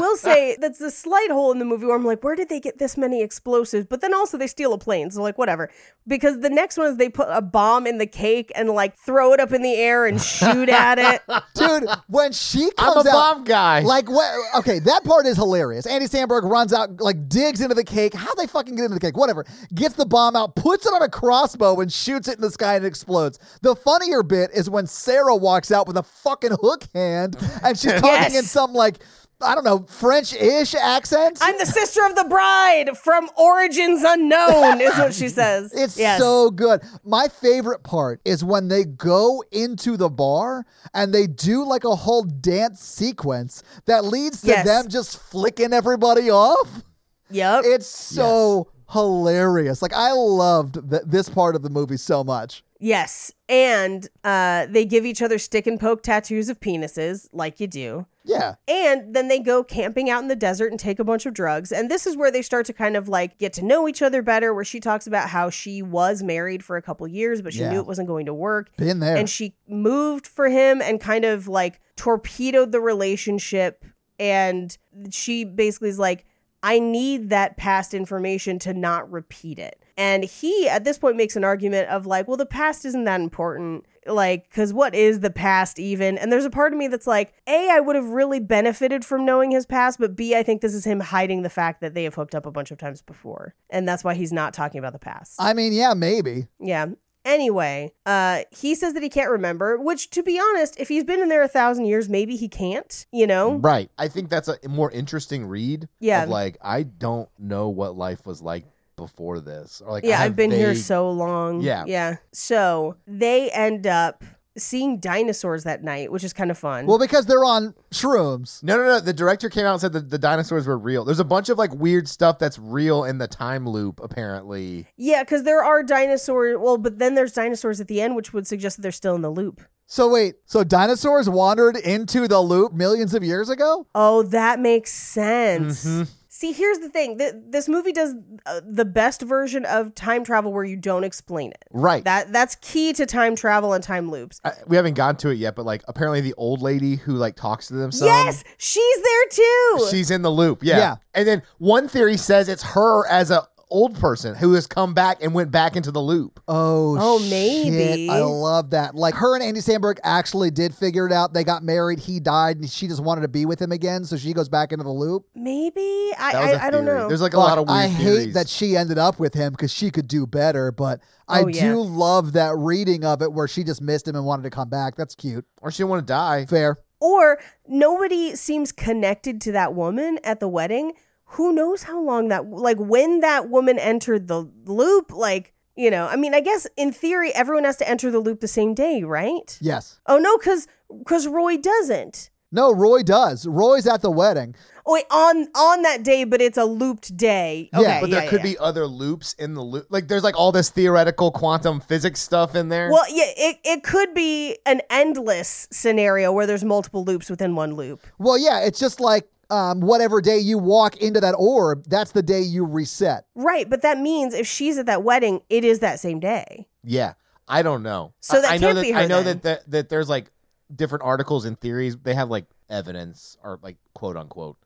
[SPEAKER 4] will say that's the slight hole in the movie where I'm like, where did they get this many explosives? But then also they steal a plane. So, like, whatever. Because the next one is they put a bomb in the cake and like throw it up in the air and shoot at it.
[SPEAKER 6] Dude, when she
[SPEAKER 5] I'm
[SPEAKER 6] comes
[SPEAKER 5] a
[SPEAKER 6] out,
[SPEAKER 5] bomb guy.
[SPEAKER 6] Like what? Okay, that part is hilarious. Andy Sandberg runs out, like digs into the cake. How they fucking get into the cake? Whatever. Gets the bomb out, puts it on a crossbow, and shoots it in the sky and it explodes. The funnier bit is when Sarah walks out with a fucking hook hand and she's talking
[SPEAKER 4] Yes.
[SPEAKER 6] in some like I don't know French-ish accent.
[SPEAKER 4] I'm the sister of the bride from Origins Unknown, is what she says.
[SPEAKER 6] It's
[SPEAKER 4] Yes.
[SPEAKER 6] so good. My favorite part is when they go into the bar and they do like a whole dance sequence that leads to
[SPEAKER 4] Yes.
[SPEAKER 6] them just flicking everybody off.
[SPEAKER 4] Yep.
[SPEAKER 6] It's so hilarious. Like I loved th- this part of the movie so much.
[SPEAKER 4] yes. And uh, they give each other stick and poke tattoos of penises, like you do.
[SPEAKER 6] Yeah.
[SPEAKER 4] And then they go camping out in the desert and take a bunch of drugs. And this is where they start to kind of like get to know each other better, where she talks about how she was married for a couple years, but she
[SPEAKER 6] Yeah.
[SPEAKER 4] knew it wasn't going to work.
[SPEAKER 6] Been there.
[SPEAKER 4] And she moved for him and kind of like torpedoed the relationship. And she basically is like, I need that past information to not repeat it. And he at this point makes an argument of like, well, the past isn't that important. Like, because what is the past even? And there's a part of me that's like, A, I would have really benefited from knowing his past, but B, I think this is him hiding the fact that they have hooked up a bunch of times before. And that's why he's not talking about the past.
[SPEAKER 6] I mean, yeah, maybe.
[SPEAKER 4] Yeah. Anyway, uh, he says that he can't remember, which, to be honest, if he's been in there a thousand years, maybe he can't, you know?
[SPEAKER 5] Right. I think that's a more interesting read.
[SPEAKER 4] Yeah.
[SPEAKER 5] Of like, I don't know what life was like before this. Or like,
[SPEAKER 4] Yeah,
[SPEAKER 5] I
[SPEAKER 4] I've been here
[SPEAKER 5] vague-
[SPEAKER 4] so long.
[SPEAKER 5] Yeah.
[SPEAKER 4] Yeah. So they end up seeing dinosaurs that night, which is kind of fun.
[SPEAKER 6] Well, because they're on shrooms.
[SPEAKER 5] No, no, no. The director came out and said that the dinosaurs were real. There's a bunch of like weird stuff that's real in the time loop, apparently.
[SPEAKER 4] yeah, because there are dinosaurs. Well, but then there's dinosaurs at the end, which would suggest that they're still in the loop.
[SPEAKER 6] So wait, so dinosaurs wandered into the loop millions of years ago?
[SPEAKER 4] Oh, that makes sense.
[SPEAKER 5] Mm-hmm.
[SPEAKER 4] See, here's the thing. Th- this movie does uh, the best version of time travel where you don't explain it.
[SPEAKER 5] Right.
[SPEAKER 4] That that's key to time travel and time loops.
[SPEAKER 5] I, we haven't gotten to it yet, but like apparently the old lady who like talks to them. some-
[SPEAKER 4] Yes, she's there too.
[SPEAKER 5] She's in the loop. Yeah.
[SPEAKER 6] Yeah.
[SPEAKER 5] And then one theory says it's her as a old person who has come back and went back into the loop.
[SPEAKER 6] Oh,
[SPEAKER 4] Oh,
[SPEAKER 6] shit.
[SPEAKER 4] maybe.
[SPEAKER 6] I love that. Like her and Andy Sandberg actually did figure it out. They got married. He died, and she just wanted to be with him again, so she goes back into the loop.
[SPEAKER 4] Maybe I
[SPEAKER 5] That was a
[SPEAKER 4] I, I don't
[SPEAKER 5] theory.
[SPEAKER 4] know.
[SPEAKER 5] There's like a
[SPEAKER 6] Fuck,
[SPEAKER 5] lot of weird
[SPEAKER 6] I hate
[SPEAKER 5] theories.
[SPEAKER 6] that she ended up with him because she could do better. But I
[SPEAKER 4] Oh, yeah.
[SPEAKER 6] do love that reading of it where she just missed him and wanted to come back. That's cute.
[SPEAKER 5] or she didn't want to die.
[SPEAKER 6] Fair.
[SPEAKER 4] or nobody seems connected to that woman at the wedding. Who knows how long that like when that woman entered the loop? Like you know, I mean, I guess in theory everyone has to enter the loop the same day, right?
[SPEAKER 6] Yes.
[SPEAKER 4] Oh no, because because Roy doesn't.
[SPEAKER 6] No, Roy does. Roy's at the wedding.
[SPEAKER 4] Oh, wait, on on that day, but it's a looped day. Okay,
[SPEAKER 6] Yeah,
[SPEAKER 5] But there could be other loops in the loop. Like there's like all this theoretical quantum physics stuff in there.
[SPEAKER 4] Well, yeah, it, it could be an endless scenario where there's multiple loops within one loop.
[SPEAKER 6] Well, yeah, it's just like um, whatever day you walk into that orb, that's the day you reset.
[SPEAKER 4] Right, but that means if she's at that wedding, it is that same day.
[SPEAKER 5] Yeah, I don't know.
[SPEAKER 4] So
[SPEAKER 5] I-
[SPEAKER 4] that
[SPEAKER 5] I know
[SPEAKER 4] can't
[SPEAKER 5] that
[SPEAKER 4] be her
[SPEAKER 5] I know
[SPEAKER 4] then.
[SPEAKER 5] that, that that there's like different articles and theories. They have like evidence or like quote unquote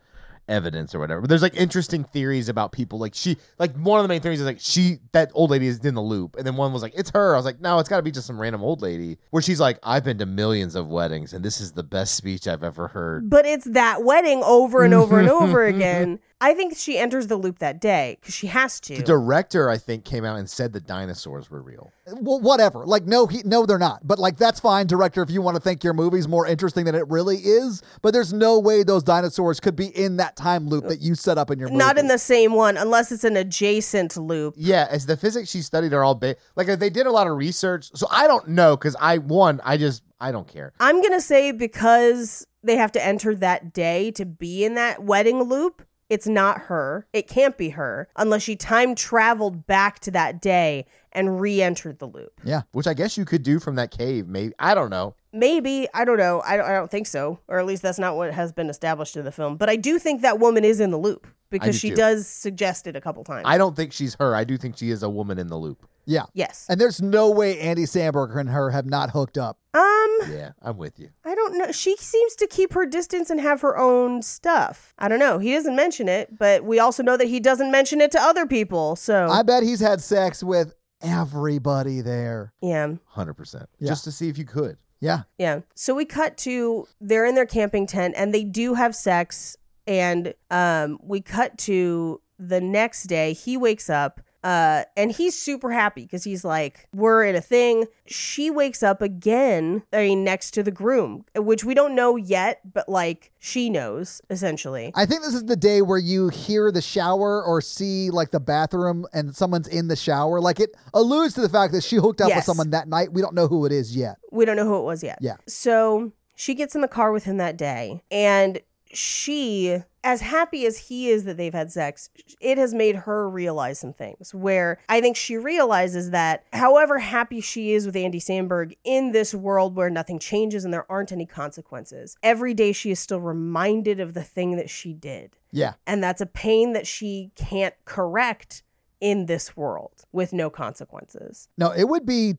[SPEAKER 5] evidence or whatever. But there's like interesting theories about people. Like she, like one of the main theories is like she that old lady is in the loop, and then one was like it's her. I was like, no, it's got to be just some random old lady. Where she's like, I've been to millions of weddings, and this is the best speech I've ever heard.
[SPEAKER 4] But it's that wedding over and over and over again. I think she enters the loop that day because she has to.
[SPEAKER 5] The director, I think, came out and said the dinosaurs were real.
[SPEAKER 6] Well, whatever. Like, no, he, no, they're not. But like, that's fine, director. If you want to think your movie's more interesting than it really is, but there's no way those dinosaurs could be in that time loop that you set up in your movie.
[SPEAKER 4] Uh, Not in the same one, unless it's an adjacent loop.
[SPEAKER 5] Yeah, as the physics she studied are all ba- like they did a lot of research. So I don't know because I one I just I don't care.
[SPEAKER 4] I'm going to say because they have to enter that day to be in that wedding loop, it's not her. It can't be her unless she time traveled back to that day and re entered the loop.
[SPEAKER 6] Yeah.
[SPEAKER 5] Which I guess you could do from that cave. Maybe I don't know.
[SPEAKER 4] Maybe. I don't know. I don't, I don't think so. Or at least that's not what has been established in the film. But I do think that woman is in the loop because
[SPEAKER 5] do
[SPEAKER 4] she
[SPEAKER 5] too.
[SPEAKER 4] does suggest it a couple times.
[SPEAKER 5] I don't think she's her. I do think she is a woman in the loop.
[SPEAKER 6] Yeah.
[SPEAKER 4] yes.
[SPEAKER 6] And there's no way Andy Samberg and her have not hooked up.
[SPEAKER 4] um,
[SPEAKER 5] Yeah, I'm with you.
[SPEAKER 4] I don't know. She seems to keep her distance and have her own stuff. I don't know. He doesn't mention it, but we also know that he doesn't mention it to other people. So,
[SPEAKER 6] I bet he's had sex with everybody there.
[SPEAKER 4] yeah.
[SPEAKER 5] Hundred percent.
[SPEAKER 6] Yeah.
[SPEAKER 5] Just to see if you could.
[SPEAKER 6] Yeah.
[SPEAKER 4] Yeah. So we cut to they're in their camping tent and they do have sex. And um, we cut to the next day. He wakes up uh, and he's super happy because he's like, we're in a thing. She wakes up again, I mean, next to the groom, which we don't know yet, but like she knows essentially.
[SPEAKER 6] I think this is the day where you hear the shower or see like the bathroom and someone's in the shower. Like it alludes to the fact that she hooked up with
[SPEAKER 4] Yes.
[SPEAKER 6] someone that night. We don't know who it is yet.
[SPEAKER 4] We don't know who it was yet.
[SPEAKER 6] Yeah.
[SPEAKER 4] So she gets in the car with him that day, and she, as happy as he is that they've had sex, it has made her realize some things where I think she realizes that however happy she is with Andy Sandberg in this world where nothing changes and there aren't any consequences, every day she is still reminded of the thing that she did.
[SPEAKER 6] Yeah.
[SPEAKER 4] And that's a pain that she can't correct in this world with no consequences.
[SPEAKER 6] No, it would be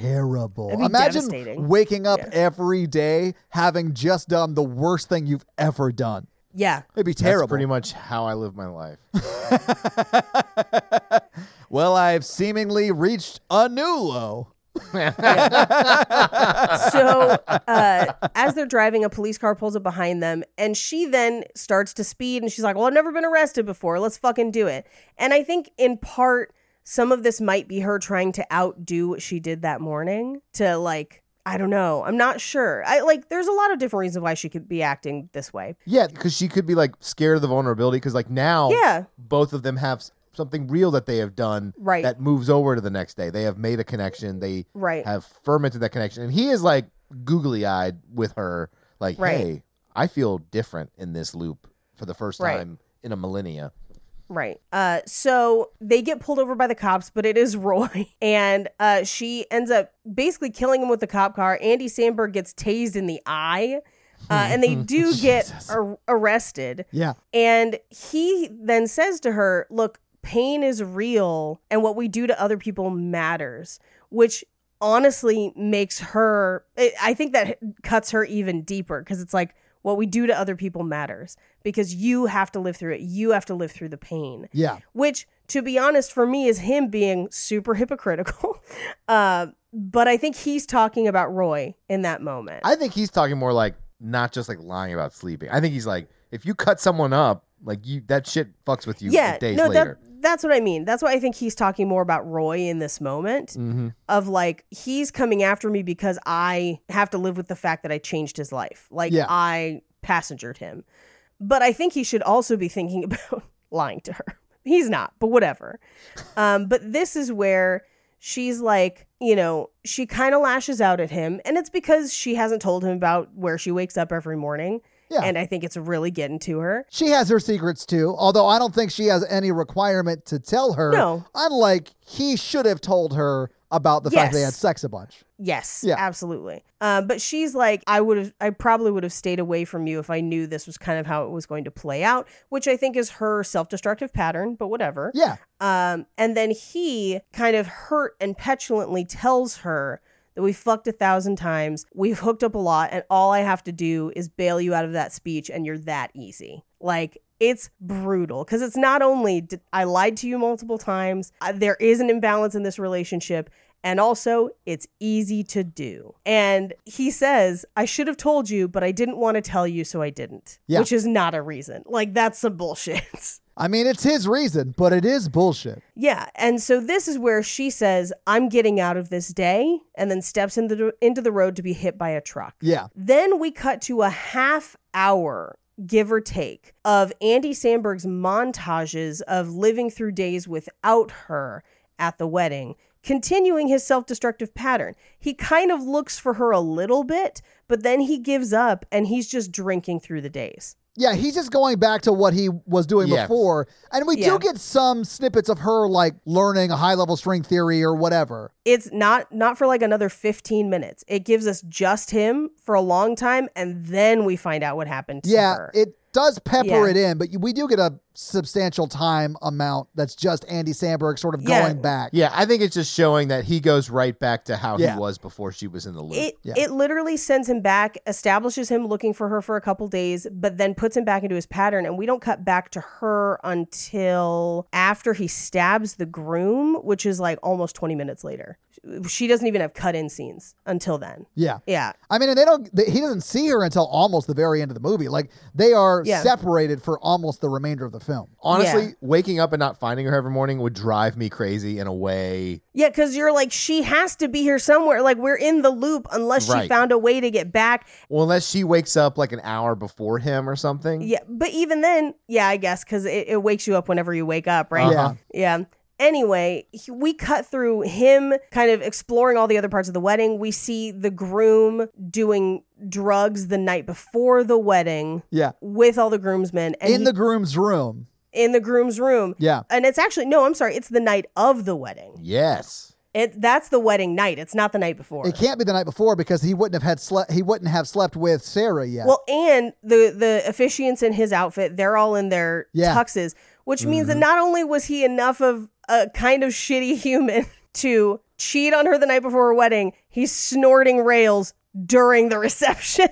[SPEAKER 6] terrible.
[SPEAKER 4] It'd be
[SPEAKER 6] Imagine
[SPEAKER 4] devastating.
[SPEAKER 6] waking up
[SPEAKER 4] Yeah.
[SPEAKER 6] every day having just done the worst thing you've ever done.
[SPEAKER 4] Yeah.
[SPEAKER 6] It'd be
[SPEAKER 5] That's
[SPEAKER 6] terrible.
[SPEAKER 5] pretty much how I live my life.
[SPEAKER 6] well, I've seemingly reached a new low.
[SPEAKER 4] so uh, as they're driving a police car pulls up behind them and she then starts to speed and she's like well i've never been arrested before let's fucking do it and i think in part some of this might be her trying to outdo what she did that morning to like i don't know i'm not sure i like there's a lot of different reasons why she could be acting this way
[SPEAKER 5] Yeah, because she could be like scared of the vulnerability. Because like now,
[SPEAKER 4] Yeah.
[SPEAKER 5] both of them have s- something real that they have done.
[SPEAKER 4] Right.
[SPEAKER 5] That moves over to the next day. They have made a connection. They
[SPEAKER 4] Right.
[SPEAKER 5] have fermented that connection, and he is like googly eyed with her. Like,
[SPEAKER 4] Right.
[SPEAKER 5] hey, I feel different in this loop for the first
[SPEAKER 4] Right.
[SPEAKER 5] time in a millennia.
[SPEAKER 4] Right. Uh, so they get pulled over by the cops, but it is Roy. And uh, she ends up basically killing him with the cop car. Andy Sandberg gets tased in the eye. Uh, and they do get ar- arrested.
[SPEAKER 6] Yeah.
[SPEAKER 4] And he then says to her, Look, pain is real, and what we do to other people matters, which honestly makes her, I I think that cuts her even deeper because it's like, what we do to other people matters because you have to live through it. You have to live through the pain
[SPEAKER 6] Yeah.
[SPEAKER 4] which to be honest, for me, is him being super hypocritical. uh, but I think he's talking about Roy in that moment.
[SPEAKER 5] I think he's talking more like not just like lying about sleeping. I think he's like, if you cut someone up, like you that shit fucks with you
[SPEAKER 4] yeah,
[SPEAKER 5] days
[SPEAKER 4] no,
[SPEAKER 5] later.
[SPEAKER 4] That, that's what I mean. That's why I think he's talking more about Roy in this moment
[SPEAKER 5] mm-hmm.
[SPEAKER 4] of like he's coming after me because I have to live with the fact that I changed his life. Like
[SPEAKER 6] Yeah.
[SPEAKER 4] I passengered him. But I think he should also be thinking about lying to her. He's not, but whatever. Um, but this is where she's like, you know, she kind of lashes out at him, and it's because she hasn't told him about where she wakes up every morning.
[SPEAKER 6] Yeah.
[SPEAKER 4] And I think it's really getting to her.
[SPEAKER 6] She has her secrets too, although I don't think she has any requirement to tell her.
[SPEAKER 4] No.
[SPEAKER 6] Unlike he should have told her about the fact they
[SPEAKER 4] Yes.
[SPEAKER 6] had sex a bunch.
[SPEAKER 4] Yes,
[SPEAKER 6] Yeah.
[SPEAKER 4] absolutely. Um, but she's like, I would have, I probably would have stayed away from you if I knew this was kind of how it was going to play out, which I think is her self-destructive pattern. But whatever.
[SPEAKER 6] Yeah.
[SPEAKER 4] Um, and then he kind of hurt and petulantly tells her that we fucked a thousand times, we've hooked up a lot, and all I have to do is bail you out of that speech, and you're that easy. Like, it's brutal because it's not only did I lied to you multiple times, uh, there is an imbalance in this relationship, and also it's easy to do. And he says, I should have told you, but I didn't want to tell you, so I didn't,
[SPEAKER 6] Yeah.
[SPEAKER 4] which is not a reason. Like, that's some bullshit.
[SPEAKER 6] I mean, it's his reason, but it is bullshit.
[SPEAKER 4] Yeah, and so this is where she says, "I'm getting out of this day," and then steps into the, into the road to be hit by a truck.
[SPEAKER 6] Yeah.
[SPEAKER 4] Then we cut to a half hour, give or take, of Andy Sandberg's montages of living through days without her at the wedding, continuing his self destructive pattern. He kind of looks for her a little bit, but then he gives up and he's just drinking through the days.
[SPEAKER 6] Yeah, he's just going back to what he was doing
[SPEAKER 5] Yeah.
[SPEAKER 6] before. And we
[SPEAKER 4] Yeah.
[SPEAKER 6] do get some snippets of her like learning high level string theory or whatever.
[SPEAKER 4] it's not not for like another 15 minutes it gives us just him for a long time and then we find out what happened to
[SPEAKER 6] Yeah,
[SPEAKER 4] her
[SPEAKER 6] it does pepper
[SPEAKER 4] Yeah.
[SPEAKER 6] it in, but we do get a substantial time amount that's just Andy Sandberg sort of
[SPEAKER 4] Yeah.
[SPEAKER 6] going back.
[SPEAKER 5] Yeah, I think it's just showing that he goes right back to how
[SPEAKER 6] Yeah.
[SPEAKER 5] he was before she was in the loop.
[SPEAKER 4] it,
[SPEAKER 6] Yeah.
[SPEAKER 4] it literally sends him back establishes him looking for her for a couple days but then puts him back into his pattern and we don't cut back to her until after he stabs the groom which is like almost 20 minutes later she doesn't even have cut in scenes until then
[SPEAKER 6] Yeah.
[SPEAKER 4] yeah
[SPEAKER 6] I mean, and they don't. They, he doesn't see her until almost the very end of the movie. Like they are
[SPEAKER 4] Yeah.
[SPEAKER 6] separated for almost the remainder of the film.
[SPEAKER 5] Honestly,
[SPEAKER 4] Yeah.
[SPEAKER 5] waking up and not finding her every morning would drive me crazy in a way.
[SPEAKER 4] Yeah, because you're like, she has to be here somewhere. Like, we're in the loop unless she
[SPEAKER 5] Right.
[SPEAKER 4] found a way to get back.
[SPEAKER 5] Well, unless she wakes up like an hour before him or something.
[SPEAKER 6] Mm-hmm.
[SPEAKER 4] Yeah, but even then, yeah, I guess, because it, it wakes you up whenever you wake up, right?
[SPEAKER 5] Uh-huh.
[SPEAKER 6] Yeah.
[SPEAKER 4] Yeah. Anyway, he- we cut through him kind of exploring all the other parts of the wedding. We see the groom doing drugs the night before the wedding
[SPEAKER 6] Yeah.
[SPEAKER 4] with all the groomsmen and
[SPEAKER 6] in
[SPEAKER 4] he-
[SPEAKER 6] the groom's room.
[SPEAKER 4] in the groom's room.
[SPEAKER 6] Yeah.
[SPEAKER 4] And it's actually no, I'm sorry, it's the night of the wedding.
[SPEAKER 5] Yes.
[SPEAKER 4] It that's the wedding night. It's not the night before.
[SPEAKER 6] It can't be the night before because he wouldn't have had slept. He wouldn't have slept with Sarah yet.
[SPEAKER 4] Well, and the the officiants in his outfit, they're all in their
[SPEAKER 6] Yeah. Mm-hmm.
[SPEAKER 4] tuxes, which means that not only was he enough of a kind of shitty human to cheat on her the night before her wedding, he's snorting rails during the reception.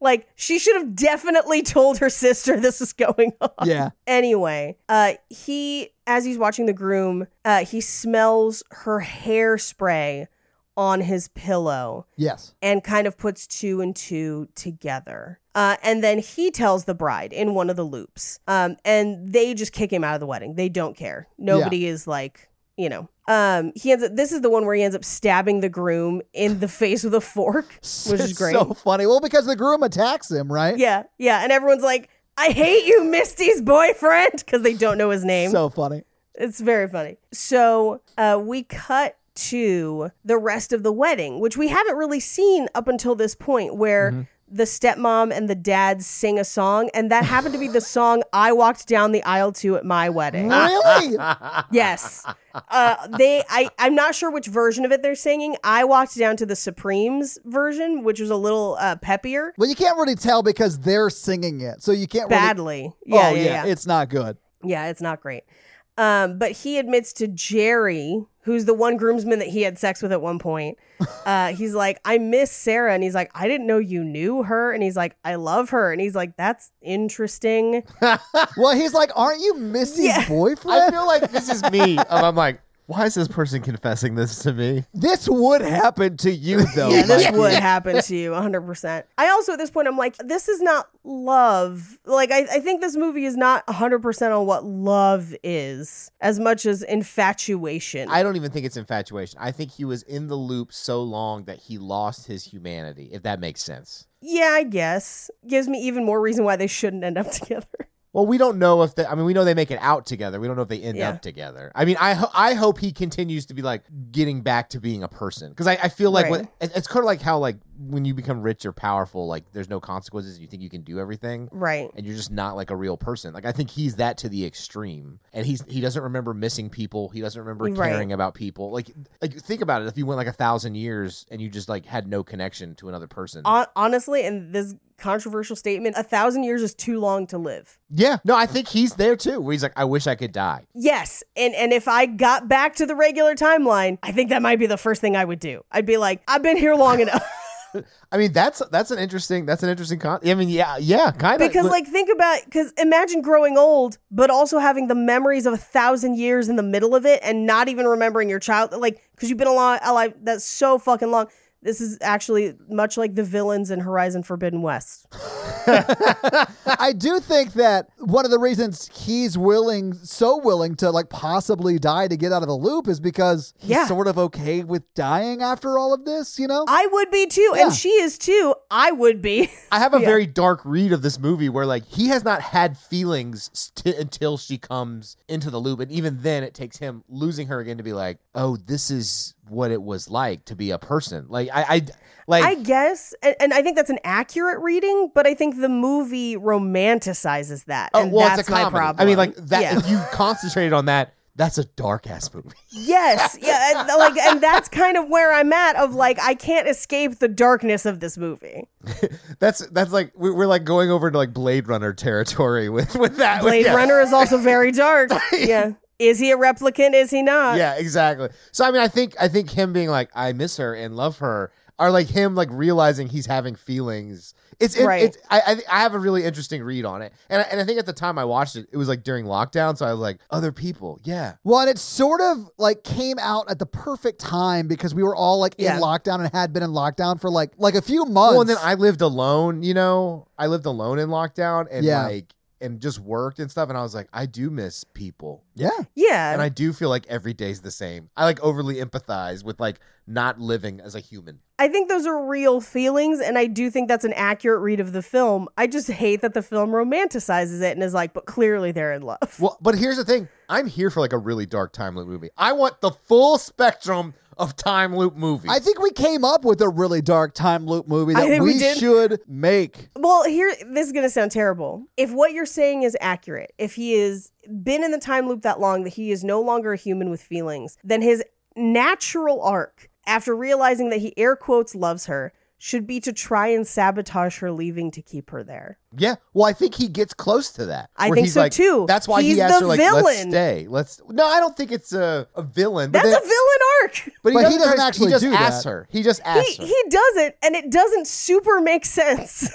[SPEAKER 4] like she should have definitely told her sister this is going on.
[SPEAKER 6] yeah.
[SPEAKER 4] Anyway, uh, he as he's watching the groom, uh, he smells her hairspray on his pillow
[SPEAKER 6] Yes.
[SPEAKER 4] and kind of puts two and two together. Uh, and then he tells the bride in one of the loops, um, and they just kick him out of the wedding. They don't care. Nobody is like, you know. Um, he ends up. This is the one where he ends up stabbing the groom in the face with a fork, which is
[SPEAKER 6] It's
[SPEAKER 4] great.
[SPEAKER 6] So funny. Well, because the groom attacks him, right?
[SPEAKER 4] yeah, yeah. And everyone's like, "I hate you, Misty's boyfriend," because they don't know his name.
[SPEAKER 6] So funny.
[SPEAKER 4] It's very funny. So uh, we cut to the rest of the wedding, which we haven't really seen up until this point, where
[SPEAKER 6] Mm-hmm.
[SPEAKER 4] the stepmom and the dad sing a song, and that happened to be the song I walked down the aisle to at my wedding.
[SPEAKER 6] Really?
[SPEAKER 4] Yes, uh, they. I. I'm not sure which version of it they're singing. I walked down to the Supremes version, which was a little uh, peppier.
[SPEAKER 6] well, you can't really tell because they're singing it, so you can't really-
[SPEAKER 4] Badly. Yeah,
[SPEAKER 6] oh
[SPEAKER 4] yeah, yeah.
[SPEAKER 6] It's not good.
[SPEAKER 4] Yeah, it's not great. Um, but he admits to Jerry, who's the one groomsman that he had sex with at one point. Uh, he's like, I miss Sarah. And he's like, I didn't know you knew her. And he's like, I love her. And he's like, that's interesting.
[SPEAKER 6] Well, he's like, aren't you Missy's boyfriend?
[SPEAKER 5] I feel like this is me. Um, I'm like, why is this person confessing this to me?
[SPEAKER 6] this would happen to you,
[SPEAKER 5] Oh
[SPEAKER 6] though.
[SPEAKER 4] yeah, this
[SPEAKER 6] Mikey.
[SPEAKER 4] would happen to you 100%. I also, at this point, I'm like, this is not love. Like, I, I think this movie is not 100% on what love is as much as infatuation.
[SPEAKER 5] I don't even think it's infatuation. I think he was in the loop so long that he lost his humanity, if that makes sense.
[SPEAKER 4] yeah, I guess. Gives me even more reason why they shouldn't end up together.
[SPEAKER 5] Well, we don't know if they, I mean, we know they make it out together. We don't know if they end
[SPEAKER 4] Yeah.
[SPEAKER 5] up together. I mean, I, ho- I hope he continues to be like getting back to being a person. Cause I, I feel like
[SPEAKER 4] Right.
[SPEAKER 5] when, it- it's kind of like how, like, when you become rich or powerful, like, there's no consequences. You think you can do everything.
[SPEAKER 4] Right.
[SPEAKER 5] and you're just not like a real person. Like I think he's that to the extreme, and he's he doesn't remember missing people. He doesn't remember
[SPEAKER 4] Right.
[SPEAKER 5] caring about people. Like like think about it. If you went like a thousand years and you just like had no connection to another person,
[SPEAKER 4] Hon- honestly, and this controversial statement, a thousand years is too long to live.
[SPEAKER 5] yeah, no, I think he's there too. Where he's like, I wish I could die.
[SPEAKER 4] Yes, and and if I got back to the regular timeline, I think that might be the first thing I would do. I'd be like, I've been here long enough.
[SPEAKER 5] I mean, that's that's an interesting that's an interesting con. I mean, yeah, yeah, kind of
[SPEAKER 4] because like think about because imagine growing old but also having the memories of a thousand years in the middle of it and not even remembering your child like because you've been alive, alive that's so fucking long this is actually much like the villains in horizon forbidden west
[SPEAKER 6] I do think that one of the reasons he's willing, so willing to like possibly die to get out of the loop is because he's
[SPEAKER 4] Yeah.
[SPEAKER 6] sort of okay with dying after all of this, you know?
[SPEAKER 4] i would be too
[SPEAKER 6] Yeah.
[SPEAKER 4] and she is too i would be
[SPEAKER 5] I have a very dark read of this movie where like he has not had feelings st- until she comes into the loop, and even then it takes him losing her again to be like, oh, this is what it was like to be a person. Like I, I like
[SPEAKER 4] I guess, and, and I think that's an accurate reading, but I think the movie romanticizes that,
[SPEAKER 5] oh,
[SPEAKER 4] and
[SPEAKER 5] well,
[SPEAKER 4] that's
[SPEAKER 5] it's a
[SPEAKER 4] my
[SPEAKER 5] comedy.
[SPEAKER 4] problem.
[SPEAKER 5] I mean, like that.
[SPEAKER 4] Yeah.
[SPEAKER 5] If you concentrated on that, that's a dark ass movie.
[SPEAKER 4] yes, yeah, and, like, and that's kind of where I'm at. Of like, I can't escape the darkness of this movie.
[SPEAKER 5] That's that's like we're, we're like going over to like Blade Runner territory with with that with-
[SPEAKER 4] Blade
[SPEAKER 5] yeah.
[SPEAKER 4] Runner is also very dark. yeah, is he a replicant? Is he
[SPEAKER 6] Uh,
[SPEAKER 4] not?
[SPEAKER 5] yeah, exactly. So I mean, I think I think him being like, I miss her and love her, are like him like realizing he's having feelings. It's it,
[SPEAKER 4] Right.
[SPEAKER 5] It's, I, I I have a really interesting read on it, and I, and I think at the time I watched it, it was like during lockdown, so I was like, other people, yeah.
[SPEAKER 6] Well, and it sort of like came out at the perfect time because we were all like
[SPEAKER 4] Yeah.
[SPEAKER 6] in lockdown and had been in lockdown for like like a few months.
[SPEAKER 5] Well, Oh, and then I lived alone. You know, I lived alone in lockdown, and
[SPEAKER 6] Yeah.
[SPEAKER 5] like and just worked and stuff, and I was like, I do miss people.
[SPEAKER 6] yeah,
[SPEAKER 4] yeah.
[SPEAKER 5] And I do feel like every day's the same. I like overly empathize with like not living as a human.
[SPEAKER 4] I think those are real feelings, and I do think that's an accurate read of the film. I just hate that the film romanticizes it and is like, but clearly they're in love.
[SPEAKER 5] Well, but here's the thing. I'm here for like a really dark time loop movie. I want the full spectrum of time loop movies.
[SPEAKER 6] I think we came up with a really dark time loop movie
[SPEAKER 4] I
[SPEAKER 6] that
[SPEAKER 4] think
[SPEAKER 6] we,
[SPEAKER 4] we did.
[SPEAKER 6] should make.
[SPEAKER 4] Well, here this is going to sound terrible. If what you're saying is accurate, if he is been in the time loop that long that he is no longer a human with feelings, then his natural arc after realizing that he air quotes loves her should be to try and sabotage her leaving to keep her there.
[SPEAKER 5] yeah. Well, I think he gets close to that.
[SPEAKER 4] I
[SPEAKER 5] where
[SPEAKER 4] think
[SPEAKER 5] he's
[SPEAKER 4] so,
[SPEAKER 5] like-
[SPEAKER 4] too.
[SPEAKER 5] That's why
[SPEAKER 4] He's
[SPEAKER 5] he
[SPEAKER 4] the
[SPEAKER 5] asked her like, "Let's
[SPEAKER 4] villain."
[SPEAKER 5] stay." Let's. No, I don't think it's a, a villain. but
[SPEAKER 4] That's
[SPEAKER 5] then-
[SPEAKER 4] a villain arc.
[SPEAKER 5] But
[SPEAKER 6] But he
[SPEAKER 5] he doesn't,
[SPEAKER 6] doesn't
[SPEAKER 5] try-
[SPEAKER 6] actually
[SPEAKER 5] He just
[SPEAKER 6] do
[SPEAKER 5] asks
[SPEAKER 6] that.
[SPEAKER 5] her. He just asks
[SPEAKER 4] He
[SPEAKER 5] her.
[SPEAKER 4] he does it and it doesn't super make sense.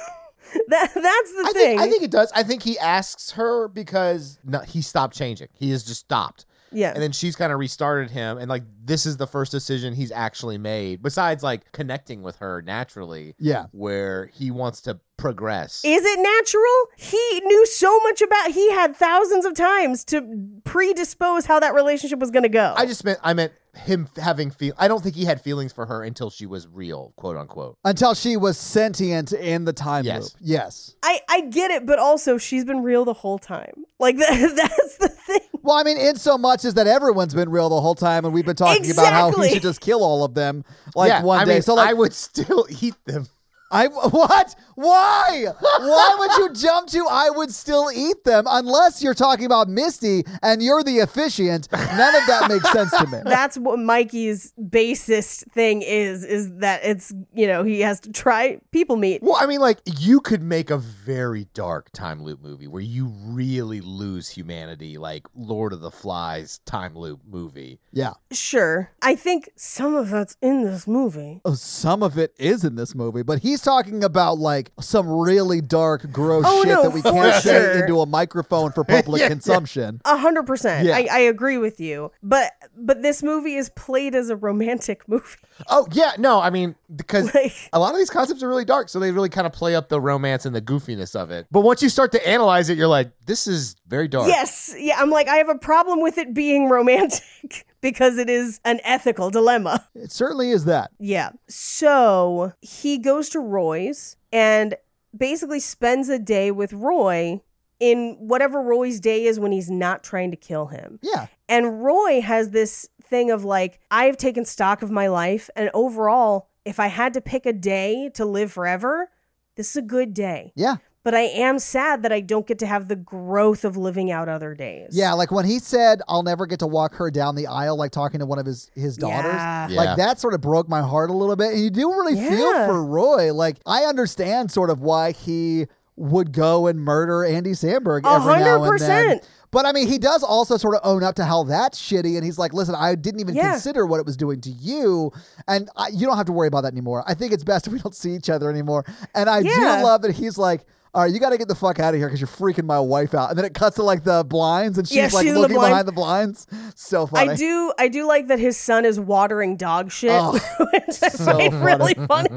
[SPEAKER 4] that that's the
[SPEAKER 5] I
[SPEAKER 4] thing.
[SPEAKER 5] think, I think it does. I think he asks her because no, he stopped changing. He has just stopped.
[SPEAKER 4] yeah.
[SPEAKER 5] And then she's kind of restarted him. And like, this is the first decision he's actually made, besides like connecting with her naturally,
[SPEAKER 6] Yeah.
[SPEAKER 5] where he wants to progress.
[SPEAKER 4] Is it natural? He knew so much about. He had thousands of times to predispose how that relationship was going to go.
[SPEAKER 5] I just meant, I meant him f- having feel. I don't think he had feelings for her until she was real, quote unquote.
[SPEAKER 6] Until she was sentient in the time
[SPEAKER 5] Yes.
[SPEAKER 6] loop. Yes.
[SPEAKER 4] I, I get it, but also she's been real the whole time. Like that, that's the thing.
[SPEAKER 6] Well, I mean, in so much as that everyone's been real the whole time, and we've been talking about how he
[SPEAKER 4] Exactly.
[SPEAKER 6] should just kill all of them like one
[SPEAKER 5] I
[SPEAKER 6] day.
[SPEAKER 5] mean,
[SPEAKER 6] so like,
[SPEAKER 5] I would still eat them.
[SPEAKER 6] I what? Why? Why would you jump to I would still eat them unless you're talking about Misty and you're the officiant? None of that makes sense to me.
[SPEAKER 4] That's what Mikey's basest thing is, is that it's, you know, he has to try people meat.
[SPEAKER 5] Well, I mean, like you could make a very dark time loop movie where you really lose humanity, like Lord of the Flies time loop movie.
[SPEAKER 6] Yeah.
[SPEAKER 4] Sure. I think some of that's in this movie.
[SPEAKER 6] Oh, some of it is in this movie, but he's talking about like some really dark, gross
[SPEAKER 4] Oh,
[SPEAKER 6] shit
[SPEAKER 4] no,
[SPEAKER 6] that we
[SPEAKER 4] for
[SPEAKER 6] can't
[SPEAKER 4] sure.
[SPEAKER 6] say into a microphone for public consumption.
[SPEAKER 4] A hundred percent.
[SPEAKER 6] Yeah.
[SPEAKER 4] I, I agree with you. But but this movie is played as a romantic movie.
[SPEAKER 5] Oh yeah, no, I mean because
[SPEAKER 4] Like-
[SPEAKER 5] a lot of these concepts are really dark, so they really kind of play up the romance and the goofiness of it. But once you start to analyze it, you're like, this is very dark.
[SPEAKER 4] Yes. Yeah. I'm like, I have a problem with it being romantic because it is an ethical dilemma.
[SPEAKER 6] It certainly is that.
[SPEAKER 4] Yeah. So he goes to Roy's and basically spends a day with Roy in whatever Roy's day is when he's not trying to kill him.
[SPEAKER 6] Yeah.
[SPEAKER 4] And Roy has this thing of like, I've taken stock of my life. And overall, if I had to pick a day to live forever, this is a good day.
[SPEAKER 6] Yeah.
[SPEAKER 4] But I am sad that I don't get to have the growth of living out other days.
[SPEAKER 6] Yeah, like when he said, "I'll never get to walk her down the aisle," like talking to one of his his daughters.
[SPEAKER 4] Yeah.
[SPEAKER 5] Yeah.
[SPEAKER 6] Like that sort of broke my heart a little bit, and you do really feel
[SPEAKER 4] Yeah.
[SPEAKER 6] for Roy. Like I understand sort of why he would go and murder Andy Sandberg
[SPEAKER 4] A
[SPEAKER 6] every now and then.
[SPEAKER 4] 100%.
[SPEAKER 6] But I mean, he does also sort of own up to how that's shitty, and he's like, "Listen, I didn't even
[SPEAKER 4] Yeah.
[SPEAKER 6] consider what it was doing to you, and I, you don't have to worry about that anymore. I think it's best if we don't see each other anymore." And I
[SPEAKER 4] Yeah.
[SPEAKER 6] do love that he's like. All right, you got to get the fuck out of here because you're freaking my wife out. And then it cuts to like the blinds, and she's
[SPEAKER 4] Yeah,
[SPEAKER 6] like
[SPEAKER 4] she's in the
[SPEAKER 6] looking
[SPEAKER 4] blind.
[SPEAKER 6] behind the blinds. So funny.
[SPEAKER 4] I do I do like that his son is watering dog shit,
[SPEAKER 6] Oh,
[SPEAKER 4] which I
[SPEAKER 6] so
[SPEAKER 4] find
[SPEAKER 6] funny.
[SPEAKER 4] really funny.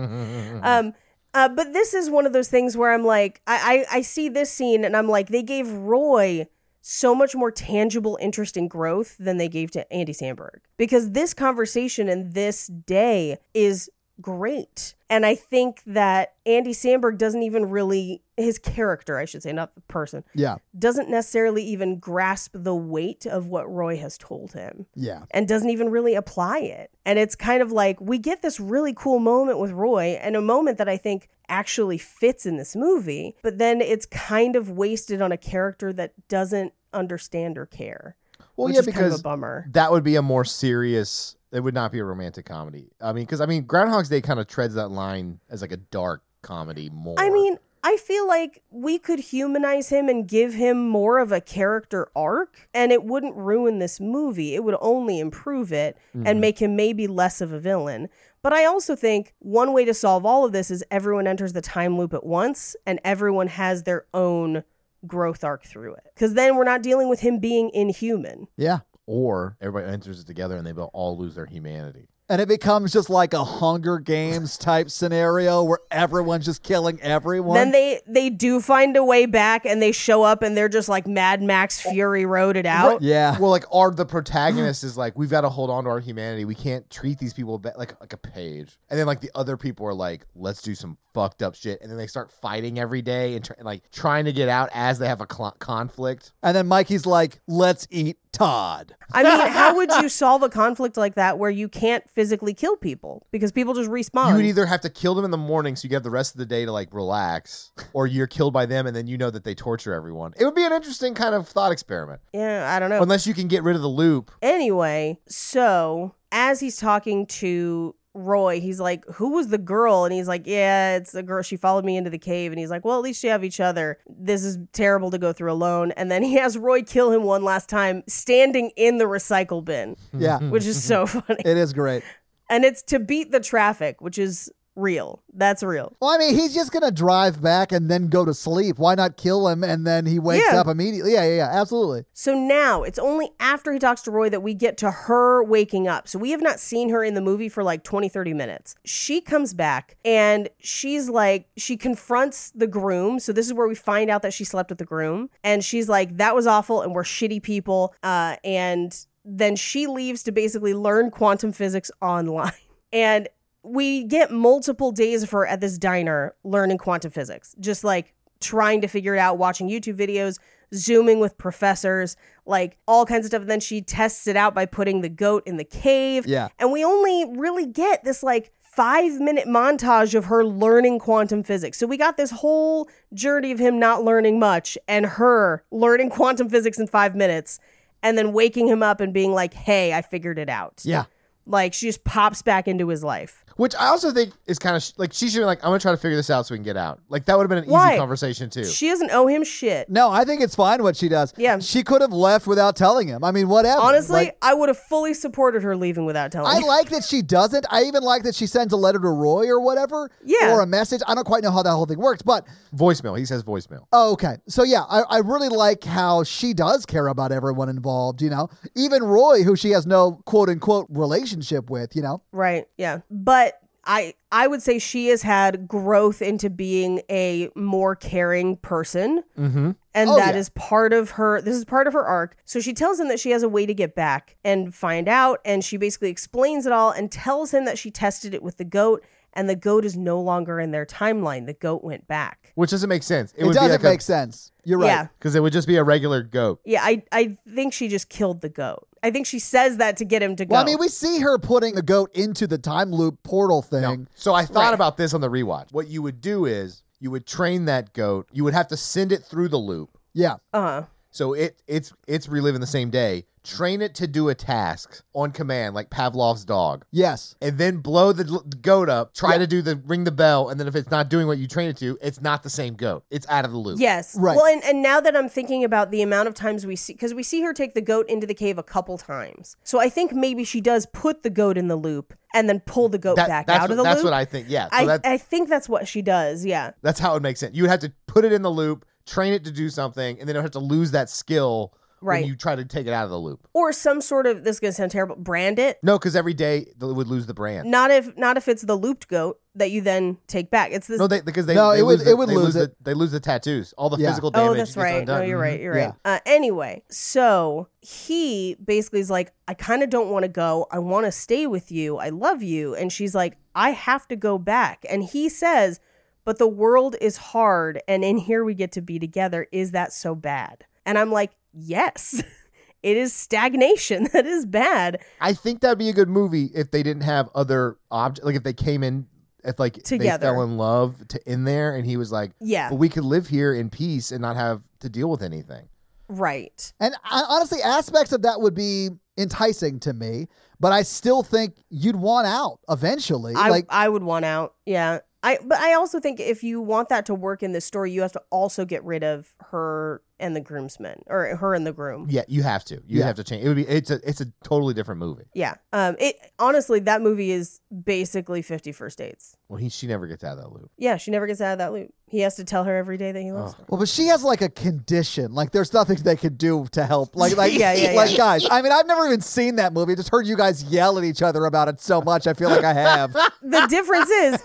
[SPEAKER 4] Um, uh, but this is one of those things where I'm like, I, I I see this scene and I'm like, they gave Roy so much more tangible interest in growth than they gave to Andy Sandberg because this conversation and this day is great. And I think that Andy Sandberg doesn't even really his character, I should say, not the person,
[SPEAKER 6] Yeah,
[SPEAKER 4] doesn't necessarily even grasp the weight of what Roy has told him
[SPEAKER 6] yeah.
[SPEAKER 4] and doesn't even really apply it. And it's kind of like we get this really cool moment with Roy and a moment that I think actually fits in this movie, but then it's kind of wasted on a character that doesn't understand or care.
[SPEAKER 5] Well,
[SPEAKER 4] which
[SPEAKER 5] yeah,
[SPEAKER 4] is kind of
[SPEAKER 5] because
[SPEAKER 4] a bummer.
[SPEAKER 5] that would be a more serious. It would not be a romantic comedy. I mean, because I mean, Groundhog's Day kind of treads that line as like a dark comedy more.
[SPEAKER 4] I mean, I feel like we could humanize him and give him more of a character arc, and it wouldn't ruin this movie. It would only improve it and make him maybe less of a villain. But I also think one way to solve all of this is everyone enters the time loop at once and everyone has their own growth arc through it. Because then we're not dealing with him being inhuman.
[SPEAKER 6] Yeah.
[SPEAKER 5] or everybody enters it together and they will all lose their humanity.
[SPEAKER 6] And it becomes just like a Hunger Games type scenario where everyone's just killing everyone.
[SPEAKER 4] Then they they do find a way back and they show up and they're just like Mad Max Fury Road it out.
[SPEAKER 6] yeah.
[SPEAKER 5] Well, like, are the protagonist is like, we've got to hold on to our humanity. We can't treat these people ba- like like a page. And then like the other people are like, let's do some fucked up shit. And then they start fighting every day and tr- like trying to get out as they have a cl- conflict.
[SPEAKER 6] And then Mikey's like, let's eat Todd.
[SPEAKER 4] I mean, how would you solve a conflict like that where you can't physically kill people because people just respawn?
[SPEAKER 5] You would either have to kill them in the morning so you have the rest of the day to like relax, or you're killed by them and then you know that they torture everyone. It would be an interesting kind of thought experiment,
[SPEAKER 4] yeah, I don't know.
[SPEAKER 5] unless you can get rid of the loop.
[SPEAKER 4] anyway, so as he's talking to Roy, he's like, "Who was the girl?" And he's like, "Yeah, it's the girl. She followed me into the cave." And he's like, "Well, at least you have each other. This is terrible to go through alone." And then he has Roy kill him one last time, standing in the recycle bin,
[SPEAKER 6] Yeah.
[SPEAKER 4] which is so funny.
[SPEAKER 6] it is great.
[SPEAKER 4] And it's to beat the traffic, which is real. That's real.
[SPEAKER 6] Well, I mean, he's just going to drive back and then go to sleep. Why not kill him? And then he wakes
[SPEAKER 4] Yeah.
[SPEAKER 6] up immediately. Yeah, yeah, yeah. Absolutely.
[SPEAKER 4] So now it's only after he talks to Roy that we get to her waking up. So we have not seen her in the movie for like 20, 30 minutes. She comes back and she's like, she confronts the groom. So this is where we find out that she slept with the groom. And she's like, that was awful and we're shitty people. Uh, and then she leaves to basically learn quantum physics online. And we get multiple days of her at this diner learning quantum physics, just like trying to figure it out, watching YouTube videos, zooming with professors, like all kinds of stuff. And then she tests it out by putting the goat in the cave.
[SPEAKER 6] Yeah.
[SPEAKER 4] And we only really get this like five minute montage of her learning quantum physics. So we got this whole journey of him not learning much and her learning quantum physics in five minutes and then waking him up and being like, hey, I figured it out.
[SPEAKER 6] Yeah.
[SPEAKER 4] Like she just pops back into his life.
[SPEAKER 5] Which I also think is kind of sh- like she should be like, I'm gonna try to figure this out so we can get out. Like that would have been an
[SPEAKER 4] Why?
[SPEAKER 5] easy conversation too.
[SPEAKER 4] She doesn't owe him shit.
[SPEAKER 6] No, I think it's fine what she does.
[SPEAKER 4] Yeah.
[SPEAKER 6] She could have left without telling him. I mean, whatever.
[SPEAKER 4] Honestly,
[SPEAKER 6] Like,
[SPEAKER 4] I would have fully supported her leaving without telling
[SPEAKER 6] I
[SPEAKER 4] him.
[SPEAKER 6] like that she doesn't. I even like that she sends a letter to Roy or whatever.
[SPEAKER 4] Yeah.
[SPEAKER 6] Or a message. I don't quite know how that whole thing works, but
[SPEAKER 5] voicemail. He says voicemail.
[SPEAKER 6] oh, okay. So yeah, I, I really like how she does care about everyone involved, you know. Even Roy, who she has no quote unquote relationship with, you know.
[SPEAKER 4] Right. Yeah. But I I would say she has had growth into being a more caring person.
[SPEAKER 5] Mm-hmm.
[SPEAKER 4] And
[SPEAKER 6] Oh,
[SPEAKER 4] that is
[SPEAKER 6] yeah.
[SPEAKER 4] part of her this is part of her arc. So she tells him that she has a way to get back and find out and she basically explains it all and tells him that she tested it with the goat and the goat is no longer in their timeline. The goat went back.
[SPEAKER 5] Which doesn't make sense. It,
[SPEAKER 6] It,
[SPEAKER 5] would
[SPEAKER 6] doesn't
[SPEAKER 5] be like
[SPEAKER 6] make sense. You're right.
[SPEAKER 4] Yeah.
[SPEAKER 5] because it would just be a regular goat.
[SPEAKER 4] Yeah, I I think she just killed the goat. I think she says that to get him to go.
[SPEAKER 6] Well, I mean, we see her putting the goat into the time loop portal thing.
[SPEAKER 5] No. So I thought
[SPEAKER 4] Right.
[SPEAKER 5] about this on the rewatch. What you would do is you would train that goat. You would have to send it through the loop.
[SPEAKER 6] Yeah.
[SPEAKER 4] uh-huh.
[SPEAKER 5] So it it's it's reliving the same day. Train it to do a task on command, like Pavlov's dog.
[SPEAKER 6] Yes.
[SPEAKER 5] and then blow the l- goat up. Try to do the ring the bell, and then if it's not doing what you train it to, it's not the same goat. It's out of the loop.
[SPEAKER 4] Yes.
[SPEAKER 6] Right.
[SPEAKER 4] Well, and, and now that I'm thinking about the amount of times we see, because we see her take the goat into the cave a couple times. So I think maybe she does put the goat in the loop and then pull the goat
[SPEAKER 5] That-
[SPEAKER 4] back
[SPEAKER 5] that's
[SPEAKER 4] out of
[SPEAKER 5] what,
[SPEAKER 4] the
[SPEAKER 5] that's
[SPEAKER 4] loop.
[SPEAKER 5] what I think. Yeah, so
[SPEAKER 4] I,
[SPEAKER 5] that-
[SPEAKER 4] I think that's what she does. Yeah.
[SPEAKER 5] that's how it makes sense. You would have to put it in the loop, train it to do something, and then it would have to lose that skill
[SPEAKER 4] Right.
[SPEAKER 5] when you try to take it out of the loop.
[SPEAKER 4] Or some sort of, this is going to sound terrible, brand it.
[SPEAKER 5] No, because every day they would lose the brand.
[SPEAKER 4] Not if not if it's the looped goat that you then take back. It's this.
[SPEAKER 5] No, they, because they
[SPEAKER 6] No,
[SPEAKER 5] they
[SPEAKER 6] it would-
[SPEAKER 5] lose the-
[SPEAKER 6] it would
[SPEAKER 5] they
[SPEAKER 6] lose
[SPEAKER 5] the-
[SPEAKER 6] it.
[SPEAKER 5] they lose the tattoos, all the
[SPEAKER 6] Yeah.
[SPEAKER 5] physical damage.
[SPEAKER 4] oh, that's
[SPEAKER 5] gets
[SPEAKER 4] right. No,
[SPEAKER 5] undone. Mm-hmm.
[SPEAKER 4] you're right. You're
[SPEAKER 6] Yeah.
[SPEAKER 4] right. Uh, anyway, so he basically is like, I kind of don't want to go. I want to stay with you. I love you. And she's like, I have to go back. And he says, But the world is hard. And in here we get to be together. Is that so bad? And I'm like, Yes. It is stagnation. That is bad.
[SPEAKER 5] I think that'd be a good movie if they didn't have other objects. Like if they came in, if like
[SPEAKER 4] Together.
[SPEAKER 5] they fell in love to in there, and he was like,
[SPEAKER 4] Yeah.
[SPEAKER 5] but we could live here in peace and not have to deal with anything.
[SPEAKER 4] Right.
[SPEAKER 6] And I, honestly, aspects of that would be enticing to me, but I still think you'd want out eventually.
[SPEAKER 4] I,
[SPEAKER 6] like,
[SPEAKER 4] I would want out. Yeah. I but I also think if you want that to work in this story, you have to also get rid of her and the groomsmen or her and the groom.
[SPEAKER 5] Yeah, you have to. You
[SPEAKER 6] Yeah.
[SPEAKER 5] have to change. It would be. It's a. It's a totally different movie.
[SPEAKER 4] Yeah. Um it honestly that movie is basically 50 first dates.
[SPEAKER 5] Well, he she never gets out of that loop.
[SPEAKER 4] Yeah, she never gets out of that loop. He has to tell her every day that he loves her.
[SPEAKER 6] well, but she has like a condition. Like, there's nothing they could do to help. Like, like,
[SPEAKER 4] Yeah, yeah,
[SPEAKER 6] like,
[SPEAKER 4] yeah.
[SPEAKER 6] guys. I mean, I've never even seen that movie. Just heard you guys yell at each other about it so much. I feel like I have.
[SPEAKER 4] The difference is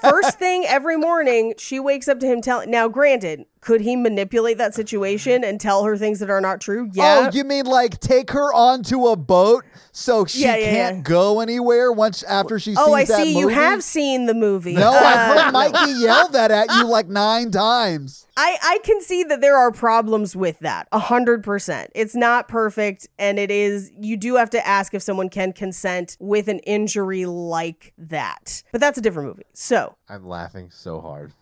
[SPEAKER 4] first thing every morning she wakes up to him telling Now granted, could he manipulate that situation and tell her things that are not true? Yeah.
[SPEAKER 6] Oh, you mean like take her onto a boat so she
[SPEAKER 4] Yeah, yeah,
[SPEAKER 6] can't
[SPEAKER 4] yeah.
[SPEAKER 6] go anywhere once after she
[SPEAKER 4] Oh, I
[SPEAKER 6] sees that
[SPEAKER 4] see. You
[SPEAKER 6] movie?
[SPEAKER 4] have seen the movie.
[SPEAKER 6] No, I've
[SPEAKER 4] Uh,
[SPEAKER 6] heard Mikey yell that at you like nine times.
[SPEAKER 4] I, I can see that there are problems with that. A hundred percent. It's not perfect, and it is you do have to ask if someone can consent with an injury like that. But that's a different movie. So
[SPEAKER 5] I'm laughing so hard.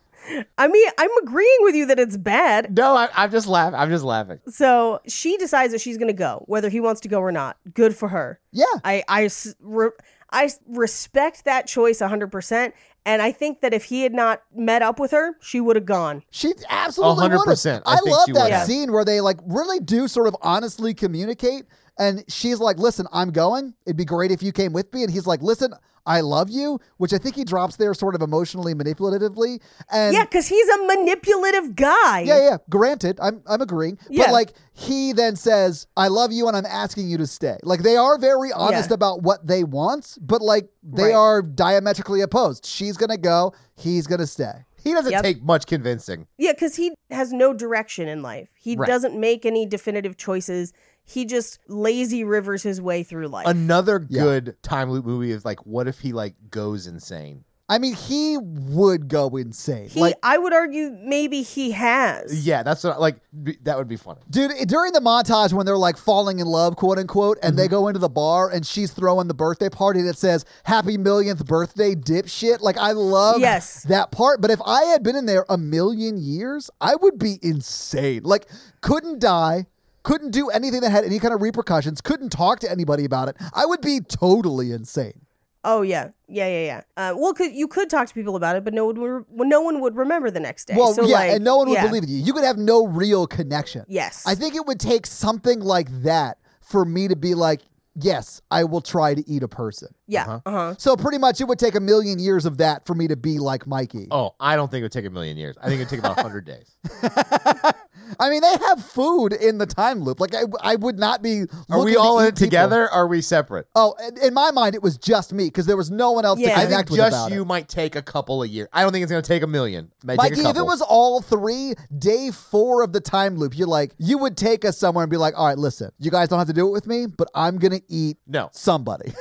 [SPEAKER 4] I mean I'm agreeing with you that it's bad.
[SPEAKER 5] No, I, I'm just laughing. I'm just laughing.
[SPEAKER 4] So she decides that she's gonna go, whether he wants to go or not. Good for her.
[SPEAKER 6] Yeah.
[SPEAKER 4] I I s- re- I s- respect that choice a hundred percent. And I think that if he had not met up with her, she would have gone.
[SPEAKER 6] She absolutely would have.
[SPEAKER 5] 100%. I
[SPEAKER 6] I,
[SPEAKER 5] think
[SPEAKER 6] love
[SPEAKER 5] she
[SPEAKER 6] that
[SPEAKER 5] would have.
[SPEAKER 6] scene where they like really do sort of honestly communicate, and she's like, "Listen, I'm going. It'd be great if you came with me." And he's like, "Listen, I love you," which I think he drops there sort of emotionally manipulatively. And
[SPEAKER 4] Yeah, because he's a manipulative guy.
[SPEAKER 6] yeah, yeah. Granted, I'm I'm agreeing,
[SPEAKER 4] Yeah.
[SPEAKER 6] but like he then says, "I love you," and I'm asking you to stay. Like they are very honest
[SPEAKER 4] Yeah.
[SPEAKER 6] about what they want, but like they
[SPEAKER 4] Right.
[SPEAKER 6] are diametrically opposed. She's gonna go. He's gonna stay.
[SPEAKER 5] He doesn't
[SPEAKER 4] Yep.
[SPEAKER 5] take much convincing.
[SPEAKER 4] Yeah, because he has no direction in life. He
[SPEAKER 5] Right.
[SPEAKER 4] doesn't make any definitive choices. He just lazy rivers his way through life.
[SPEAKER 5] Another
[SPEAKER 6] Yeah.
[SPEAKER 5] good time loop movie is like, what if he like goes insane?
[SPEAKER 6] I mean, he would go insane.
[SPEAKER 4] He,
[SPEAKER 6] like,
[SPEAKER 4] I would argue maybe he has.
[SPEAKER 5] Yeah, that's what, like b- that would be funny.
[SPEAKER 6] dude, i- during the montage when they're like falling in love, quote unquote, and
[SPEAKER 4] Mm-hmm.
[SPEAKER 6] they go into the bar and she's throwing the birthday party that says "Happy Millionth Birthday, Dipshit." Like, I love
[SPEAKER 4] Yes.
[SPEAKER 6] that part. But if I had been in there a million years, I would be insane. Like, couldn't die. Couldn't do anything that had any kind of repercussions. Couldn't talk to anybody about it. I would be totally insane.
[SPEAKER 4] Oh yeah, yeah, yeah, yeah. Uh, well, could, you could talk to people about it, but no one would. Well, no one would remember the next day.
[SPEAKER 6] Well,
[SPEAKER 4] Eh, so,
[SPEAKER 6] yeah,
[SPEAKER 4] like,
[SPEAKER 6] and no one would
[SPEAKER 4] yeah.
[SPEAKER 6] believe in you. You could have no real connection.
[SPEAKER 4] Yes.
[SPEAKER 6] I think it would take something like that for me to be like, yes, I will try to eat a person.
[SPEAKER 4] Yeah. Uh-huh.
[SPEAKER 6] So pretty much it would take a million years of that for me to be like Mikey.
[SPEAKER 5] Oh, I don't think it would take a million years. I think it would take about hundred days.
[SPEAKER 6] I mean, they have food in the time loop. Like I, I would not be.
[SPEAKER 5] Are
[SPEAKER 6] looking
[SPEAKER 5] we
[SPEAKER 6] to
[SPEAKER 5] all in
[SPEAKER 6] eat
[SPEAKER 5] it
[SPEAKER 6] people.
[SPEAKER 5] together? Are we separate?
[SPEAKER 6] Oh, in- in my mind, it was just me because there was no one else
[SPEAKER 4] Yeah.
[SPEAKER 6] to
[SPEAKER 5] I
[SPEAKER 6] connect
[SPEAKER 5] think
[SPEAKER 6] with
[SPEAKER 5] just
[SPEAKER 6] about it.
[SPEAKER 5] you might take a couple of years. I don't think it's going to take a million. It Might
[SPEAKER 6] Mikey,
[SPEAKER 5] take a
[SPEAKER 6] if it
[SPEAKER 5] couple.
[SPEAKER 6] was all three, day four of the time loop, you're like, you would take us somewhere and be like, all right, listen, you guys don't have to do it with me, but I'm going to eat
[SPEAKER 5] No.
[SPEAKER 6] somebody.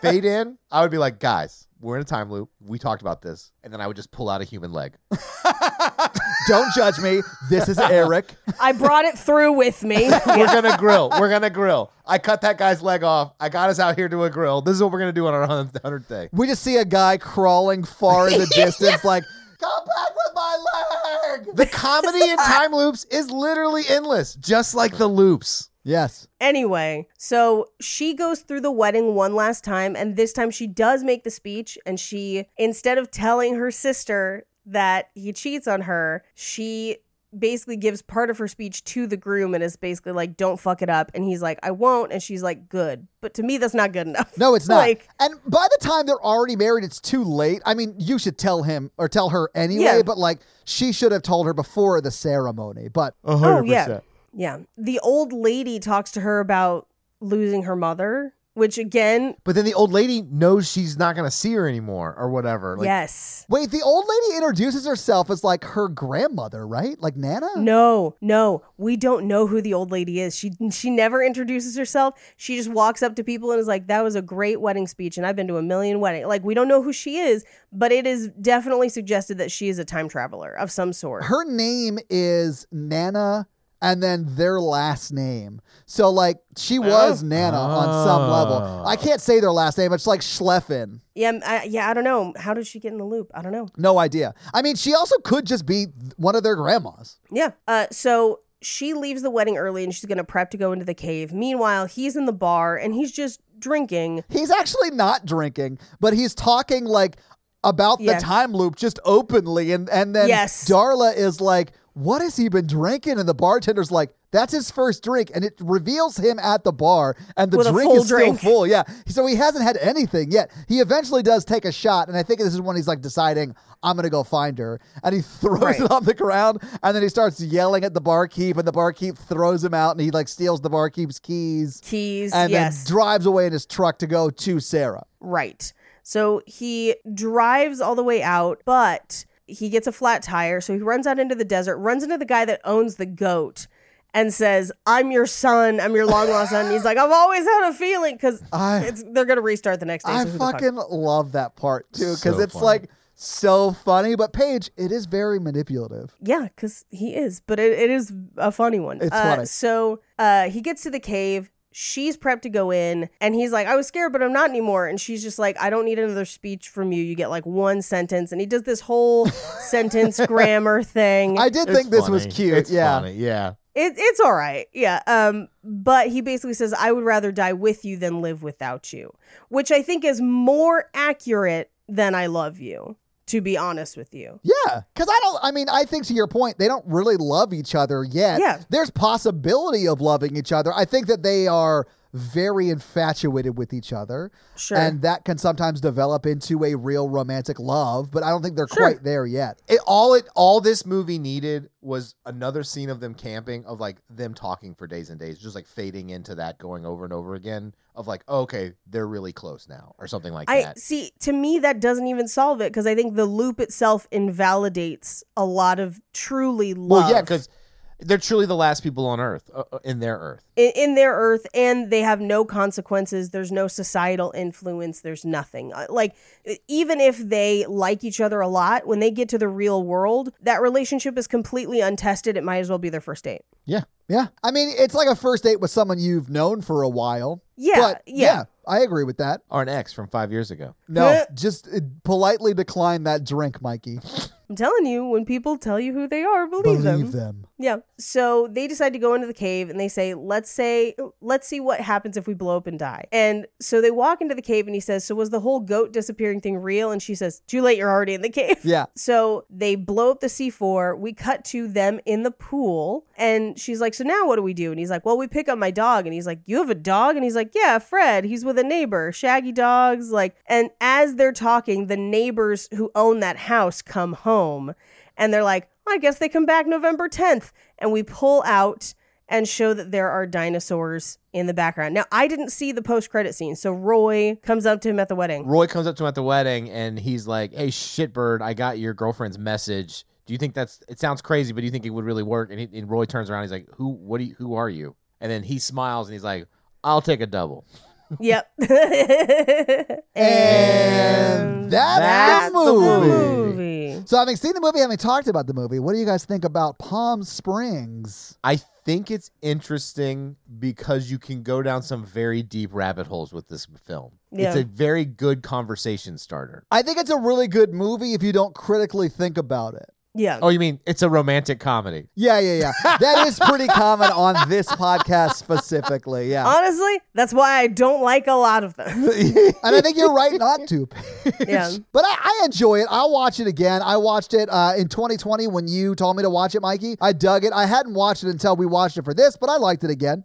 [SPEAKER 5] fade in, I would be like, guys, we're in a time loop. We talked about this, and then I would just pull out a human leg.
[SPEAKER 6] don't judge me. This is Eric.
[SPEAKER 4] I brought it through with me.
[SPEAKER 5] We're gonna grill. We're gonna grill. I cut that guy's leg off. I got us out here to a grill. This is what we're gonna do on our hundredth day.
[SPEAKER 6] We just see a guy crawling far in the distance, like, come back with my leg.
[SPEAKER 5] The comedy in time loops is literally endless, just like the loops.
[SPEAKER 6] Yes.
[SPEAKER 4] Anyway, so she goes through the wedding one last time, and this time she does make the speech. And she, instead of telling her sister that he cheats on her, she basically gives part of her speech to the groom and is basically like, don't fuck it up. And he's like, I won't. And she's like, good. But to me, that's not good enough.
[SPEAKER 6] No, it's not.
[SPEAKER 4] Like,
[SPEAKER 6] and by the time they're already married, it's too late. I mean, you should tell him or tell her anyway,
[SPEAKER 4] Yeah.
[SPEAKER 6] but like, she should have told her before the ceremony. But
[SPEAKER 4] oh, yeah. Yeah. The old lady talks to her about losing her mother, which again,
[SPEAKER 5] But then the old lady knows she's not gonna see her anymore, or whatever. Like,
[SPEAKER 4] yes.
[SPEAKER 6] Wait, the old lady introduces herself as like her grandmother, right? Like Nana?
[SPEAKER 4] No, no, we don't know who the old lady is. She she never introduces herself. She just walks up to people and is like, "That was a great wedding speech, and I've been to a million weddings." Like we don't know who she is, but it is definitely suggested that she is a time traveler of some sort.
[SPEAKER 6] Her name is Nana and then their last name. So like she was Nana on some level. I can't say their last name, it's like Schleffen.
[SPEAKER 4] yeah, m- I, yeah, I don't know. How did she get in the loop? I don't know.
[SPEAKER 6] No idea. I mean, she also could just be one of their grandmas.
[SPEAKER 4] Yeah. Uh, so she leaves the wedding early, and she's gonna prep to go into the cave. Meanwhile, he's in the bar and he's just drinking.
[SPEAKER 6] He's actually not drinking, but he's talking like about
[SPEAKER 4] Yeah.
[SPEAKER 6] the time loop just openly and and then
[SPEAKER 4] Yes.
[SPEAKER 6] Darla is like, "What has he been drinking?" and the bartender's like, "That's his first drink." And it reveals him at the bar and the
[SPEAKER 4] With a
[SPEAKER 6] drink
[SPEAKER 4] full
[SPEAKER 6] is
[SPEAKER 4] drink.
[SPEAKER 6] still full. Yeah. So he hasn't had anything yet. He eventually does take a shot and I think this is when he's like deciding I'm going to go find her and he throws
[SPEAKER 4] Right.
[SPEAKER 6] it on the ground and then he starts yelling at the barkeep and the barkeep throws him out and he like steals the barkeep's keys
[SPEAKER 4] Keys.
[SPEAKER 6] and
[SPEAKER 4] yes.
[SPEAKER 6] then drives away in his truck to go to Sarah.
[SPEAKER 4] Right. So he drives all the way out, but he gets a flat tire. So he runs out into the desert, runs into the guy that owns the goat, and says, I'm your son. I'm your long lost son. He's like, I've always had a feeling because
[SPEAKER 6] I-
[SPEAKER 4] they're going to restart the next day.
[SPEAKER 6] I
[SPEAKER 4] so who the fuck-
[SPEAKER 6] fucking love that part too because
[SPEAKER 5] So
[SPEAKER 6] it's
[SPEAKER 5] funny.
[SPEAKER 6] like so funny, but Paige, it is very manipulative.
[SPEAKER 4] Yeah, because he is, but it, it is a funny one.
[SPEAKER 6] It's
[SPEAKER 4] Uh,
[SPEAKER 6] funny.
[SPEAKER 4] So uh, he gets to the cave. She's prepped to go in, and he's like, I was scared, but I'm not anymore. And she's just like, I don't need another speech from you. You get like one sentence. And he does this whole sentence grammar thing.
[SPEAKER 6] I did
[SPEAKER 5] It's
[SPEAKER 6] think this was
[SPEAKER 5] funny.
[SPEAKER 6] cute.
[SPEAKER 5] It's
[SPEAKER 6] yeah.
[SPEAKER 5] funny. yeah.
[SPEAKER 4] It, it's all right. Yeah. Um, but he basically says, I would rather die with you than live without you, which I think is more accurate than I love you, to be honest with you.
[SPEAKER 6] Yeah, because I don't. I mean, I think to your point, they don't really love each other yet.
[SPEAKER 4] Yeah.
[SPEAKER 6] there's possibility of loving each other. I think that they are very infatuated with each other,
[SPEAKER 4] Sure.
[SPEAKER 6] and that can sometimes develop into a real romantic love. But I don't think they're
[SPEAKER 4] Sure.
[SPEAKER 6] quite there yet.
[SPEAKER 5] It all it all this movie needed was another scene of them camping, of like them talking for days and days, just like fading into that, going over and over again, of like, oh, okay, they're really close now, or something like
[SPEAKER 4] I
[SPEAKER 5] that.
[SPEAKER 4] see. To me, that doesn't even solve it because I think the loop itself invalidates a lot of truly love.
[SPEAKER 5] Well, yeah, because They're truly the last people on Earth, uh, uh, in their Earth.
[SPEAKER 4] in, in their earth and they have no consequences there's no societal influence there's nothing Uh, like e- even if they like each other a lot when they get to the real world that relationship is completely untested it might as well be their first date
[SPEAKER 5] Yeah.
[SPEAKER 6] Yeah. I mean, it's like a first date with someone you've known for a while.
[SPEAKER 4] yeah
[SPEAKER 6] But
[SPEAKER 4] yeah,
[SPEAKER 6] I agree with that.
[SPEAKER 5] Or an ex from five years ago.
[SPEAKER 6] No,
[SPEAKER 4] Huh?
[SPEAKER 6] just uh, politely decline that drink, Mikey.
[SPEAKER 4] i'm telling you when people tell you who they are believe,
[SPEAKER 6] Believe
[SPEAKER 4] them.
[SPEAKER 6] them.
[SPEAKER 4] yeah so they decide to go into the cave and they say let's say let's see what happens if we blow up and die and so they walk into the cave and he says so was the whole goat disappearing thing real and she says too late you're already in the cave
[SPEAKER 6] Yeah.
[SPEAKER 4] So they blow up the C4. We cut to them in the pool. And she's like, So now what do we do? And he's like, Well, we pick up my dog. And he's like, You have a dog? And he's like, Yeah, Fred. He's with a neighbor, shaggy dogs. Like, and as they're talking, the neighbors who own that house come home and they're like, I guess they come back November 10th. And we pull out and show that there are dinosaurs in the background. Now, I didn't see the post credit scene. So Roy comes up to him at the wedding.
[SPEAKER 5] Roy comes up to him at the wedding and he's like, "Hey, shitbird, I got your girlfriend's message. Do you think that's? It sounds crazy, but do you think it would really work?" And, he, and Roy turns around. He's like, "Who? What? Do you, who are you?" And then he smiles and he's like, "I'll take a double."
[SPEAKER 4] Yep.
[SPEAKER 6] And that's,
[SPEAKER 5] that's
[SPEAKER 6] the
[SPEAKER 5] the
[SPEAKER 6] movie.
[SPEAKER 4] movie.
[SPEAKER 6] So, having seen the movie, having talked about the movie, what do you guys think about Palm Springs?
[SPEAKER 5] I think it's interesting because you can go down some very deep rabbit holes with this film. It's
[SPEAKER 4] Yeah.
[SPEAKER 5] a very good conversation starter.
[SPEAKER 6] I think it's a really good movie if you don't critically think about it.
[SPEAKER 4] Yeah.
[SPEAKER 5] Oh, you mean it's a romantic comedy?
[SPEAKER 6] Yeah, yeah, yeah. That is pretty common on this podcast specifically. Yeah.
[SPEAKER 4] Honestly, that's why I don't like a lot of them.
[SPEAKER 6] And I think you're right not to. Paige.
[SPEAKER 4] Yeah.
[SPEAKER 6] But I, I enjoy it. I'll watch it again. I watched it uh, in 2020 when you told me to watch it, Mikey. I dug it. I hadn't watched it until we watched it for this, but I liked it again.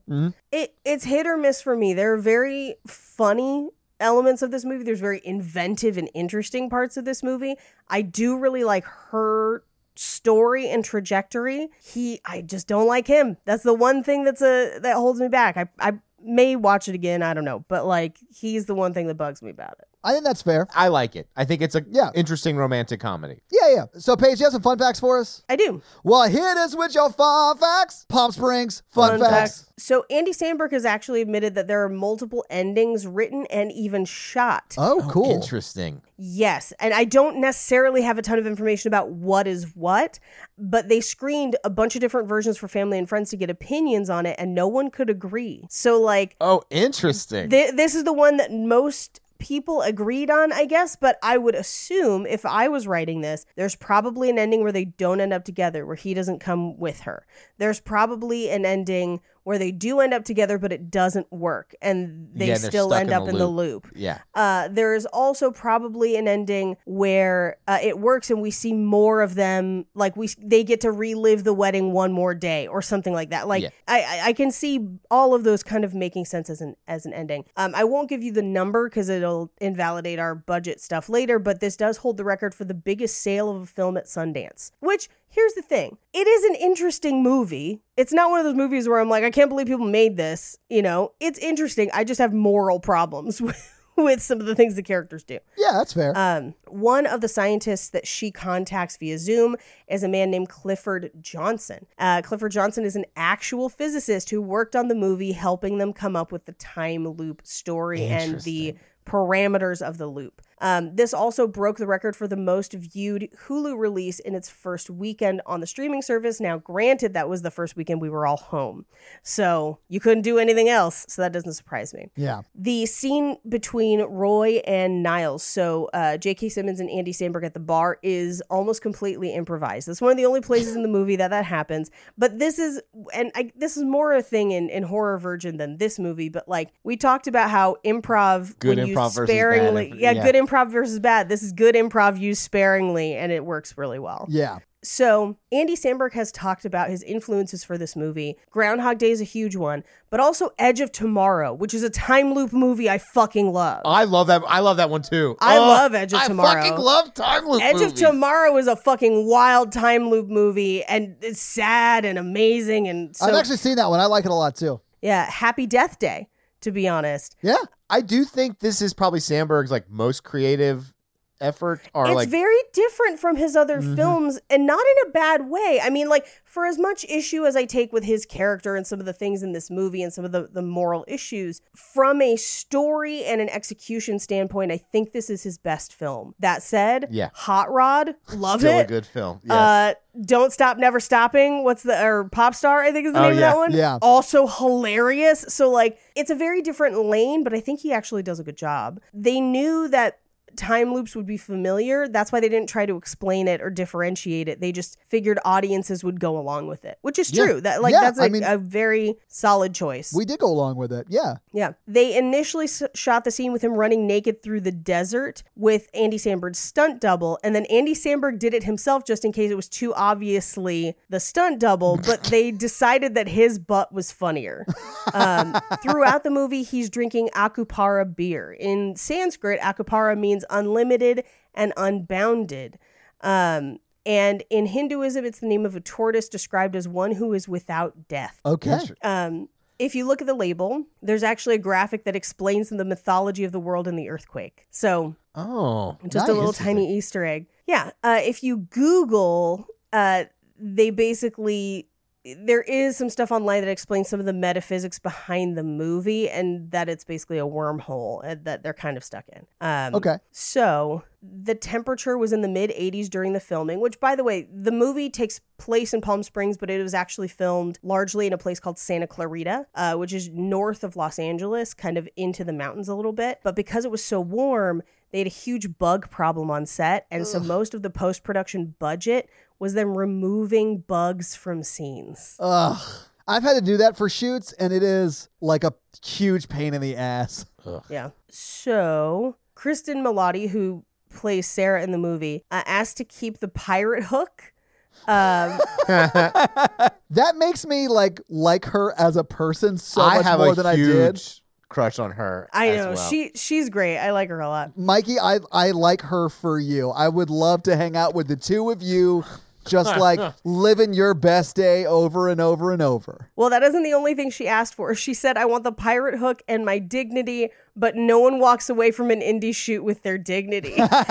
[SPEAKER 4] it it's hit or miss for me. There are very funny elements of this movie. There's very inventive and interesting parts of this movie. I do really like her story and trajectory. He I just don't like him. That's the one thing that's a that holds me back. I I may watch it again, I don't know, but like he's the one thing that bugs me about it.
[SPEAKER 6] I think that's fair.
[SPEAKER 5] I like it. I think it's a
[SPEAKER 6] Yeah.
[SPEAKER 5] interesting romantic comedy.
[SPEAKER 6] Yeah, yeah. So, Paige, you have some fun facts for us?
[SPEAKER 4] I do.
[SPEAKER 6] Well, here it is with your fun facts. Palm Springs, fun, facts.
[SPEAKER 4] So Andy Sandberg has actually admitted that there are multiple endings written and even shot.
[SPEAKER 6] Oh, cool.
[SPEAKER 5] Interesting.
[SPEAKER 4] Yes, and I don't necessarily have a ton of information about what is what, but they screened a bunch of different versions for family and friends to get opinions on it and no one could agree. So like
[SPEAKER 5] Oh, interesting.
[SPEAKER 4] Th- this is the one that most people agreed on, I guess, but I would assume if I was writing this, there's probably an ending where they don't end up together, where he doesn't come with her. There's probably an ending where they do end up together, but it doesn't work and they
[SPEAKER 5] Yeah, they're
[SPEAKER 4] still
[SPEAKER 5] stuck
[SPEAKER 4] end
[SPEAKER 5] in
[SPEAKER 4] up
[SPEAKER 5] the
[SPEAKER 4] in the loop.
[SPEAKER 5] yeah.
[SPEAKER 4] Uh, there is also probably an ending where uh, it works and we see more of them like we they get to relive the wedding one more day or something like that like
[SPEAKER 5] Yeah.
[SPEAKER 4] I, I i can see all of those kind of making sense as an as an ending um i won't give you the number because it'll invalidate our budget stuff later but this does hold the record for the biggest sale of a film at sundance which here's the thing it is an interesting movie it's not one of those movies where i'm like i can't believe people made this you know it's interesting i just have moral problems with with some of the things the characters do.
[SPEAKER 6] Yeah, that's fair.
[SPEAKER 4] Um, one of the scientists that she contacts via Zoom is a man named Clifford Johnson. Uh, Clifford Johnson is an actual physicist who worked on the movie, helping them come up with the time loop story and the parameters of the loop. Um, this also broke the record for the most viewed Hulu release in its first weekend on the streaming service. Now, granted, that was the first weekend we were all home, so you couldn't do anything else, so that doesn't surprise me
[SPEAKER 6] yeah.
[SPEAKER 4] the scene between Roy and Niles, so uh, J.K. Simmons and Andy Samberg at the bar, is almost completely improvised. That's one of the only places in the movie that that happens. But this is, and I, this is more a thing in, in Horror Virgin than this movie. But like we talked about how improv,
[SPEAKER 5] Good
[SPEAKER 4] when you
[SPEAKER 5] improv versus bad
[SPEAKER 4] sparingly,
[SPEAKER 5] improv-
[SPEAKER 4] yeah,
[SPEAKER 5] yeah.
[SPEAKER 4] good improv versus bad. This is good improv used sparingly, and it works really well.
[SPEAKER 6] Yeah.
[SPEAKER 4] So, Andy Samberg has talked about his influences for this movie. Groundhog Day is a huge one, but also Edge of Tomorrow, which is a time loop movie I fucking love.
[SPEAKER 5] I love that. I love that one too.
[SPEAKER 4] I
[SPEAKER 5] Oh,
[SPEAKER 4] love Edge of Tomorrow.
[SPEAKER 5] I fucking love time loop
[SPEAKER 4] Edge of
[SPEAKER 5] movies.
[SPEAKER 4] Tomorrow is a fucking wild time loop movie and it's sad and amazing and so
[SPEAKER 6] I've actually seen that one. I like it a lot too.
[SPEAKER 4] yeah, Happy Death Day to be honest.
[SPEAKER 6] Yeah.
[SPEAKER 5] I do think this is probably Sandberg's like most creative effort are
[SPEAKER 4] it's
[SPEAKER 5] like Mm-hmm.
[SPEAKER 4] very different from his other films and not in a bad way i mean like for as much issue as i take with his character and some of the things in this movie and some of the, the moral issues from a story and an execution standpoint i think this is his best film that said
[SPEAKER 5] Yeah.
[SPEAKER 4] hot rod love
[SPEAKER 5] still
[SPEAKER 4] it
[SPEAKER 5] a good film. Yes.
[SPEAKER 4] uh don't stop never stopping what's the or pop star i think is the
[SPEAKER 5] Oh,
[SPEAKER 4] name
[SPEAKER 5] yeah.
[SPEAKER 4] of that one
[SPEAKER 6] Yeah.
[SPEAKER 4] also hilarious so like it's a very different lane but i think he actually does a good job they knew that time loops would be familiar that's why they didn't try to explain it or differentiate it they just figured audiences would go along with it which is
[SPEAKER 6] Yeah.
[SPEAKER 4] true that like
[SPEAKER 6] Yeah,
[SPEAKER 4] that's
[SPEAKER 6] I
[SPEAKER 4] like
[SPEAKER 6] mean-
[SPEAKER 4] a very solid choice
[SPEAKER 6] We did go along with it. Yeah.
[SPEAKER 4] yeah. They initially s- shot the scene with him running naked through the desert with Andy Samberg's stunt double. And then Andy Samberg did it himself just in case it was too obviously the stunt double. But they decided that his butt was funnier. Um, throughout the movie, he's drinking Akupara beer. In Sanskrit, Akupara means unlimited and unbounded. Um, and in Hinduism, it's the name of a tortoise described as one who is without death.
[SPEAKER 6] Okay.
[SPEAKER 4] Um, if you look at the label, there's actually a graphic that explains the mythology of the world and the earthquake. So
[SPEAKER 5] oh,
[SPEAKER 4] just a
[SPEAKER 6] Nice.
[SPEAKER 4] little tiny Easter egg. Yeah. Uh, if you Google, uh, they basically there is some stuff online that explains some of the metaphysics behind the movie and that it's basically a wormhole uh, that they're kind of stuck in. Um,
[SPEAKER 6] Okay.
[SPEAKER 4] so the temperature was in the mid 80s during the filming, which, by the way, the movie takes place in Palm Springs, but it was actually filmed largely in a place called Santa Clarita, uh, which is north of Los Angeles, kind of into the mountains a little bit. But because it was so warm, they had a huge bug problem on set. And so most of the post production budget was them removing bugs from scenes.
[SPEAKER 6] Ugh. I've had to do that for shoots, and it is like a huge pain in the ass.
[SPEAKER 4] Yeah. So Kristen Milotti, who plays Sarah in the movie, uh, asked to keep the pirate hook. Um,
[SPEAKER 6] That makes me like like her as a person so
[SPEAKER 5] I
[SPEAKER 6] much
[SPEAKER 5] have
[SPEAKER 6] more
[SPEAKER 5] a
[SPEAKER 6] than I
[SPEAKER 5] huge
[SPEAKER 6] did.
[SPEAKER 5] crush on her.
[SPEAKER 4] I
[SPEAKER 5] as
[SPEAKER 4] know
[SPEAKER 5] well.
[SPEAKER 4] she she's great. I like her a lot.
[SPEAKER 6] Mikey, I I like her for you. I would love to hang out with the two of you, just like living your best day over and over and over.
[SPEAKER 4] Well, that isn't the only thing she asked for. She said, "I want the pirate hook and my dignity," but no one walks away from an indie shoot with their dignity. Which is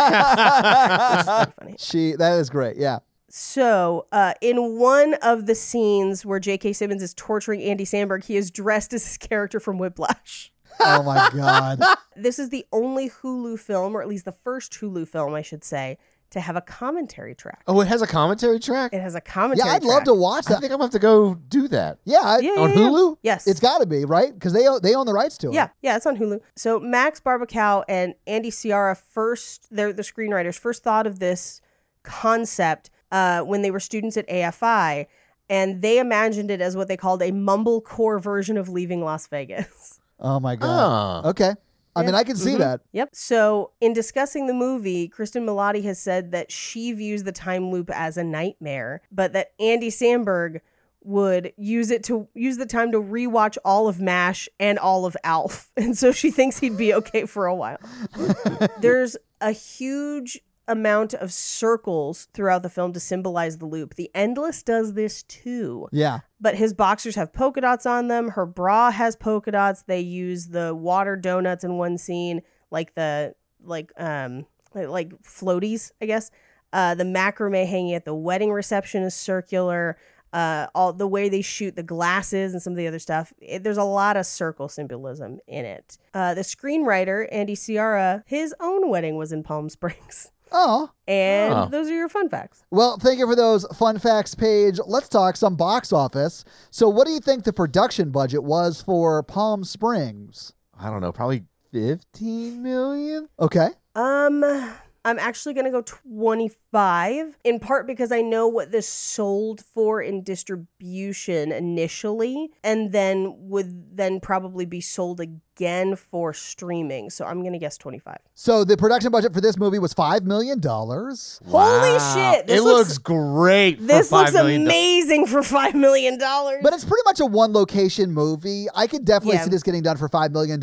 [SPEAKER 4] pretty funny.
[SPEAKER 6] She that is great. Yeah.
[SPEAKER 4] So, uh, in one of the scenes where J.K. Simmons is torturing Andy Sandberg, he is dressed as his character from Whiplash.
[SPEAKER 6] Oh my god.
[SPEAKER 4] This is the only Hulu film, or at least the first Hulu film, I should say, to have a commentary track.
[SPEAKER 5] Oh, it has a commentary track.
[SPEAKER 4] It has a commentary.
[SPEAKER 6] yeah, I'd
[SPEAKER 4] track.
[SPEAKER 6] love to watch
[SPEAKER 5] I
[SPEAKER 6] that.
[SPEAKER 5] think I'm gonna have to go do that.
[SPEAKER 6] yeah, I-
[SPEAKER 4] Yeah,
[SPEAKER 5] on
[SPEAKER 4] yeah, yeah.
[SPEAKER 5] Hulu?
[SPEAKER 4] Yes,
[SPEAKER 6] it's got to be right because they own- they own the rights to it.
[SPEAKER 4] Yeah, yeah, it's on Hulu. So Max Barbacow and Andy Ciara first, they're the screenwriters, first thought of this concept uh, when they were students at AFI, and they imagined it as what they called a mumblecore version of Leaving Las Vegas.
[SPEAKER 6] Oh my god.
[SPEAKER 5] Ah.
[SPEAKER 6] Okay. I
[SPEAKER 4] Yeah.
[SPEAKER 6] mean, I can see
[SPEAKER 4] Mhm.
[SPEAKER 6] that.
[SPEAKER 4] Yep. So in discussing the movie, Kristen Milotti has said that she views the time loop as a nightmare, but that Andy Samberg would use it to use the time to rewatch all of MASH and all of ALF. And so she thinks he'd be okay for a while. There's a huge amount of circles throughout the film to symbolize the loop. The Endless does this too
[SPEAKER 6] Yeah.
[SPEAKER 4] but his boxers have polka dots on them. Her bra has polka dots. They use the water donuts in one scene, like the like um like, like floaties, I guess. Uh, the macrame hanging at the wedding reception is circular. Uh, all the way they shoot the glasses and some of the other stuff. It, there's a lot of circle symbolism in it. Uh, the screenwriter Andy Ciara, his own wedding was in Palm Springs,
[SPEAKER 6] Oh.
[SPEAKER 4] and
[SPEAKER 5] Oh.
[SPEAKER 4] those are your fun facts.
[SPEAKER 6] Well, thank you for those fun facts, Paige. Let's talk some box office. So, what do you think the production budget was for Palm Springs?
[SPEAKER 5] I don't know, probably 15 million.
[SPEAKER 6] Okay.
[SPEAKER 4] Um, I'm actually gonna go 25, in part because I know what this sold for in distribution initially, and then would then probably be sold again for streaming. So I'm gonna guess 25.
[SPEAKER 6] So, the production budget for this movie was $5 million.
[SPEAKER 4] Holy shit! This
[SPEAKER 5] it
[SPEAKER 4] looks,
[SPEAKER 5] looks, great. for
[SPEAKER 4] this looks
[SPEAKER 5] $5 million.
[SPEAKER 4] amazing for five million dollars.
[SPEAKER 6] But uh, it's pretty much a one location movie. I could definitely
[SPEAKER 4] Yeah.
[SPEAKER 6] see this getting done for $5 million.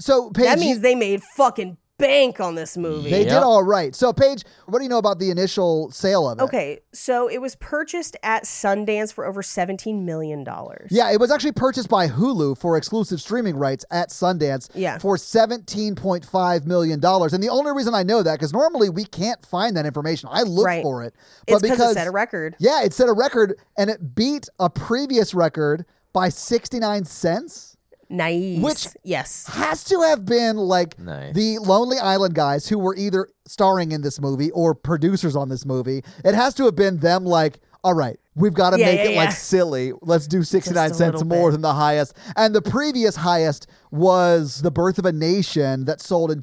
[SPEAKER 6] So, Paige,
[SPEAKER 4] That
[SPEAKER 6] you-
[SPEAKER 4] means they made fucking bank on this movie.
[SPEAKER 6] They did
[SPEAKER 7] Yep.
[SPEAKER 6] all right. So, Paige, what do you know about the initial sale of it?
[SPEAKER 4] Okay, so it was purchased at Sundance for over $17 million.
[SPEAKER 6] Yeah, it was actually purchased by Hulu for exclusive streaming rights at Sundance
[SPEAKER 4] Yeah.
[SPEAKER 6] for $17.5 million. And the only reason I know that, because normally we can't find that information. I look
[SPEAKER 4] Right.
[SPEAKER 6] for it.
[SPEAKER 4] It's because it set a record.
[SPEAKER 6] Yeah, it set a record and it beat a previous record by 69 cents.
[SPEAKER 4] Nice.
[SPEAKER 6] Which-
[SPEAKER 4] yes.
[SPEAKER 6] Has to have been like
[SPEAKER 7] Nice.
[SPEAKER 6] the Lonely Island guys who were either starring in this movie or producers on this movie. It has to have been them like, all right, we've got to
[SPEAKER 4] Yeah,
[SPEAKER 6] make
[SPEAKER 4] yeah,
[SPEAKER 6] it like
[SPEAKER 4] yeah.
[SPEAKER 6] silly. Let's do 69
[SPEAKER 4] Just a
[SPEAKER 6] cents
[SPEAKER 4] little
[SPEAKER 6] more
[SPEAKER 4] bit.
[SPEAKER 6] than the highest. And the previous highest was The Birth of a Nation that sold in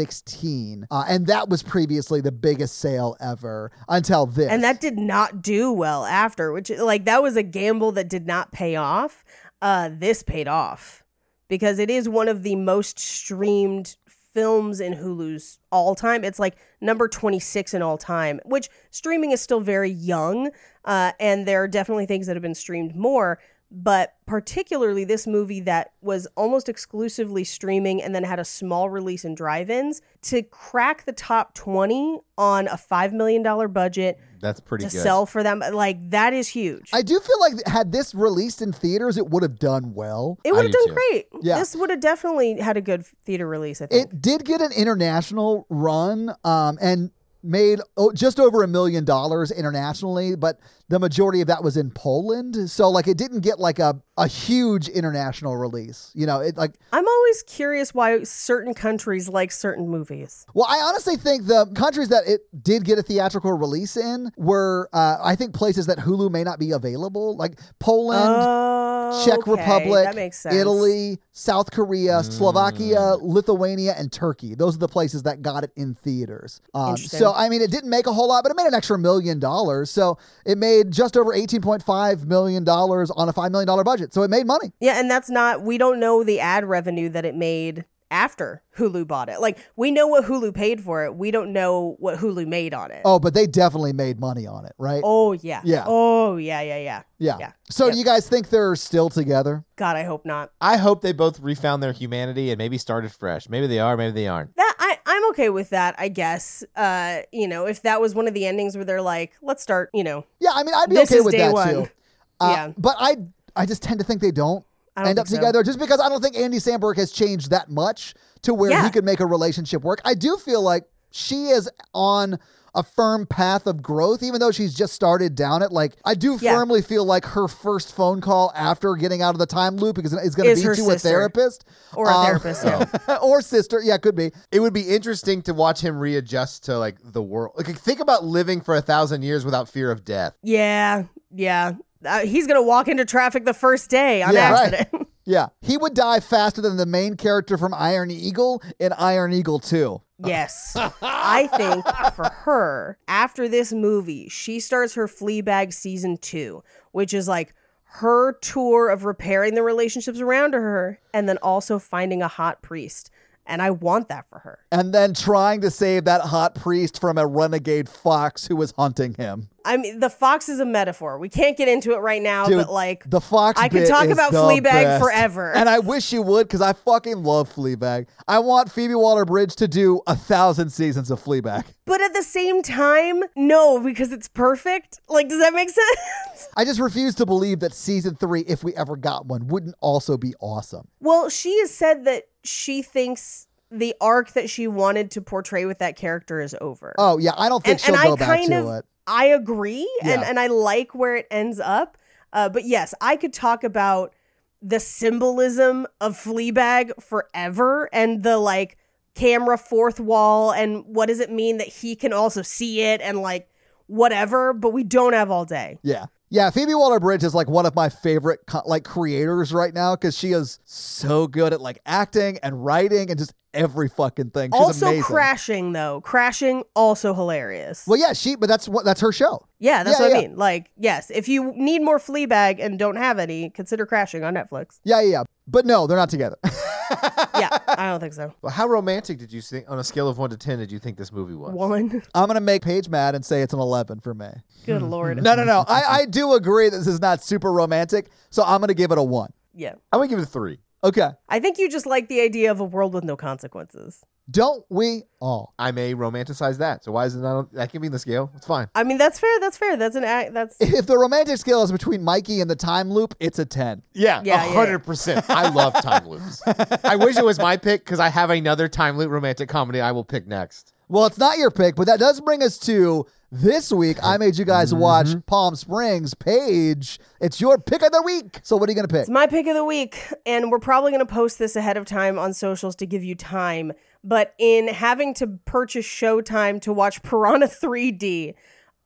[SPEAKER 6] 2016. Uh, and that was previously the biggest sale ever until this.
[SPEAKER 4] And that did not do well after, which like that was a gamble that did not pay off. Uh this paid off because it is one of the most streamed films in Hulu's all time. It's like number 26 in all time, which streaming is still very young uh and there are definitely things that have been streamed more. But particularly this movie that was almost exclusively streaming and then had a small release in drive ins to crack the top 20 on a $5 million budget
[SPEAKER 5] That's pretty
[SPEAKER 4] to
[SPEAKER 5] good.
[SPEAKER 4] sell for them. Like that is huge.
[SPEAKER 6] I do feel like had this released in theaters, it would have done well.
[SPEAKER 4] it would
[SPEAKER 5] I
[SPEAKER 4] have
[SPEAKER 5] do
[SPEAKER 4] done
[SPEAKER 5] too.
[SPEAKER 4] great.
[SPEAKER 6] Yeah.
[SPEAKER 4] This would have definitely had a good theater release. I think.
[SPEAKER 6] It did get an international run um, and made oh, just over a million dollars internationally, but the majority of that was in Poland. So like it didn't get like a, a huge international release. You know, it like
[SPEAKER 4] I'm always curious why certain countries like certain movies.
[SPEAKER 6] Well, I honestly think the countries that it did get a theatrical release in were, uh, I think, places that Hulu may not be available, like Poland,
[SPEAKER 4] Oh,
[SPEAKER 6] Czech
[SPEAKER 4] okay.
[SPEAKER 6] Republic,
[SPEAKER 4] That makes sense.
[SPEAKER 6] Italy, South Korea, Slovakia, Lithuania, and Turkey. Those are the places that got it in theaters. Um,
[SPEAKER 4] Interesting.
[SPEAKER 6] so, I mean, it didn't make a whole lot, but it made an extra million dollars. So it made just over $18.5 million dollars on a $5 million dollar budget. So it made money.
[SPEAKER 4] Yeah, and that's not. We don't know the ad revenue that it made after Hulu bought it. Like we know what Hulu paid for it. We don't know what Hulu made on it.
[SPEAKER 6] Oh, but they definitely made money on it, right?
[SPEAKER 4] Oh, yeah.
[SPEAKER 6] Yeah.
[SPEAKER 4] Oh yeah yeah yeah.
[SPEAKER 6] yeah.
[SPEAKER 4] yeah.
[SPEAKER 6] So
[SPEAKER 4] Yep.
[SPEAKER 6] do you guys think they're still together?
[SPEAKER 4] God, I hope not.
[SPEAKER 5] I hope they both refound their humanity and maybe started fresh. Maybe they are, maybe they aren't.
[SPEAKER 4] That I, I'm okay with that, I guess. Uh, you know, if that was one of the endings where they're like, let's start, you know,
[SPEAKER 6] Yeah, I mean, I'd be
[SPEAKER 4] This
[SPEAKER 6] okay
[SPEAKER 4] is
[SPEAKER 6] with
[SPEAKER 4] day
[SPEAKER 6] that
[SPEAKER 4] one.
[SPEAKER 6] too. Uh,
[SPEAKER 4] Yeah.
[SPEAKER 6] but I, I just tend to think they don't,
[SPEAKER 4] I don't
[SPEAKER 6] end up
[SPEAKER 4] think so.
[SPEAKER 6] together, just because I don't think Andy Samberg has changed that much to where he
[SPEAKER 4] Yeah.
[SPEAKER 6] could make a relationship work. I do feel like she is on a firm path of growth, even though she's just started down it. Like I do
[SPEAKER 4] Yeah.
[SPEAKER 6] firmly feel like her first phone call after getting out of the time loop is, is going to
[SPEAKER 4] Is
[SPEAKER 6] be
[SPEAKER 4] her
[SPEAKER 6] to a
[SPEAKER 4] sister.
[SPEAKER 6] therapist
[SPEAKER 4] or a
[SPEAKER 6] Um,
[SPEAKER 4] therapist. Yeah.
[SPEAKER 6] or sister. Yeah, could be.
[SPEAKER 5] It would be interesting to watch him readjust to like the world. Like think about living for a thousand years without fear of death.
[SPEAKER 4] yeah, yeah. Uh, he's gonna walk into traffic the first day on
[SPEAKER 6] Yeah, right.
[SPEAKER 4] accident.
[SPEAKER 6] Yeah, he would die faster than the main character from Iron Eagle in Iron Eagle Two.
[SPEAKER 4] yes, I think for her after this movie, she starts her Fleabag season two, which is like her tour of repairing the relationships around her, and then also finding a hot priest. And I want that for her.
[SPEAKER 6] and then trying to save that hot priest from a renegade fox who was hunting him.
[SPEAKER 4] I mean, the fox is a metaphor. We can't get into it right now,
[SPEAKER 6] Dude,
[SPEAKER 4] but like
[SPEAKER 6] the fox.
[SPEAKER 4] I could
[SPEAKER 6] bit
[SPEAKER 4] talk
[SPEAKER 6] is
[SPEAKER 4] about
[SPEAKER 6] the
[SPEAKER 4] Fleabag
[SPEAKER 6] best.
[SPEAKER 4] forever.
[SPEAKER 6] and I wish you would because I fucking love Fleabag. I want Phoebe Waller-Bridge to do a thousand seasons of Fleabag.
[SPEAKER 4] But at the same time, no, because it's perfect. Like, does that make sense?
[SPEAKER 6] I just refuse to believe that season three, if we ever got one, wouldn't also be awesome.
[SPEAKER 4] well, she has said that she thinks the arc that she wanted to portray with that character is over.
[SPEAKER 6] Oh yeah, I don't think she'll
[SPEAKER 4] and, and
[SPEAKER 6] go
[SPEAKER 4] I
[SPEAKER 6] back
[SPEAKER 4] kind
[SPEAKER 6] to
[SPEAKER 4] of
[SPEAKER 6] it.
[SPEAKER 4] I agree, and
[SPEAKER 6] Yeah.
[SPEAKER 4] and I like where it ends up. Uh, but yes, I could talk about the symbolism of Fleabag forever, and the like camera fourth wall, and what does it mean that he can also see it, and like whatever. But we don't have all day.
[SPEAKER 6] Yeah. Yeah, Phoebe Waller-Bridge is like one of my favorite co- like creators right now cuz she is so good at like acting and writing and just every fucking thing. She's
[SPEAKER 4] also
[SPEAKER 6] amazing.
[SPEAKER 4] crashing though crashing also hilarious
[SPEAKER 6] Well, yeah, she but that's what that's her show.
[SPEAKER 4] yeah that's
[SPEAKER 6] yeah,
[SPEAKER 4] what i
[SPEAKER 6] yeah.
[SPEAKER 4] mean like yes if you need more fleabag and don't have any consider crashing on netflix
[SPEAKER 6] Yeah, yeah, yeah. But no, they're not together.
[SPEAKER 4] yeah i don't think so
[SPEAKER 5] Well, how romantic did you think on a scale of one to ten did you think this movie was?
[SPEAKER 4] one
[SPEAKER 6] I'm gonna make Paige mad and say it's an 11 for me.
[SPEAKER 4] good lord
[SPEAKER 6] No, no, no. I, I do agree this is not super romantic, so I'm gonna give it a one.
[SPEAKER 4] yeah
[SPEAKER 5] I'm gonna give it a three.
[SPEAKER 6] Okay.
[SPEAKER 4] i think you just like the idea of a world with no consequences
[SPEAKER 6] Don't we all?
[SPEAKER 5] I may romanticize that. So why is it not? on- That can be in the scale. It's fine.
[SPEAKER 4] I mean, that's fair. That's fair. That's an act. That's
[SPEAKER 6] If the romantic scale is between Mikey and the time loop, it's a 10.
[SPEAKER 5] Yeah,
[SPEAKER 4] Yeah, yeah, yeah.
[SPEAKER 5] hundred percent. I love time loops. I wish it was my pick because I have another time loop romantic comedy I will pick next.
[SPEAKER 6] Well, it's not your pick, but that does bring us to this week. I made you guys
[SPEAKER 5] Mm-hmm.
[SPEAKER 6] watch Palm Springs. Paige, it's your pick of the week. So what are you going to pick?
[SPEAKER 4] It's my pick of the week, and we're probably going to post this ahead of time on socials to give you time. But in having to purchase Showtime to watch Piranha 3D,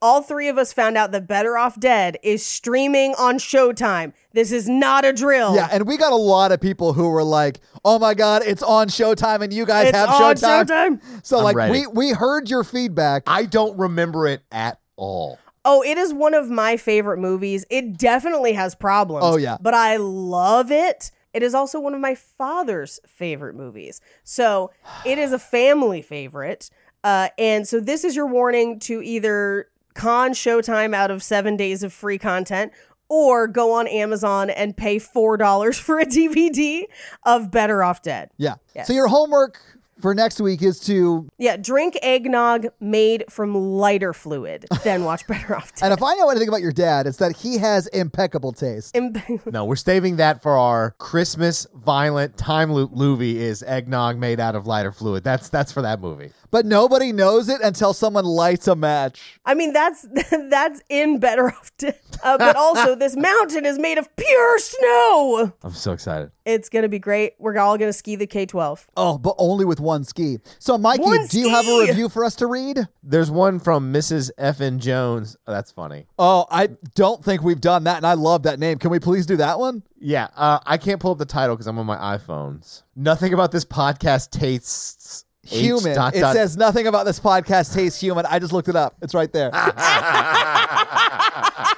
[SPEAKER 4] all three of us found out that Better Off Dead is streaming on Showtime. This is not a drill.
[SPEAKER 6] Yeah, and we got a lot of people who were like, "Oh my god, it's on Showtime, and you guys
[SPEAKER 4] It's
[SPEAKER 6] have
[SPEAKER 4] on
[SPEAKER 6] Showtime."
[SPEAKER 4] Showtime.
[SPEAKER 6] So
[SPEAKER 5] I'm
[SPEAKER 6] like,
[SPEAKER 5] ready.
[SPEAKER 6] we we heard your feedback.
[SPEAKER 5] I don't remember it at all.
[SPEAKER 4] Oh, it is one of my favorite movies. It definitely has problems.
[SPEAKER 6] Oh, yeah.
[SPEAKER 4] But I love it. It is also one of my father's favorite movies. So it is a family favorite. Uh, and so this is your warning to either con Showtime out of seven days of free content or go on Amazon and pay $4 for a DVD of Better Off Dead.
[SPEAKER 6] yeah.
[SPEAKER 4] Yes.
[SPEAKER 6] So your homework for next week is to,
[SPEAKER 4] Yeah, drink eggnog made from lighter fluid, then watch Better Off Dead.
[SPEAKER 6] and if I know anything about your dad, it's that he has impeccable taste.
[SPEAKER 4] Im-
[SPEAKER 5] No, we're saving that for our Christmas violent time loop movie is eggnog made out of lighter fluid. That's that's for that movie.
[SPEAKER 6] But nobody knows it until someone lights a match.
[SPEAKER 4] I mean, that's that's in Better Off Dead. Uh, but also, this mountain is made of pure snow.
[SPEAKER 5] I'm so excited.
[SPEAKER 4] It's gonna be great. We're all gonna ski the K twelve.
[SPEAKER 6] Oh, but only with one ski. So Mikey,
[SPEAKER 4] One
[SPEAKER 6] do you have a
[SPEAKER 4] ski!
[SPEAKER 6] review for us to read?
[SPEAKER 5] There's one from Mrs. Effin Jones. Oh, that's funny.
[SPEAKER 6] Oh, I don't think we've done that, and I love that name. Can we please do that one?
[SPEAKER 5] Yeah, uh, I can't pull up the title because I'm on my iPhones. Nothing about this podcast tastes H
[SPEAKER 6] Human.
[SPEAKER 5] dot
[SPEAKER 6] it
[SPEAKER 5] dot-
[SPEAKER 6] says nothing about this podcast tastes human. I just looked it up. It's right there.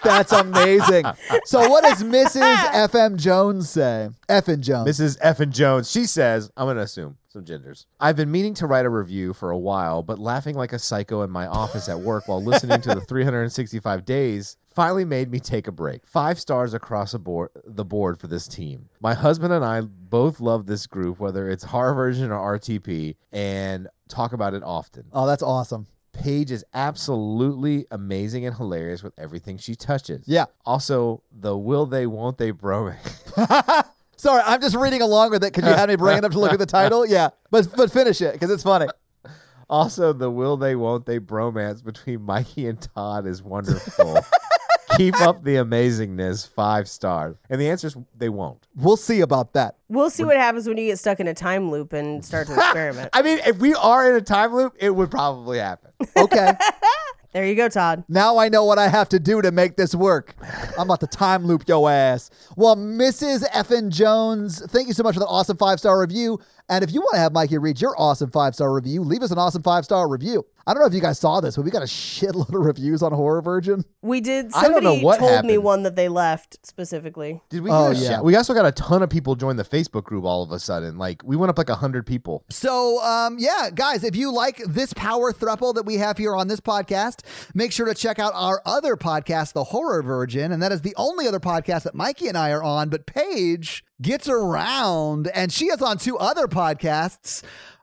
[SPEAKER 6] That's amazing. So, what does Mrs. FM Jones say? Effin Jones.
[SPEAKER 5] Mrs. Effin Jones. She says, I'm going to assume some genders. I've been meaning to write a review for a while, but laughing like a psycho in my office at work while listening to the 365 days finally made me take a break. Five stars across the board, the board for this team. My husband and I both love this group, whether it's horror version or RTP, and talk about it often.
[SPEAKER 6] oh, that's awesome.
[SPEAKER 5] Paige is absolutely amazing and hilarious with everything she touches.
[SPEAKER 6] Yeah.
[SPEAKER 5] Also, the will they, won't they bromance.
[SPEAKER 6] Sorry, I'm just reading along with it because you had me bring it up to look at the title. Yeah, but but finish it because it's funny.
[SPEAKER 5] Also, the will they won't they bromance between Mikey and Todd is wonderful. Keep up the amazingness, five stars. And the answer is they won't.
[SPEAKER 6] We'll see about that.
[SPEAKER 4] We'll see what happens when you get stuck in a time loop and start to experiment.
[SPEAKER 5] I mean, if we are in a time loop, it would probably happen.
[SPEAKER 6] Okay,
[SPEAKER 4] there you go, Todd.
[SPEAKER 6] now I know what I have to do to make this work. I'm about to time loop your ass. Well, Mrs. Effin Jones, thank you so much for the awesome five star review. And if you want to have Mikey read your awesome five star review, leave us an awesome five star review. I don't know if you guys saw this, but we got a shitload of reviews on Horror Virgin.
[SPEAKER 4] We did.
[SPEAKER 5] I don't
[SPEAKER 4] Somebody
[SPEAKER 5] know what
[SPEAKER 4] told me
[SPEAKER 5] happened.
[SPEAKER 4] one that they left specifically.
[SPEAKER 5] Did we?
[SPEAKER 6] Oh,
[SPEAKER 5] get a
[SPEAKER 6] yeah.
[SPEAKER 5] shout- We also got a ton of people join the Facebook group all of a sudden. Like we went up like hundred people.
[SPEAKER 6] So, um, yeah, guys, if you like this power thruple that we have here on this podcast, make sure to check out our other podcast, The Horror Virgin. And that is the only other podcast that Mikey and I are on. But Paige gets around and she is on two other podcasts.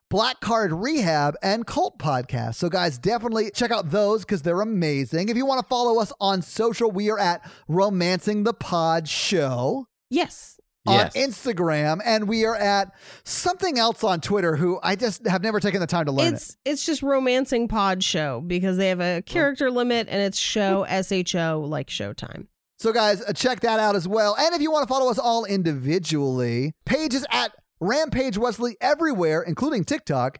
[SPEAKER 6] Black Card Rehab and Cult Podcast. So, guys, definitely check out those because they're amazing. If you want to follow us on social, we are at Romancing the Pod Show
[SPEAKER 7] Yes.
[SPEAKER 6] on Instagram, and we are at something else on Twitter. Who I just have never taken the time to learn.
[SPEAKER 7] It's it's just romancing pod show because they have a character limit and it's show S H O like Showtime.
[SPEAKER 6] it. So, guys, uh, check that out as well. And if you want to follow us all individually, Paige is at Rampage Wesley everywhere, including TikTok.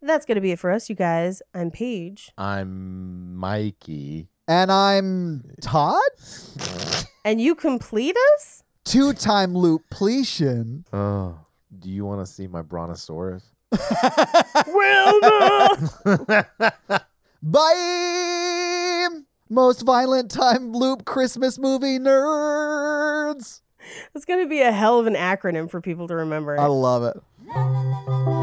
[SPEAKER 4] That's gonna be it for us, you guys. I'm Paige,
[SPEAKER 5] I'm Mikey.
[SPEAKER 6] And I'm Todd?
[SPEAKER 4] and you complete us.
[SPEAKER 6] Two time loop pletion.
[SPEAKER 5] Oh, do you want to see my brontosaurus?
[SPEAKER 4] Wilma!
[SPEAKER 6] Bye. Most violent time loop Christmas movie nerds.
[SPEAKER 4] That's going to be a hell of an acronym for people to remember.
[SPEAKER 6] I love it.
[SPEAKER 2] la la la la.